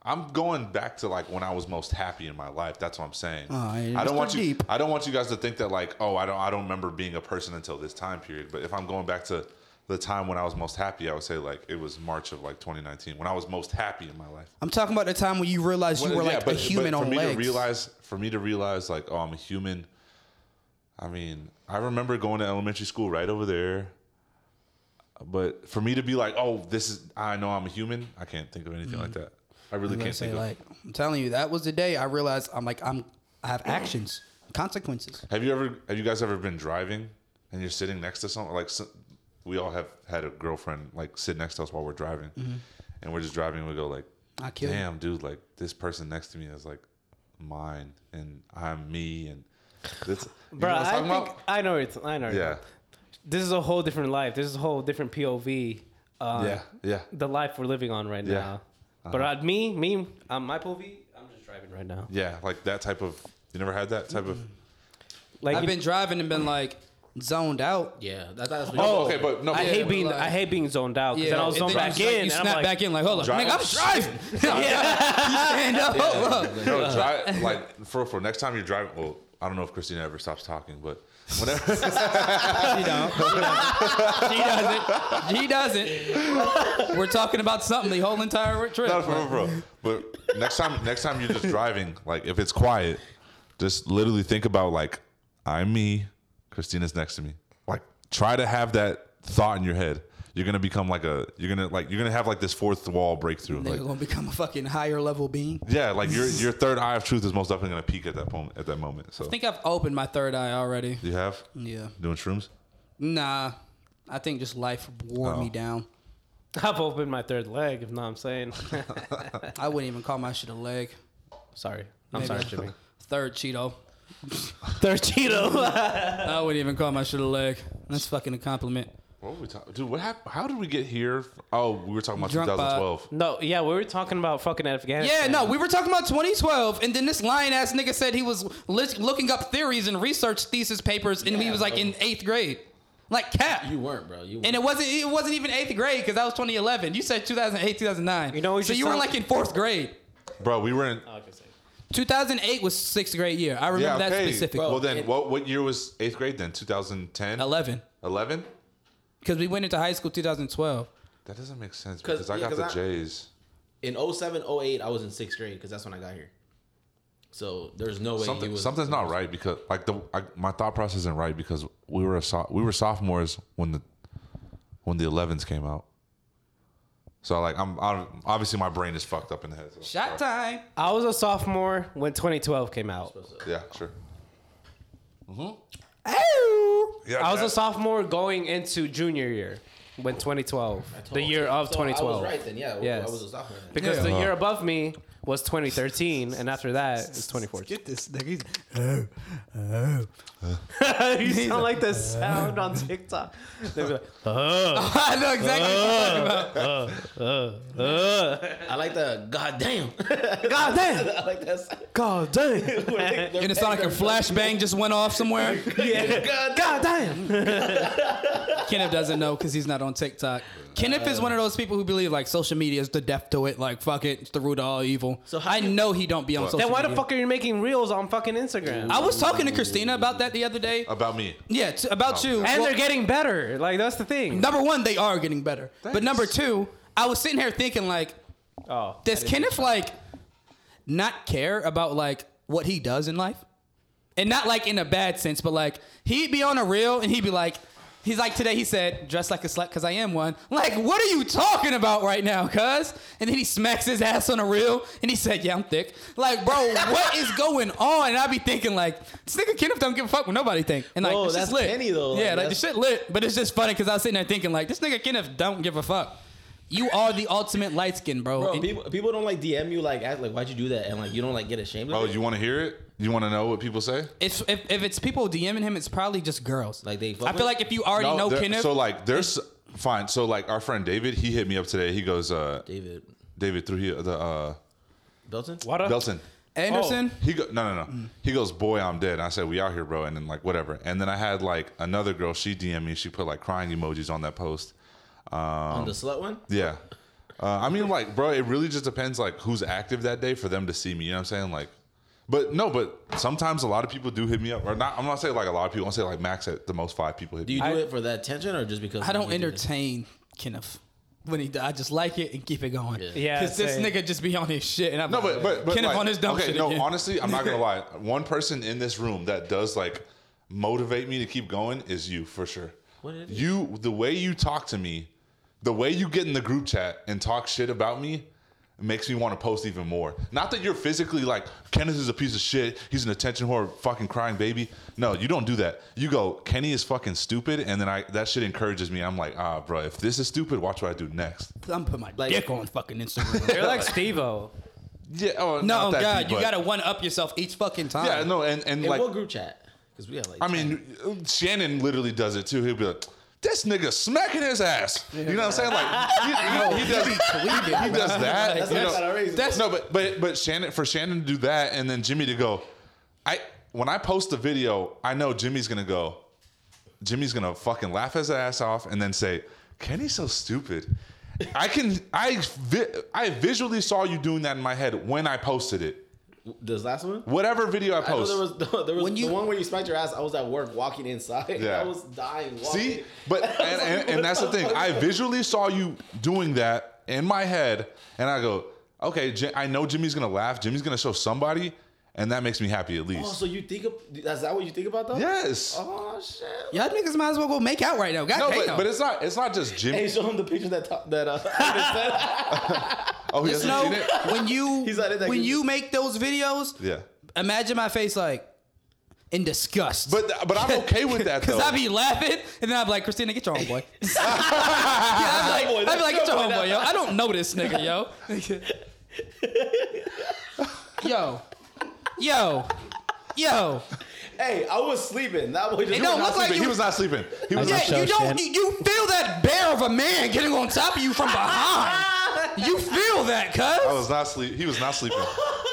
S2: I'm going back to like when I was most happy in my life. That's what I'm saying.
S1: Aw,
S2: I don't
S1: Mr.
S2: want you.
S1: Deep.
S2: I don't want you guys to think that like, oh, I don't. I don't remember being a person until this time period. But if I'm going back to the time when I was most happy, I would say like it was March of like 2019 when I was most happy in my life.
S1: I'm talking about the time when you realized you
S2: Well,
S1: were
S2: yeah,
S1: like a human
S2: for
S1: on
S2: me
S1: legs.
S2: To realize, for me to realize, like, oh, I'm a human. I mean, I remember going to elementary school right over there. But for me to be like, oh, this is, I know I'm a human, I can't think of anything like that. I really
S1: I'm gonna
S2: can't
S1: Mm. say
S2: think of.
S1: like I'm telling you, that was the day I realized I'm like I'm I have actions, consequences.
S2: Have you ever? Have you guys ever been driving and you're sitting next to someone? Like s- we all have had a girlfriend like sit next to us while we're driving,
S3: Mm-hmm.
S2: and we're just driving. and We go like,
S1: I kill you.
S2: damn, dude, like this person next to me is like mine, and I'm me, and this. you know
S3: Bro,
S2: what I'm
S3: I
S2: talking
S3: think
S2: about?
S3: I know it. I know.
S2: Yeah,
S3: It. This is a whole different life. This is a whole different POV. Um,
S2: yeah, yeah.
S3: The life we're living on right
S2: Yeah. Uh-huh.
S3: now. But uh, me, me, um, my POV. I'm just driving right now.
S2: Yeah, like that type of. You never had that type of.
S3: Like
S1: I've
S3: you-
S1: been driving and been like zoned out.
S4: Yeah, that, that's what
S2: Oh, okay, but no.
S3: I
S2: but-
S3: hate being.
S1: like-
S3: I hate being zoned out. 'cause Then I was
S1: And
S3: zoned
S1: then you
S3: back
S1: just, like,
S3: in.
S1: you
S3: and I'm
S1: snap
S3: like,
S1: back in like, hold up,
S2: Drive-
S1: nigga, I'm driving. yeah, stand up. hold up.
S2: No, drive like for for next time you're driving. Well, I don't know if Christina ever stops talking, but whenever
S1: She don't. She doesn't. She doesn't. She doesn't. We're talking about something the whole entire trip.
S2: No, for real, for real. But next time, next time you're just driving, like if it's quiet, just literally think about like I'm me, Christina's next to me. Like try to have that thought in your head. You're gonna become like a. You're gonna like. You're gonna have like this fourth wall breakthrough.
S1: Nigga
S2: Like,
S1: gonna become a fucking higher level being. I
S2: yeah, like your your third eye of truth is most definitely gonna peak at that moment. At that moment, so
S1: think I've opened my third eye already.
S2: you have
S1: Yeah.
S2: doing shrooms.
S1: Nah. I think just life wore
S3: Oh.
S1: me down.
S3: I've opened my third leg, if not I'm saying.
S1: I wouldn't even call my shit a leg.
S3: sorry. I'm
S1: Maybe.
S3: sorry, Jimmy.
S1: Third Cheeto.
S3: Third Cheeto.
S1: I wouldn't even call my shit a leg. That's fucking a compliment.
S2: What were we talking? Dude, what happened? How did we get here? Oh, we were talking about
S1: Drunk by-
S2: 2012.
S3: no, yeah, we were talking about fucking Afghanistan.
S1: Yeah, no, we were talking about 2012, and then this lying ass nigga said he was lis- looking up theories and research thesis papers, and he
S4: Yeah,
S1: was like
S4: bro.
S1: in eighth grade, like cap.
S4: You weren't, bro. You weren't.
S1: and it wasn't it wasn't even eighth grade because that was 2011. You said 2008, 2009.
S3: You know what
S1: so
S3: you
S1: you were
S3: sound-
S1: like in fourth grade.
S2: Bro, we were in.
S3: Oh, I can say it.
S1: 2008 was sixth grade year. I
S2: yeah,
S1: remember
S2: okay.
S1: that specific.
S2: Well, then,
S4: it-
S2: what, what year was eighth grade then? 2010?
S1: 11
S2: 11?
S1: because we went into high school 2012.
S2: That doesn't make sense
S4: 'Cause-
S2: because I
S4: yeah,
S2: got
S4: 'cause
S2: the
S4: I-
S2: J's.
S4: in 07, 08, I was in sixth grade because that's when I got here. So there's no way he
S2: Something,
S4: was.
S2: something's not right because like the I, my thought process isn't right because we were a so, we were sophomores when the when the 11s came out. So like I'm, i obviously my brain is fucked up in the head. so-
S1: Shot time.
S3: I was a sophomore when 2012 came out.
S2: Yeah, sure. Mm-hmm.
S1: Ow.
S2: Yeah,
S3: I was a
S2: that-
S3: sophomore going into junior year when 2012, the year of
S4: So
S3: 2012.
S4: I was right then. Yeah.
S3: Yes.
S4: I was a sophomore. Then.
S3: Because
S1: Yeah.
S3: the year above me was 2013, and after that it's 2014.
S1: Get this nigga. He's, oh, oh.
S3: you sound like the sound on TikTok. They be like,
S1: I know exactly what you're talking about.
S4: I like the goddamn.
S3: God damn,
S4: I like that. sound.
S3: God damn,
S2: Oh.
S1: And it sounded like a flashbang just went off somewhere.
S3: yeah, God damn.
S1: Kenneth doesn't know because he's not on TikTok. Kenneth is one of those people who believe like social media is the death to it. Like fuck it, it's the root of all evil. So
S4: So how
S1: I
S4: do you-
S1: know he don't be on social.
S3: Then why the
S1: media.
S3: fuck are you making reels on fucking Instagram?
S1: I was talking to Christina about that the other day.
S2: about me.
S1: Yeah, t- about you.
S3: And
S1: Well,
S3: they're getting better. Like that's the thing.
S1: number one, they are getting better. But
S2: Thanks.
S1: number two, I was sitting here thinking like,
S3: Oh,
S1: does
S3: I didn't-
S1: Kenneth like not care about like what he does in life? And not like in a bad sense, but like he'd be on a reel and he'd be like, he's like today he said, dress like a slut because I am one. Like, what are you talking about right now, cuz? And then he smacks his ass on a reel and he said, yeah, I'm thick. Like, bro, what is going on? And I'd be thinking like, this nigga Kenneth don't give a fuck what nobody think. And like,
S4: Whoa,
S1: this
S4: that's
S1: shit's lit.
S4: Kenny, though. Like,
S1: Yeah, like the
S4: that's-
S1: shit lit, but it's just funny because I was sitting there thinking like, this nigga Kenneth don't give a fuck. You are the ultimate light skin, bro.
S4: Bro,
S1: And-
S4: people, people don't like DM you like ask like why'd you do that and like you don't like get ashamed. Of
S2: Oh,
S4: it.
S2: you want to hear it? You want to know what people say?
S1: It's if, if it's people DMing him, it's probably just girls.
S4: Like, they fuck
S1: I feel
S4: with-
S1: like if you already know
S2: there-
S1: Kenneth,
S2: So like, there's fine. So like, our friend David, he hit me up today. He goes, uh,
S4: David
S2: David through here, the uh,
S4: Belton.
S3: What a-
S2: Belton.
S1: Anderson.
S4: Oh.
S2: He go, no, no, no. He goes, boy, I'm dead. And I said, we out here, bro. And then like, whatever. And then I had like another girl. She DM me. She put like crying emojis on that post.
S4: On the slut one.
S2: Yeah. Uh, I mean, like, bro, it really just depends, like, who's active that day for them to see me. You know what I'm saying? Like, but no, but sometimes a lot of people do hit me up, or not. I'm not saying like a lot of people. I'm saying like max at the most five people hit
S4: Do
S2: me.
S4: you
S2: up.
S4: do it for that tension or just because
S1: I don't
S4: you did it?
S1: entertain Kenneth when he. I just like it and keep it going.
S3: Yeah,
S1: because this
S3: same.
S1: nigga just be on his shit, and I'm
S2: No,
S1: like,
S2: but but, but
S1: Kenneth
S2: like,
S1: on his dumb
S2: okay,
S1: shit
S2: no,
S1: again.
S2: honestly, I'm not gonna lie. One person in this room that does like motivate me to keep going is you for sure.
S4: What is it?
S2: you the way you talk to me, the way you get in the group chat and talk shit about me. Makes me want to post even more. Not that you're physically like Kenneth is a piece of shit. He's an attention whore, fucking crying baby. No, you don't do that. You go Kenny is fucking stupid, and then I that shit encourages me. I'm like, ah, bro, if this is stupid, watch what I do next.
S1: I'm putting my
S4: Like-
S1: dick on fucking Instagram.
S3: You're like Steve-O.
S2: Yeah. Oh not
S1: no,
S2: that
S1: God,
S2: deep,
S1: you
S2: but-
S1: gotta one up yourself each fucking time.
S2: Yeah, no, and and
S4: In
S2: like
S4: what group chat? Because we got like.
S2: I mean, uh, Shannon literally does it too. He'll be like, this nigga smacking his ass. You know what I'm saying? Like, he, he- he does, he does that.
S4: That's
S2: you
S4: not
S2: know.
S4: kinda racist.
S2: That's- no, but but but Shannon for Shannon to do that, and then Jimmy to go. I when I post the video, I know Jimmy's gonna go. Jimmy's gonna fucking laugh his ass off, and then say, "Kenny's so stupid." I can I vi- I visually saw you doing that in my head when I posted it.
S4: this last one.
S2: Whatever video I
S4: I know
S2: post.
S4: there was there was
S1: When you-
S4: the one where you smacked your ass. I was at work walking inside.
S2: Yeah.
S4: I was dying. Walking.
S2: See, but and, and, and that's the thing. I visually saw you doing that in my head, and I go, okay, J- I know Jimmy's gonna laugh. Jimmy's gonna show somebody, and that makes me happy at
S4: Oh,
S2: least.
S4: so you think of that's that what you think about though?
S2: yes.
S4: Oh shit.
S1: Y'all niggas might as well go make out right now. God
S2: no,
S1: damn.
S2: but, but it's not. It's not just Jimmy.
S4: Hey, show him the picture that top, that uh.
S2: oh, he
S1: Just
S2: hasn't
S1: know
S2: seen it.
S1: when you
S4: He's not in that
S1: when
S4: group.
S1: you make those videos,
S2: Yeah.
S1: imagine my face like in disgust.
S2: But but I'm okay with that though.
S1: Cause I be laughing, and then I'm like, Christina, get your homeboy. yeah, i be like, i be like, get your homeboy, yo. I don't know this nigga, yo. yo, yo, yo.
S4: Hey, I was sleeping. That boy just
S1: It don't
S4: went
S1: look
S4: out
S1: like
S2: Sleeping.
S1: you.
S2: he was not sleeping. He was not.
S1: Yeah, you
S3: show
S1: don't.
S3: shit.
S1: You, you feel that bear of a man getting on top of you from behind. you feel that,
S2: I
S1: cuz.
S2: was not sleep. He was not sleeping.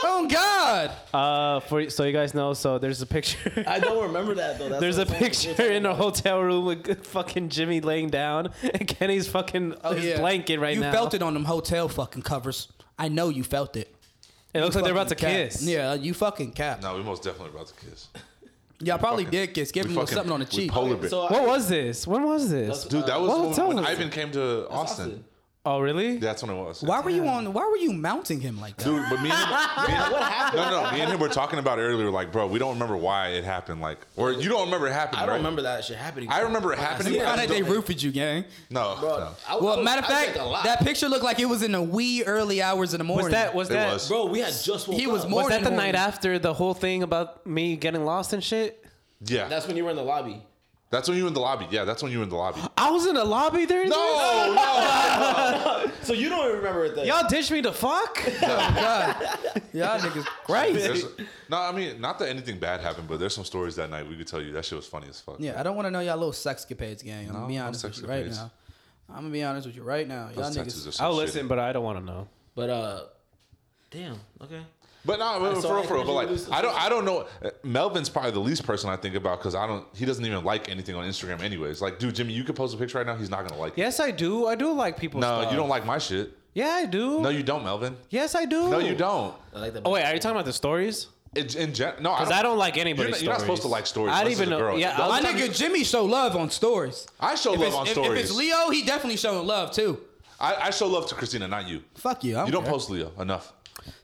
S1: Oh God.
S3: Uh, for so you guys know, so there's a picture.
S4: I don't remember that though. That's
S3: There's a
S4: what I'm saying.
S3: picture in a hotel room with fucking Jimmy laying down and Kenny's fucking his blanket right
S1: Oh, you
S3: now.
S1: You felt it on them hotel fucking covers. I know you felt it.
S3: It looks like they're about to
S1: Fucking cap.
S3: kiss.
S1: Yeah, you fucking cap.
S2: No, we most definitely about to kiss.
S1: Y'all probably
S2: fucking-
S1: did kiss. Give
S2: We
S1: him
S2: fucking-
S1: something on the
S2: we
S1: cheek.
S2: Polar bear.
S4: So I-
S3: What was this? When was this?
S2: Dude, that
S1: uh,
S3: What
S2: was
S3: hotel
S2: when, when
S3: was it?
S2: Ivan came to Austin.
S4: Austin.
S3: Oh, really?
S2: That's when it was.
S1: why were you on? Why were you mounting him like that?
S2: Dude, but me and him, me and- No, no, no. Me and him were talking about it earlier. Like, bro, we don't remember why it happened. Like, or you don't remember it happened.
S4: I don't
S2: right?
S4: remember that shit happening.
S2: I remember it happening.
S1: You
S2: but I
S1: found out they
S2: don't-
S1: roofied you, gang.
S2: No,
S4: Bro,
S2: no.
S4: I- I
S1: Well,
S4: was-
S1: matter of
S4: I drank
S1: fact,
S4: a lot.
S1: that picture looked like it was in the wee early hours of the morning.
S3: Was that was
S2: It
S3: that
S2: was.
S4: bro, we had just woke
S1: He was
S4: up.
S1: more-
S3: was that the
S1: Morning,
S3: night
S1: morning.
S3: after the whole thing about me getting lost and shit?
S2: Yeah, that's,
S4: That's when you were in the lobby.
S2: when you were in the lobby. Yeah, that's when you were in the lobby.
S3: I was in the lobby there.
S2: No, no.
S4: So you don't even remember it then.
S3: y'all ditched me to fuck.
S1: God, y'all niggas
S2: There's-
S1: crazy.
S2: no, I mean, not that anything bad happened, but there's some stories that night we could tell you that shit was funny as fuck.
S1: Yeah, I don't want to know y'all little sexcapades, gang.
S2: No,
S1: I'm gonna be
S2: no
S1: honest with you right
S2: sexcapades.
S1: now. I'm gonna be honest with you right now. Y'all
S2: Those
S1: niggas.
S2: texts are so
S3: I'll
S2: shitty.
S3: listen, but I don't want to know.
S4: But uh, damn. Okay.
S2: But no, but
S4: so
S2: for
S4: I
S2: real, for real. But
S4: usually
S2: like,
S4: do
S2: I don't, I don't know. Uh, Melvin's probably the least person I think about because I don't. He doesn't even like anything on Instagram, anyways. Like, dude, Jimmy, you could post a picture right now. He's not gonna like. it.
S3: Yes, I do. I do like people.
S2: No, you don't like my shit.
S3: Yeah, I do.
S2: No, you don't, Melvin.
S3: yes, I do.
S2: No, you don't.
S4: I like that.
S3: Oh wait, are you talking about the stories?
S2: It, in gen- no,
S3: Because I don't like anybody's
S2: You're not,
S3: stories.
S2: you're not supposed to like stories.
S3: I
S2: I
S3: don't
S2: even
S3: even
S2: a
S3: know.
S2: girl.
S3: Yeah,
S2: Don't-
S1: My
S3: I'll-
S1: nigga Jimmy show love on stories.
S2: I show
S1: If
S2: love
S1: it's,
S2: on
S1: if-
S2: stories.
S1: if it's Leo, he definitely showing love too.
S2: I, I show love to Christina, not you.
S1: Fuck you. I don't
S2: You don't
S1: care.
S2: post Leo enough.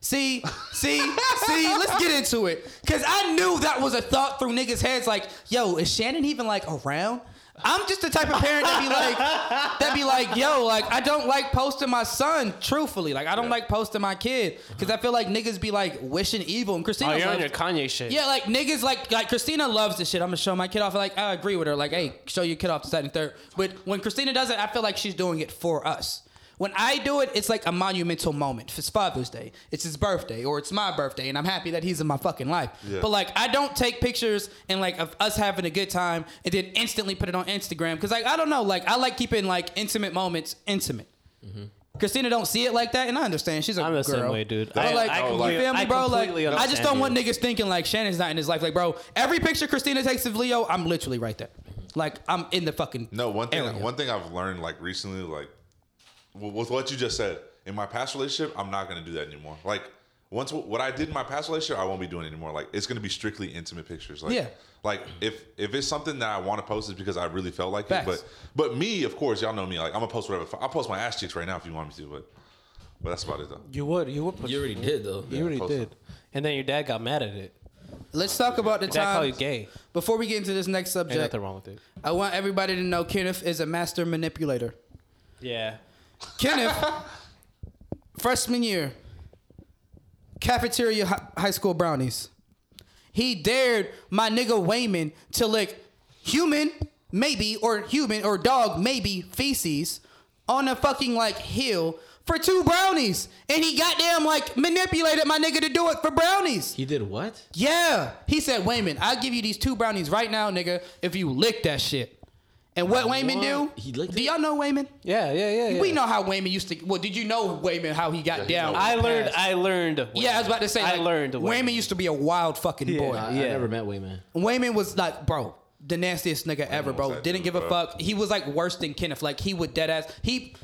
S1: See, see, see, let's get into it. Cause I knew that was a thought through niggas' heads like, yo, is Shannon even like around? I'm just the type of parent that be like, that be like, yo, like I don't like posting my son, truthfully. Like I don't like posting my kid. Cause I feel like niggas be like wishing evil and Christina.
S3: Oh, you're on
S1: loves-
S3: your Kanye shit.
S1: yeah, like niggas like like Christina loves this shit. I'm gonna show my kid off. Like I agree with her. Like, hey, show your kid off the second and third. But when Christina does it, I feel like she's doing it for us. When I do it, it's like a monumental moment. It's Father's Day. It's his birthday, or it's my birthday, and I'm happy that he's in my fucking life.
S2: Yeah.
S1: But like, I don't take pictures and like of us having a good time and then instantly put it on Instagram because like I don't know, like I like keeping like intimate moments intimate. Christina don't see it like that, and I understand she's a
S3: I'm the
S1: girl.
S3: same way, dude.
S1: But
S3: I-
S1: like,
S3: I
S1: you
S2: completely-
S1: feel me,
S3: I
S1: bro? Like,
S3: completely
S1: I just
S3: understand
S1: don't
S3: you.
S1: want niggas thinking like Shannon's not in his life. Like, bro, every picture Christina takes of Leo, I'm literally right there. Like, I'm in the fucking
S2: No, one thing.
S1: area.
S2: One thing I've learned, like recently, like w- with what you just said in my past relationship, I'm not gonna do that anymore. Like once w- what I did in my past relationship, I won't be doing it anymore. Like it's gonna be strictly intimate pictures. Like,
S1: Yeah.
S2: Like if if it's something that I want to post, it's because I really felt like
S1: Facts.
S2: it. But but me, of course, y'all know me. Like I'm gonna post whatever. I'll post my ass cheeks right now if you want me to. But but that's about it though.
S3: You would. You would. Put,
S4: You already did though.
S3: You already
S2: post
S3: did.
S2: it.
S3: And then your dad got mad at it.
S1: Let's talk about the
S3: Dad called you
S1: time
S3: gay.
S1: before we get into this next
S3: Ain't
S1: subject.
S3: nothing wrong with it.
S1: I want everybody to know Kenneth is a master manipulator.
S3: Yeah.
S1: Kenneth, freshman year, cafeteria hi- high school brownies. He dared my nigga Wayman to lick human, maybe, or human, or dog, maybe, feces on a fucking like hill for two brownies. And he goddamn like manipulated my nigga to do it for brownies.
S4: He did what?
S1: Yeah. He said, Wayman, I'll give you these two brownies right now, nigga, if you lick that shit. And what Wayman do?
S4: What? He licked
S1: do
S4: it?
S1: y'all know Wayman?
S3: Yeah. Yeah. Yeah.
S1: We know how Wayman used to. Well, did you know Wayman how he got
S2: he
S1: down?
S2: know.
S3: I learned.
S1: Passed.
S3: I learned.
S1: yeah, I was about to say.
S3: I
S1: like,
S3: learned.
S1: Wayman. used to be a wild fucking boy.
S4: I,
S3: Yeah.
S4: I never met Wayman.
S1: Wayman was like, bro, the nastiest nigga ever,
S2: was
S1: bro.
S2: that
S1: Didn't
S2: dude,
S1: give a
S2: bro.
S1: fuck. He was like worse than Kenneth. Like he would dead ass. He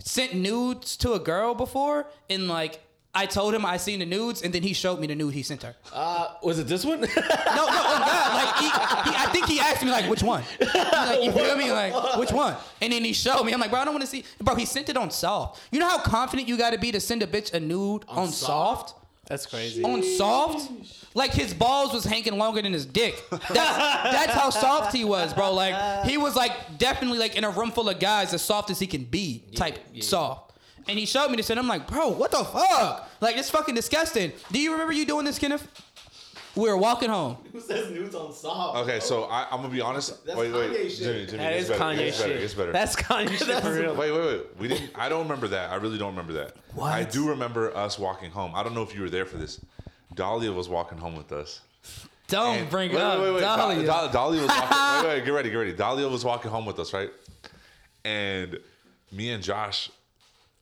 S1: sent nudes to a girl before, and like I told him I seen the nudes, and then he showed me the nude he sent her.
S4: Uh, was it this one?
S1: No, no, oh God! Like he, he, I think he asked me like, which one? Like, you feel me? Like, which one? And then he showed me. I'm like, bro, I don't want to see. Bro, he sent it on soft. You know how confident you got to be to send a bitch a nude on, soft?
S4: soft?
S3: That's crazy.
S1: On soft? Like his balls was hanging longer than his dick. That's, that's how soft he was, bro. Like he was like definitely like in a room full of guys as soft as he can be, type soft. And he showed me this, and I'm like, bro, what the fuck? Like it's fucking disgusting. Do you remember you doing this, Kenneth? We were walking home.
S4: Who says nudes on soft?
S2: Okay, so I, I'm gonna be honest.
S4: That's
S2: wait, wait,
S4: Kanye shit.
S2: Jimmy, Jimmy,
S3: That
S2: it's
S3: is
S2: better,
S3: Kanye
S2: it's
S3: shit.
S2: Better, it's better.
S3: That's Kanye shit for real.
S2: Wait, wait, wait. We didn't. I don't remember that. I really don't remember that.
S1: What?
S2: I do remember us walking home. I don't know if you were there for this. Dahlia was walking home with us.
S1: Don't
S2: And-
S1: bring it
S2: wait,
S1: up.
S2: Wait, wait, wait.
S1: Dahlia.
S2: Da- Da- Dahlia was walking. wait, wait, get ready, get ready. Dahlia was walking home with us, right? And me and Josh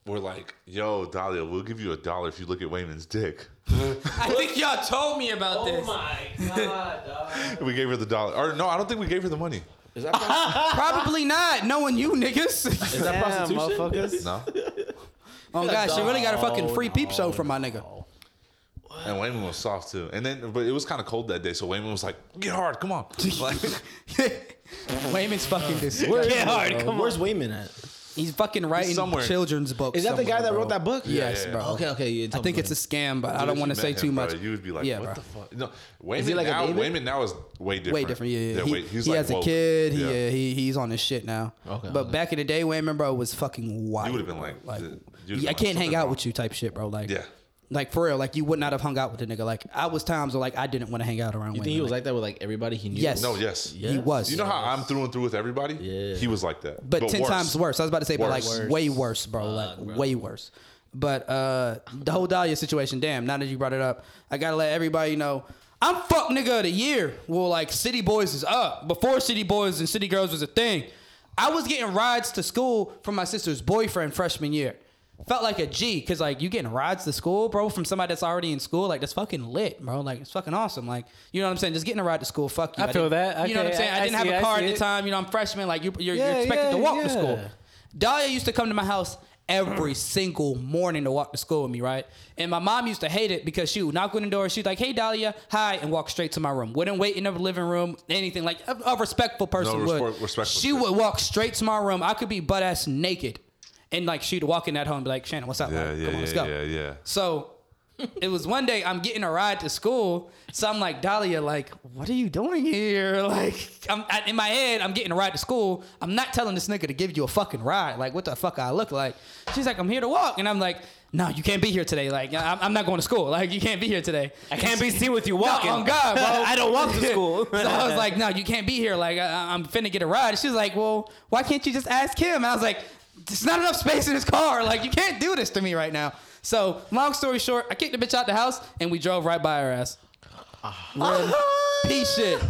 S2: were like, "Yo, Dahlia, we'll give you a dollar if you look at Wayman's dick."
S1: I think y'all told me about
S3: Oh
S1: this.
S3: my god, dog.
S2: we gave her the dollar, or no, I don't think we gave her the money.
S4: Is that, pros-
S1: Probably not, knowing you niggas.
S4: is that prostitution?
S3: motherfuckers.
S2: No.
S1: oh gosh, she really got a fucking
S3: No,
S1: free peep
S3: no,
S1: show from my
S3: no.
S1: nigga.
S2: And Wayman was soft too. And then, but it was kind of cold that day, so Wayman was like, "Get hard, come on." Like,
S1: Wayman's fucking
S4: Where
S1: disgusting.
S4: is
S3: Yeah,
S4: he,
S3: alright,
S4: bro?
S3: come
S4: Where's Wayman at?
S1: He's fucking writing
S2: somewhere.
S1: children's books.
S4: Is that the
S1: somewhere,
S4: guy that
S1: bro.
S4: wrote that book?
S1: Yes,
S2: yeah,
S1: bro.
S4: Okay, okay. You
S1: I think it's a scam, but I
S2: Dude,
S1: don't
S2: if
S1: want
S2: you
S1: to say
S2: met
S1: too
S2: him,
S1: much.
S2: Bro, you would be like,
S1: Yeah,
S2: "What
S1: bro.
S2: the fuck?" No, Wayman,
S4: like a
S2: now,
S4: David?
S2: Wayman now is way different.
S1: Way different, yeah. yeah.
S2: They're
S1: he
S2: way- he's
S1: he
S2: like
S1: has
S2: woke.
S1: a kid.
S2: Yeah.
S1: Yeah, he, he's on his shit now.
S4: Okay,
S1: but
S4: okay.
S1: back in the day, Wayman bro was fucking wild.
S2: You would've been like,
S1: uh, like
S2: th- you'd have
S1: yeah,
S2: been
S1: I
S2: like,
S1: can't hang
S2: something's
S1: out
S2: wrong.
S1: with you type shit, bro. Like,
S2: Yeah.
S1: like for real, like you would not have hung out with the nigga. Like I was times where like I didn't want to hang out around.
S4: You
S1: Wayman.
S4: think he was like that with like everybody he knew?
S1: Yes.
S2: No, yes.
S1: He was.
S2: You know how I'm through and through with everybody?
S4: Yeah.
S2: He was like that.
S1: but, ten times worse. I was about to say, but like
S2: Worse.
S1: way worse, bro. like way worse. But uh the whole Dahlia situation, damn. Now that you brought it up, I gotta let everybody know. I'm fuck nigga of the year. Well, like City Boys is up before City Boys and City Girls was a thing. I was getting rides to school from my sister's boyfriend freshman year. Felt like a G, cause like you getting rides to school, bro, from somebody that's already in school. Like that's fucking lit, bro. Like it's fucking awesome. Like you know what I'm saying? Just getting a ride to school, fuck you.
S3: I feel
S1: didn't-
S3: that.
S1: You know what I'm
S3: Okay,
S1: saying? I,
S3: I- I
S1: didn't
S3: see-
S1: have
S3: I
S1: a car
S3: see
S1: at the
S3: it.
S1: time. You know I'm freshman. Like you, you're,
S3: Yeah,
S1: you're expected
S3: yeah,
S1: to walk
S3: yeah.
S1: to school. Dahlia used to come to my house every single morning to walk to school with me, right? And my mom used to hate it because she would knock on the door. She'd like, "Hey, Dahlia, hi," and walk straight to my room. Wouldn't wait in the living room, anything like a, a respectful person
S2: No,
S1: would.
S2: respect- respectful
S1: she
S2: shit.
S1: would walk straight to my room. I could be butt ass naked, and like she'd walk in that home, and be like, "Shannon, what's up?
S2: Yeah,
S1: Like,
S2: yeah,
S1: come on,
S2: yeah,
S1: let's go."
S2: yeah, yeah.
S1: So it was one day I'm getting a ride to school. So I'm like, Dahlia, like, what are you doing here? Like, I'm I, in my head, I'm getting a ride to school. I'm not telling this nigga to give you a fucking ride. Like, what the fuck I look like? She's like, I'm here to walk. And I'm like, no, you can't be here today. Like, I- I'm, I'm not going to school. Like, you can't be here today.
S3: I can't be seen with you
S1: No,
S3: walking.
S1: on Oh, God, bro.
S3: I don't walk to school.
S1: so I was like, no, you can't be here. Like, I, I'm finna get a ride. She's like, well, why can't you just ask him? And I was like, there's not enough space in this car. Like, you can't do this to me right now. So, long story short, I kicked the bitch out the house and we drove right by her ass.
S3: Ah.
S1: Real P shit.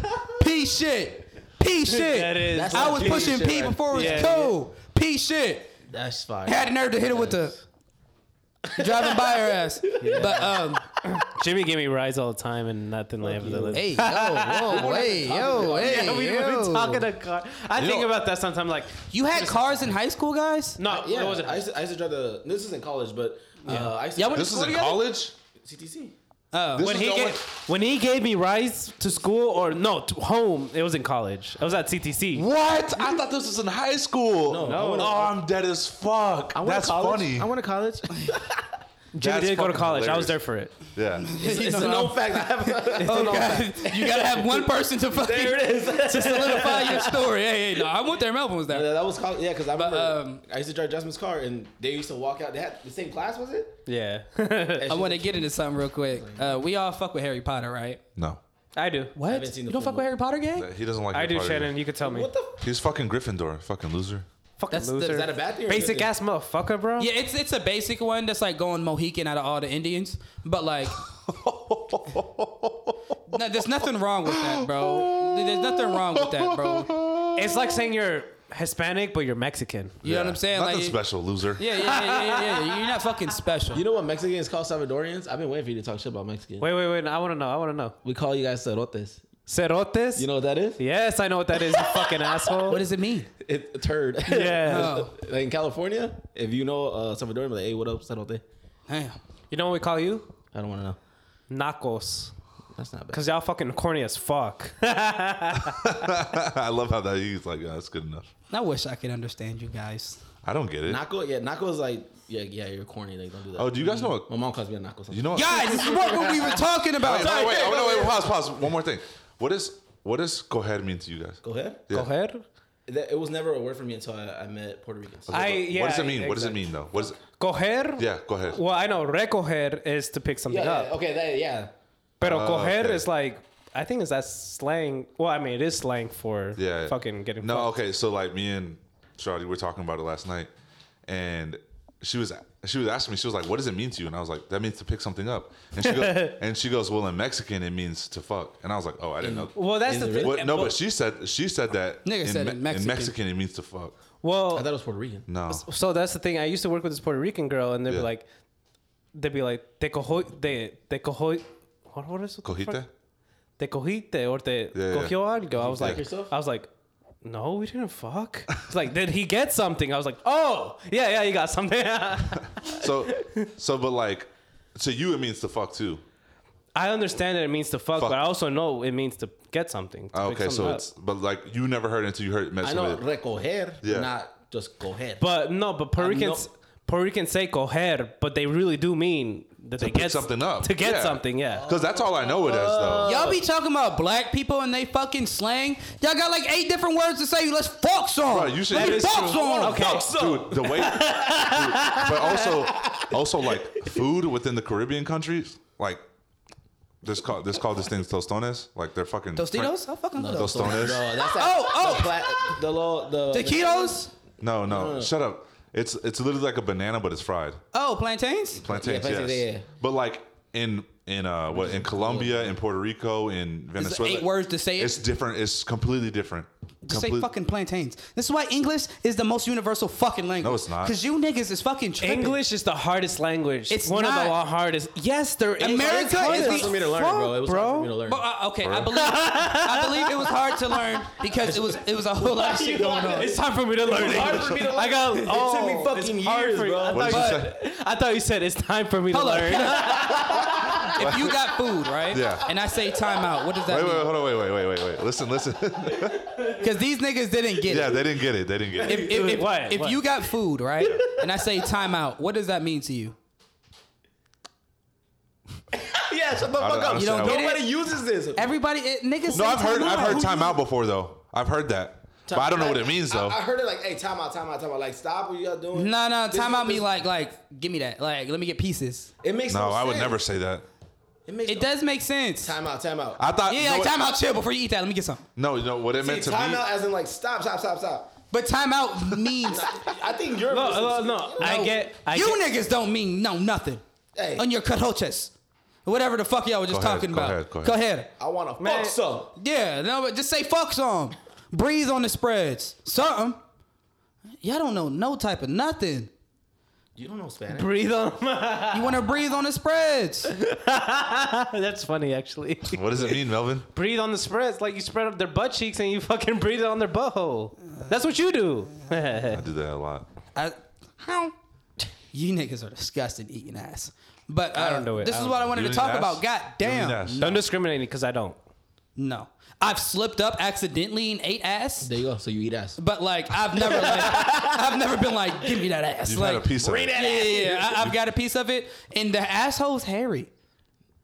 S1: P shit. P shit.
S3: That is
S4: That's
S1: I
S4: some
S1: was
S4: P
S1: pushing
S4: shit
S1: P
S4: right
S1: before it was
S3: there. Yeah,
S1: cool. P shit.
S4: That's fine.
S1: Had the nerve to hit her with the driving by her ass. But, um,
S3: Jimmy gave me rides all the time and nothing like that.
S1: hey, yo, whoa, hey, yo, hey.
S3: Yeah, we
S1: yo.
S3: were talking to car. I
S2: You
S3: think
S2: know-
S3: about that sometimes. Like,
S1: You had cars in high school, guys?
S3: no,
S4: Uh, Yeah,
S3: it wasn't.
S4: I used, to, I used to drive the. This is in college, but uh, I used to
S1: Yeah,
S4: drive
S1: what-
S2: This is in
S1: together?
S2: college?
S4: CTC.
S1: Oh,
S2: This
S3: when
S2: is
S3: he
S2: the
S3: gave,
S2: one-
S3: when he gave me rides to school or no to home, it was in college. It was at CTC.
S2: What? I thought this was in high school.
S4: No, I
S2: oh,
S4: went to-
S2: I'm dead as fuck.
S4: I went
S2: That's
S4: to college.
S2: funny.
S4: I went to college.
S3: Jimmy
S2: That's
S3: did go to
S2: fucking
S3: college. I was
S2: hilarious.
S3: there for it.
S2: yeah.
S4: it's it's a known fact. I have it's a known fact.
S1: you gotta have one person to fucking
S4: There it is.
S1: to solidify your story. Hey, hey, no, I went there. Melvin was
S4: Yeah,
S1: there.
S4: that was college. Yeah, because I remember
S1: um,
S4: I used to drive Jasmine's car, and they used to walk out. They had the same class, was it?
S3: Yeah,
S1: I want to get into something real quick. Uh, we all fuck with Harry Potter, right?
S2: No.
S3: I do.
S1: What?
S4: haven't seen the
S1: you don't
S4: full
S1: fuck with
S4: movie.
S1: Harry Potter, gang?
S2: He doesn't like
S3: I
S2: your
S3: do,
S2: party.
S3: Shannon. You could tell me.
S4: What the? F-
S2: He's fucking Gryffindor. Fucking loser.
S3: Fucking
S1: That's the-
S3: loser.
S1: is
S4: is that a bad thing? or a good
S3: Basic
S4: thing?
S3: ass motherfucker, bro.
S1: Yeah, it's it's a basic one that's like going Mohican out of all the Indians, but like, no, there's nothing wrong with that, bro. There's nothing wrong with that, bro.
S3: It's like saying you're Hispanic but you're Mexican.
S1: You know what I'm saying?
S2: Nothing
S1: like,
S2: special, loser.
S1: Yeah, yeah, yeah, yeah, yeah, yeah. You're not fucking special.
S4: You know what Mexicans call Salvadorians? I've been waiting for you to talk shit about Mexicans.
S3: Wait, wait, wait. I want to know. I want to know.
S4: We call you guys cerotes.
S3: Cerotes.
S4: You know what that is?
S3: Yes, I know what that is. You fucking asshole.
S1: what does it mean?
S4: It, a turd.
S3: Yeah.
S1: Oh.
S4: like in California, if you know uh, Salvadorian, be like, hey, what up, cerote?
S1: Damn.
S3: You know what we call you?
S4: I don't want to know.
S3: Nacos.
S4: That's not bad.
S3: Cause y'all fucking corny as fuck.
S2: I love how that he's like, yeah, that's good enough.
S1: I wish I could understand you guys.
S2: I don't get it.
S4: Naco, yeah, Naco is like, yeah, yeah, you're corny. Like, don't do that.
S2: oh, do you guys know what?
S4: My mom calls me a Naco.
S2: You know what?
S1: Guys, this is what we were talking about.
S2: Wait, wait, wait, wait, wait, wait, pause, pause. One more thing. What is what does go ahead mean to you guys?
S4: Go ahead.
S2: Yeah.
S3: Coger.
S4: That, it was never a word for me until I, I met Puerto Ricans.
S3: I- yeah,
S2: what does it mean? What does it
S3: exactly.
S2: mean though? What is
S3: Coger.
S2: Yeah, go ahead.
S3: Well, I know recoger is to pick something
S4: yeah, yeah,
S3: up.
S4: okay, that, yeah.
S3: Pero
S2: Oh,
S3: coger
S2: okay.
S3: is like, I think is that slang. Well, I mean, it is slang for
S2: Yeah.
S3: fucking getting
S2: No,
S3: fucked.
S2: okay. So like me and Charlie were talking about it last night, and she was she was asking me. She was like, "What does it mean to you?" And I was like, "That means to pick something up." And she goes, and she goes, "Well, in Mexican, it means to fuck." And I was like, "Oh, I didn't know."
S3: Well, that's
S4: In
S3: the
S4: the
S3: thing.
S4: really?
S2: What- no, but she said she said that
S1: Nigga
S2: in,
S1: said in Mexican.
S2: it means to fuck.
S3: well,
S4: I thought it was Puerto Rican.
S2: No,
S3: So that's the thing. I used to work with this Puerto Rican girl, and they'd
S2: Yeah.
S3: be like, they'd be like, te cojo, te, te cojo, what, what is it?
S2: cojita.
S3: Te cojite or te
S2: Yeah, yeah.
S3: cogió algo. I was like,
S4: fuck yourself?
S3: I was like, no, we didn't fuck. It's like, did he get something? I was like, oh, yeah, yeah, you got something.
S2: So so, but like, to you, it means to fuck too.
S3: I understand that it means to fuck,
S2: Fuck.
S3: but I also know it means to get something. to
S2: Ah,
S3: pick
S2: Okay, so
S3: something up.
S2: it's but like you never heard it until you heard it
S4: I
S2: messing
S4: know
S2: with it.
S4: recoger,
S2: Yeah.
S4: not just coger.
S3: But no, but Puerto
S4: I'm no-
S3: Ricans, Puerto Ricans say coger, but they really do mean that they
S2: pick
S3: get
S2: something up.
S3: To get
S2: Yeah.
S3: something, yeah.
S4: Oh.
S2: Because that's all I know it as though.
S1: Y'all be talking about black people and they fucking slang. Y'all got like eight different words to say. Let's fuck song.
S2: Bro, you should- That
S1: Let's
S2: is
S1: fuck
S3: true.
S1: song.
S3: Okay.
S1: Fuck song.
S2: dude the way dude, but also also like food within the caribbean countries like this call this call this thing tostones like they're fucking
S1: Tostitos? I fucking
S4: No,
S1: love those.
S2: Tostones.
S4: No, that's that,
S1: Oh, oh.
S4: the, pla- the little the
S1: Taquitos?
S2: no, no shut up it's it's literally like a banana but it's fried
S1: Oh, plantains?
S2: plantains
S4: Yeah,
S2: yes
S4: plantains, yeah, yeah.
S2: but like in in uh what in Colombia in Puerto Rico in Venezuela
S1: eight words to say it?
S2: it's different it's completely different
S1: Just say
S2: Complete-
S1: fucking plantains. This is why English is the most universal fucking language.
S2: No, it's not.
S1: Because you niggas is fucking tripping.
S3: English is the hardest language.
S1: It's
S3: one of the
S1: not.
S3: hardest. Yes, there is. It's
S1: America is
S4: It was hard
S3: hardest.
S1: the-
S4: for me to learn,
S3: Fuck,
S4: bro. It was hard for me to learn.
S1: But, uh, okay, I believe I believe it was hard to learn because it was it was a whole lot of shit going on.
S3: It's time for me to learn English.
S4: hard for me to learn.
S3: I got.
S4: It
S3: Oh,
S4: took me fucking
S3: it's hard
S4: years,
S3: for-
S4: bro.
S3: I
S2: What
S3: thought,
S2: did you
S3: you, I thought you said it's time for me to
S1: Hold up.
S3: learn.
S1: if you got food, right?
S2: Yeah.
S1: And I say timeout, what does that
S2: wait wait
S1: mean?
S2: hold on wait wait wait wait wait listen listen
S1: Because these niggas didn't get
S2: yeah
S1: it.
S2: they didn't get it they didn't get it
S1: If, if, if,
S3: What?
S1: if
S3: What?
S1: you got food, right? And I say timeout, what does that mean to you?
S4: yeah, shut the
S2: I don't-
S4: fuck
S2: I
S4: up.
S2: don't
S1: You don't
S2: understand
S1: get it?
S4: Nobody uses this.
S1: Everybody, it, niggas.
S2: No,
S1: say
S2: I've heard I've heard
S1: timeout.
S2: timeout before though. I've heard that, but I don't know what it means though.
S4: I, I heard it like, hey, time out, time out, time out. Like, stop what y'all doing.
S1: No, no,
S4: This
S1: time
S4: is-
S1: out me
S4: this-
S1: like like give me that. Like let me get pieces.
S4: It makes
S2: No,
S4: no
S2: I would
S4: sense.
S2: never say that.
S4: It makes
S1: It
S4: no-
S1: does make sense.
S4: Time out, time out.
S2: I thought no,
S1: yeah, like
S2: it-
S1: time out chill before you eat that. Let me get some.
S2: No, you know what it meant to
S4: See,
S2: me.
S4: time out as in like stop, stop, stop, stop.
S1: But time out means
S4: I think you're
S3: No,
S4: missing
S3: no,
S4: something.
S3: no. I
S1: No,
S3: get. I
S1: you
S3: get,
S1: niggas don't mean no nothing.
S4: Hey.
S1: On your cojones. Whatever the fuck y'all were just
S2: Go ahead,
S1: talking
S2: go
S1: about.
S2: ahead, go ahead.
S4: I want to
S3: Man.
S4: fuck some.
S1: Yeah, no, but just say fuck some. Breathe on the spreads. Something. Y'all don't know no type of nothing.
S4: You don't know Spanish.
S3: Breathe on.
S1: You wanna breathe on the spreads.
S3: That's funny, actually.
S2: What does it mean, Melvin?
S3: breathe on the spreads like you spread up their butt cheeks and you fucking breathe it on their butthole. That's what you do.
S2: I do that a lot.
S1: I, how? You niggas are disgusting eating ass. But uh,
S3: I don't do it.
S1: This
S3: I
S1: is
S3: don't
S1: what
S3: do
S1: I wanted
S2: You
S1: to
S2: eat
S1: talk
S2: ass?
S1: about. God damn.
S2: Yes.
S3: Don't discriminate because I don't.
S1: No, I've slipped up accidentally and ate ass.
S4: There you go. So you eat ass.
S1: But like I've never, like, I've never been like, give me that ass.
S2: You've
S1: like,
S2: had a piece of it.
S1: Yeah, yeah, yeah. I, I've got a piece of it, and the asshole's hairy.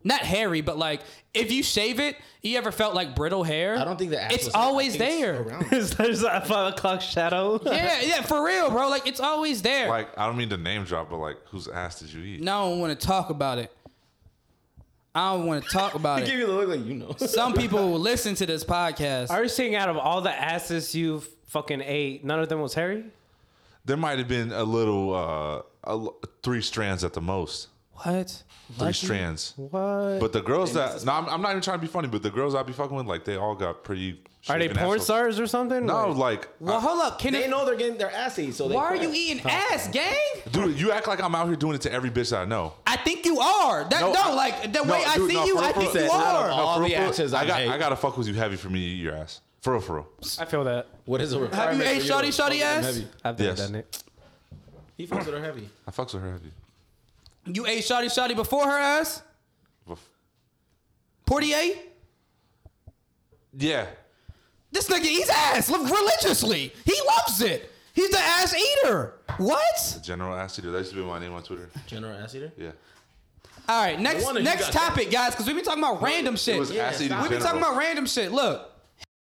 S1: Not hairy, but like if you shave it, you ever felt like brittle hair?
S4: I don't think the ass.
S1: It's
S4: was- I
S1: always
S4: think it's
S1: there.
S4: around.
S3: There's a five o'clock shadow.
S1: yeah, yeah, for real, bro. Like it's always there.
S2: Like I don't mean to name drop, but like whose ass did you eat?
S1: no, I don't want to talk about it. I don't want to talk about
S4: Give
S1: it.
S4: you the look like you know.
S1: Some people will listen to this podcast.
S3: Are you saying out of all the asses you fucking ate, none of them was hairy?
S2: There might have been a little, uh, a l- three strands at the most.
S1: What?
S2: Three strands.
S3: What?
S2: But the girls that no, I'm, I'm not even trying to be funny, but the girls I be fucking with, like they all got pretty.
S3: Are they
S2: shaven
S3: porn
S2: assholes.
S3: stars or something?
S2: No,
S3: Like-
S2: like
S1: Well, hold up, Kenneth.
S4: They know they're getting their ass ate, so they
S1: Why are
S4: quiet.
S1: you eating ass, gang?
S2: dude, you act like I'm out here doing it to every bitch that I know.
S1: I think you are. That no,
S2: No, I-
S1: like the
S2: no,
S1: way I
S2: dude,
S1: see
S2: no,
S1: you,
S2: for
S1: I
S2: real,
S1: think
S2: for
S1: you
S2: real.
S1: are.
S4: No, no, no. All
S2: for
S4: the
S2: real, for real,
S4: asses
S2: I
S4: I've
S2: got.
S4: ate.
S2: I gotta fuck with you heavy for me to eat your ass. For real, for real.
S3: I feel that.
S4: What is a
S1: Have
S4: requirement?
S1: you ate
S4: for
S1: shawty
S4: to
S1: shawty
S4: fuck with them
S1: ass?
S4: heavy?
S3: I've never
S2: Yes.
S3: done it.
S4: He fucks with her heavy.
S2: I fucks with her heavy.
S1: You ate shotty shotty before her ass?
S2: Bef-
S1: Portier?
S2: Yeah.
S1: This nigga eats ass li- religiously. He loves it. He's the ass eater. What?
S2: General ass eater. That used to be my name on Twitter.
S4: General ass eater.
S2: Yeah.
S1: All right, next
S4: wonder you
S1: next
S4: got that.
S1: topic, guys, because we've been talking about random shit.
S2: It was
S1: We've
S2: ass eating
S4: stop.
S1: been
S2: general.
S1: talking about random shit. Look,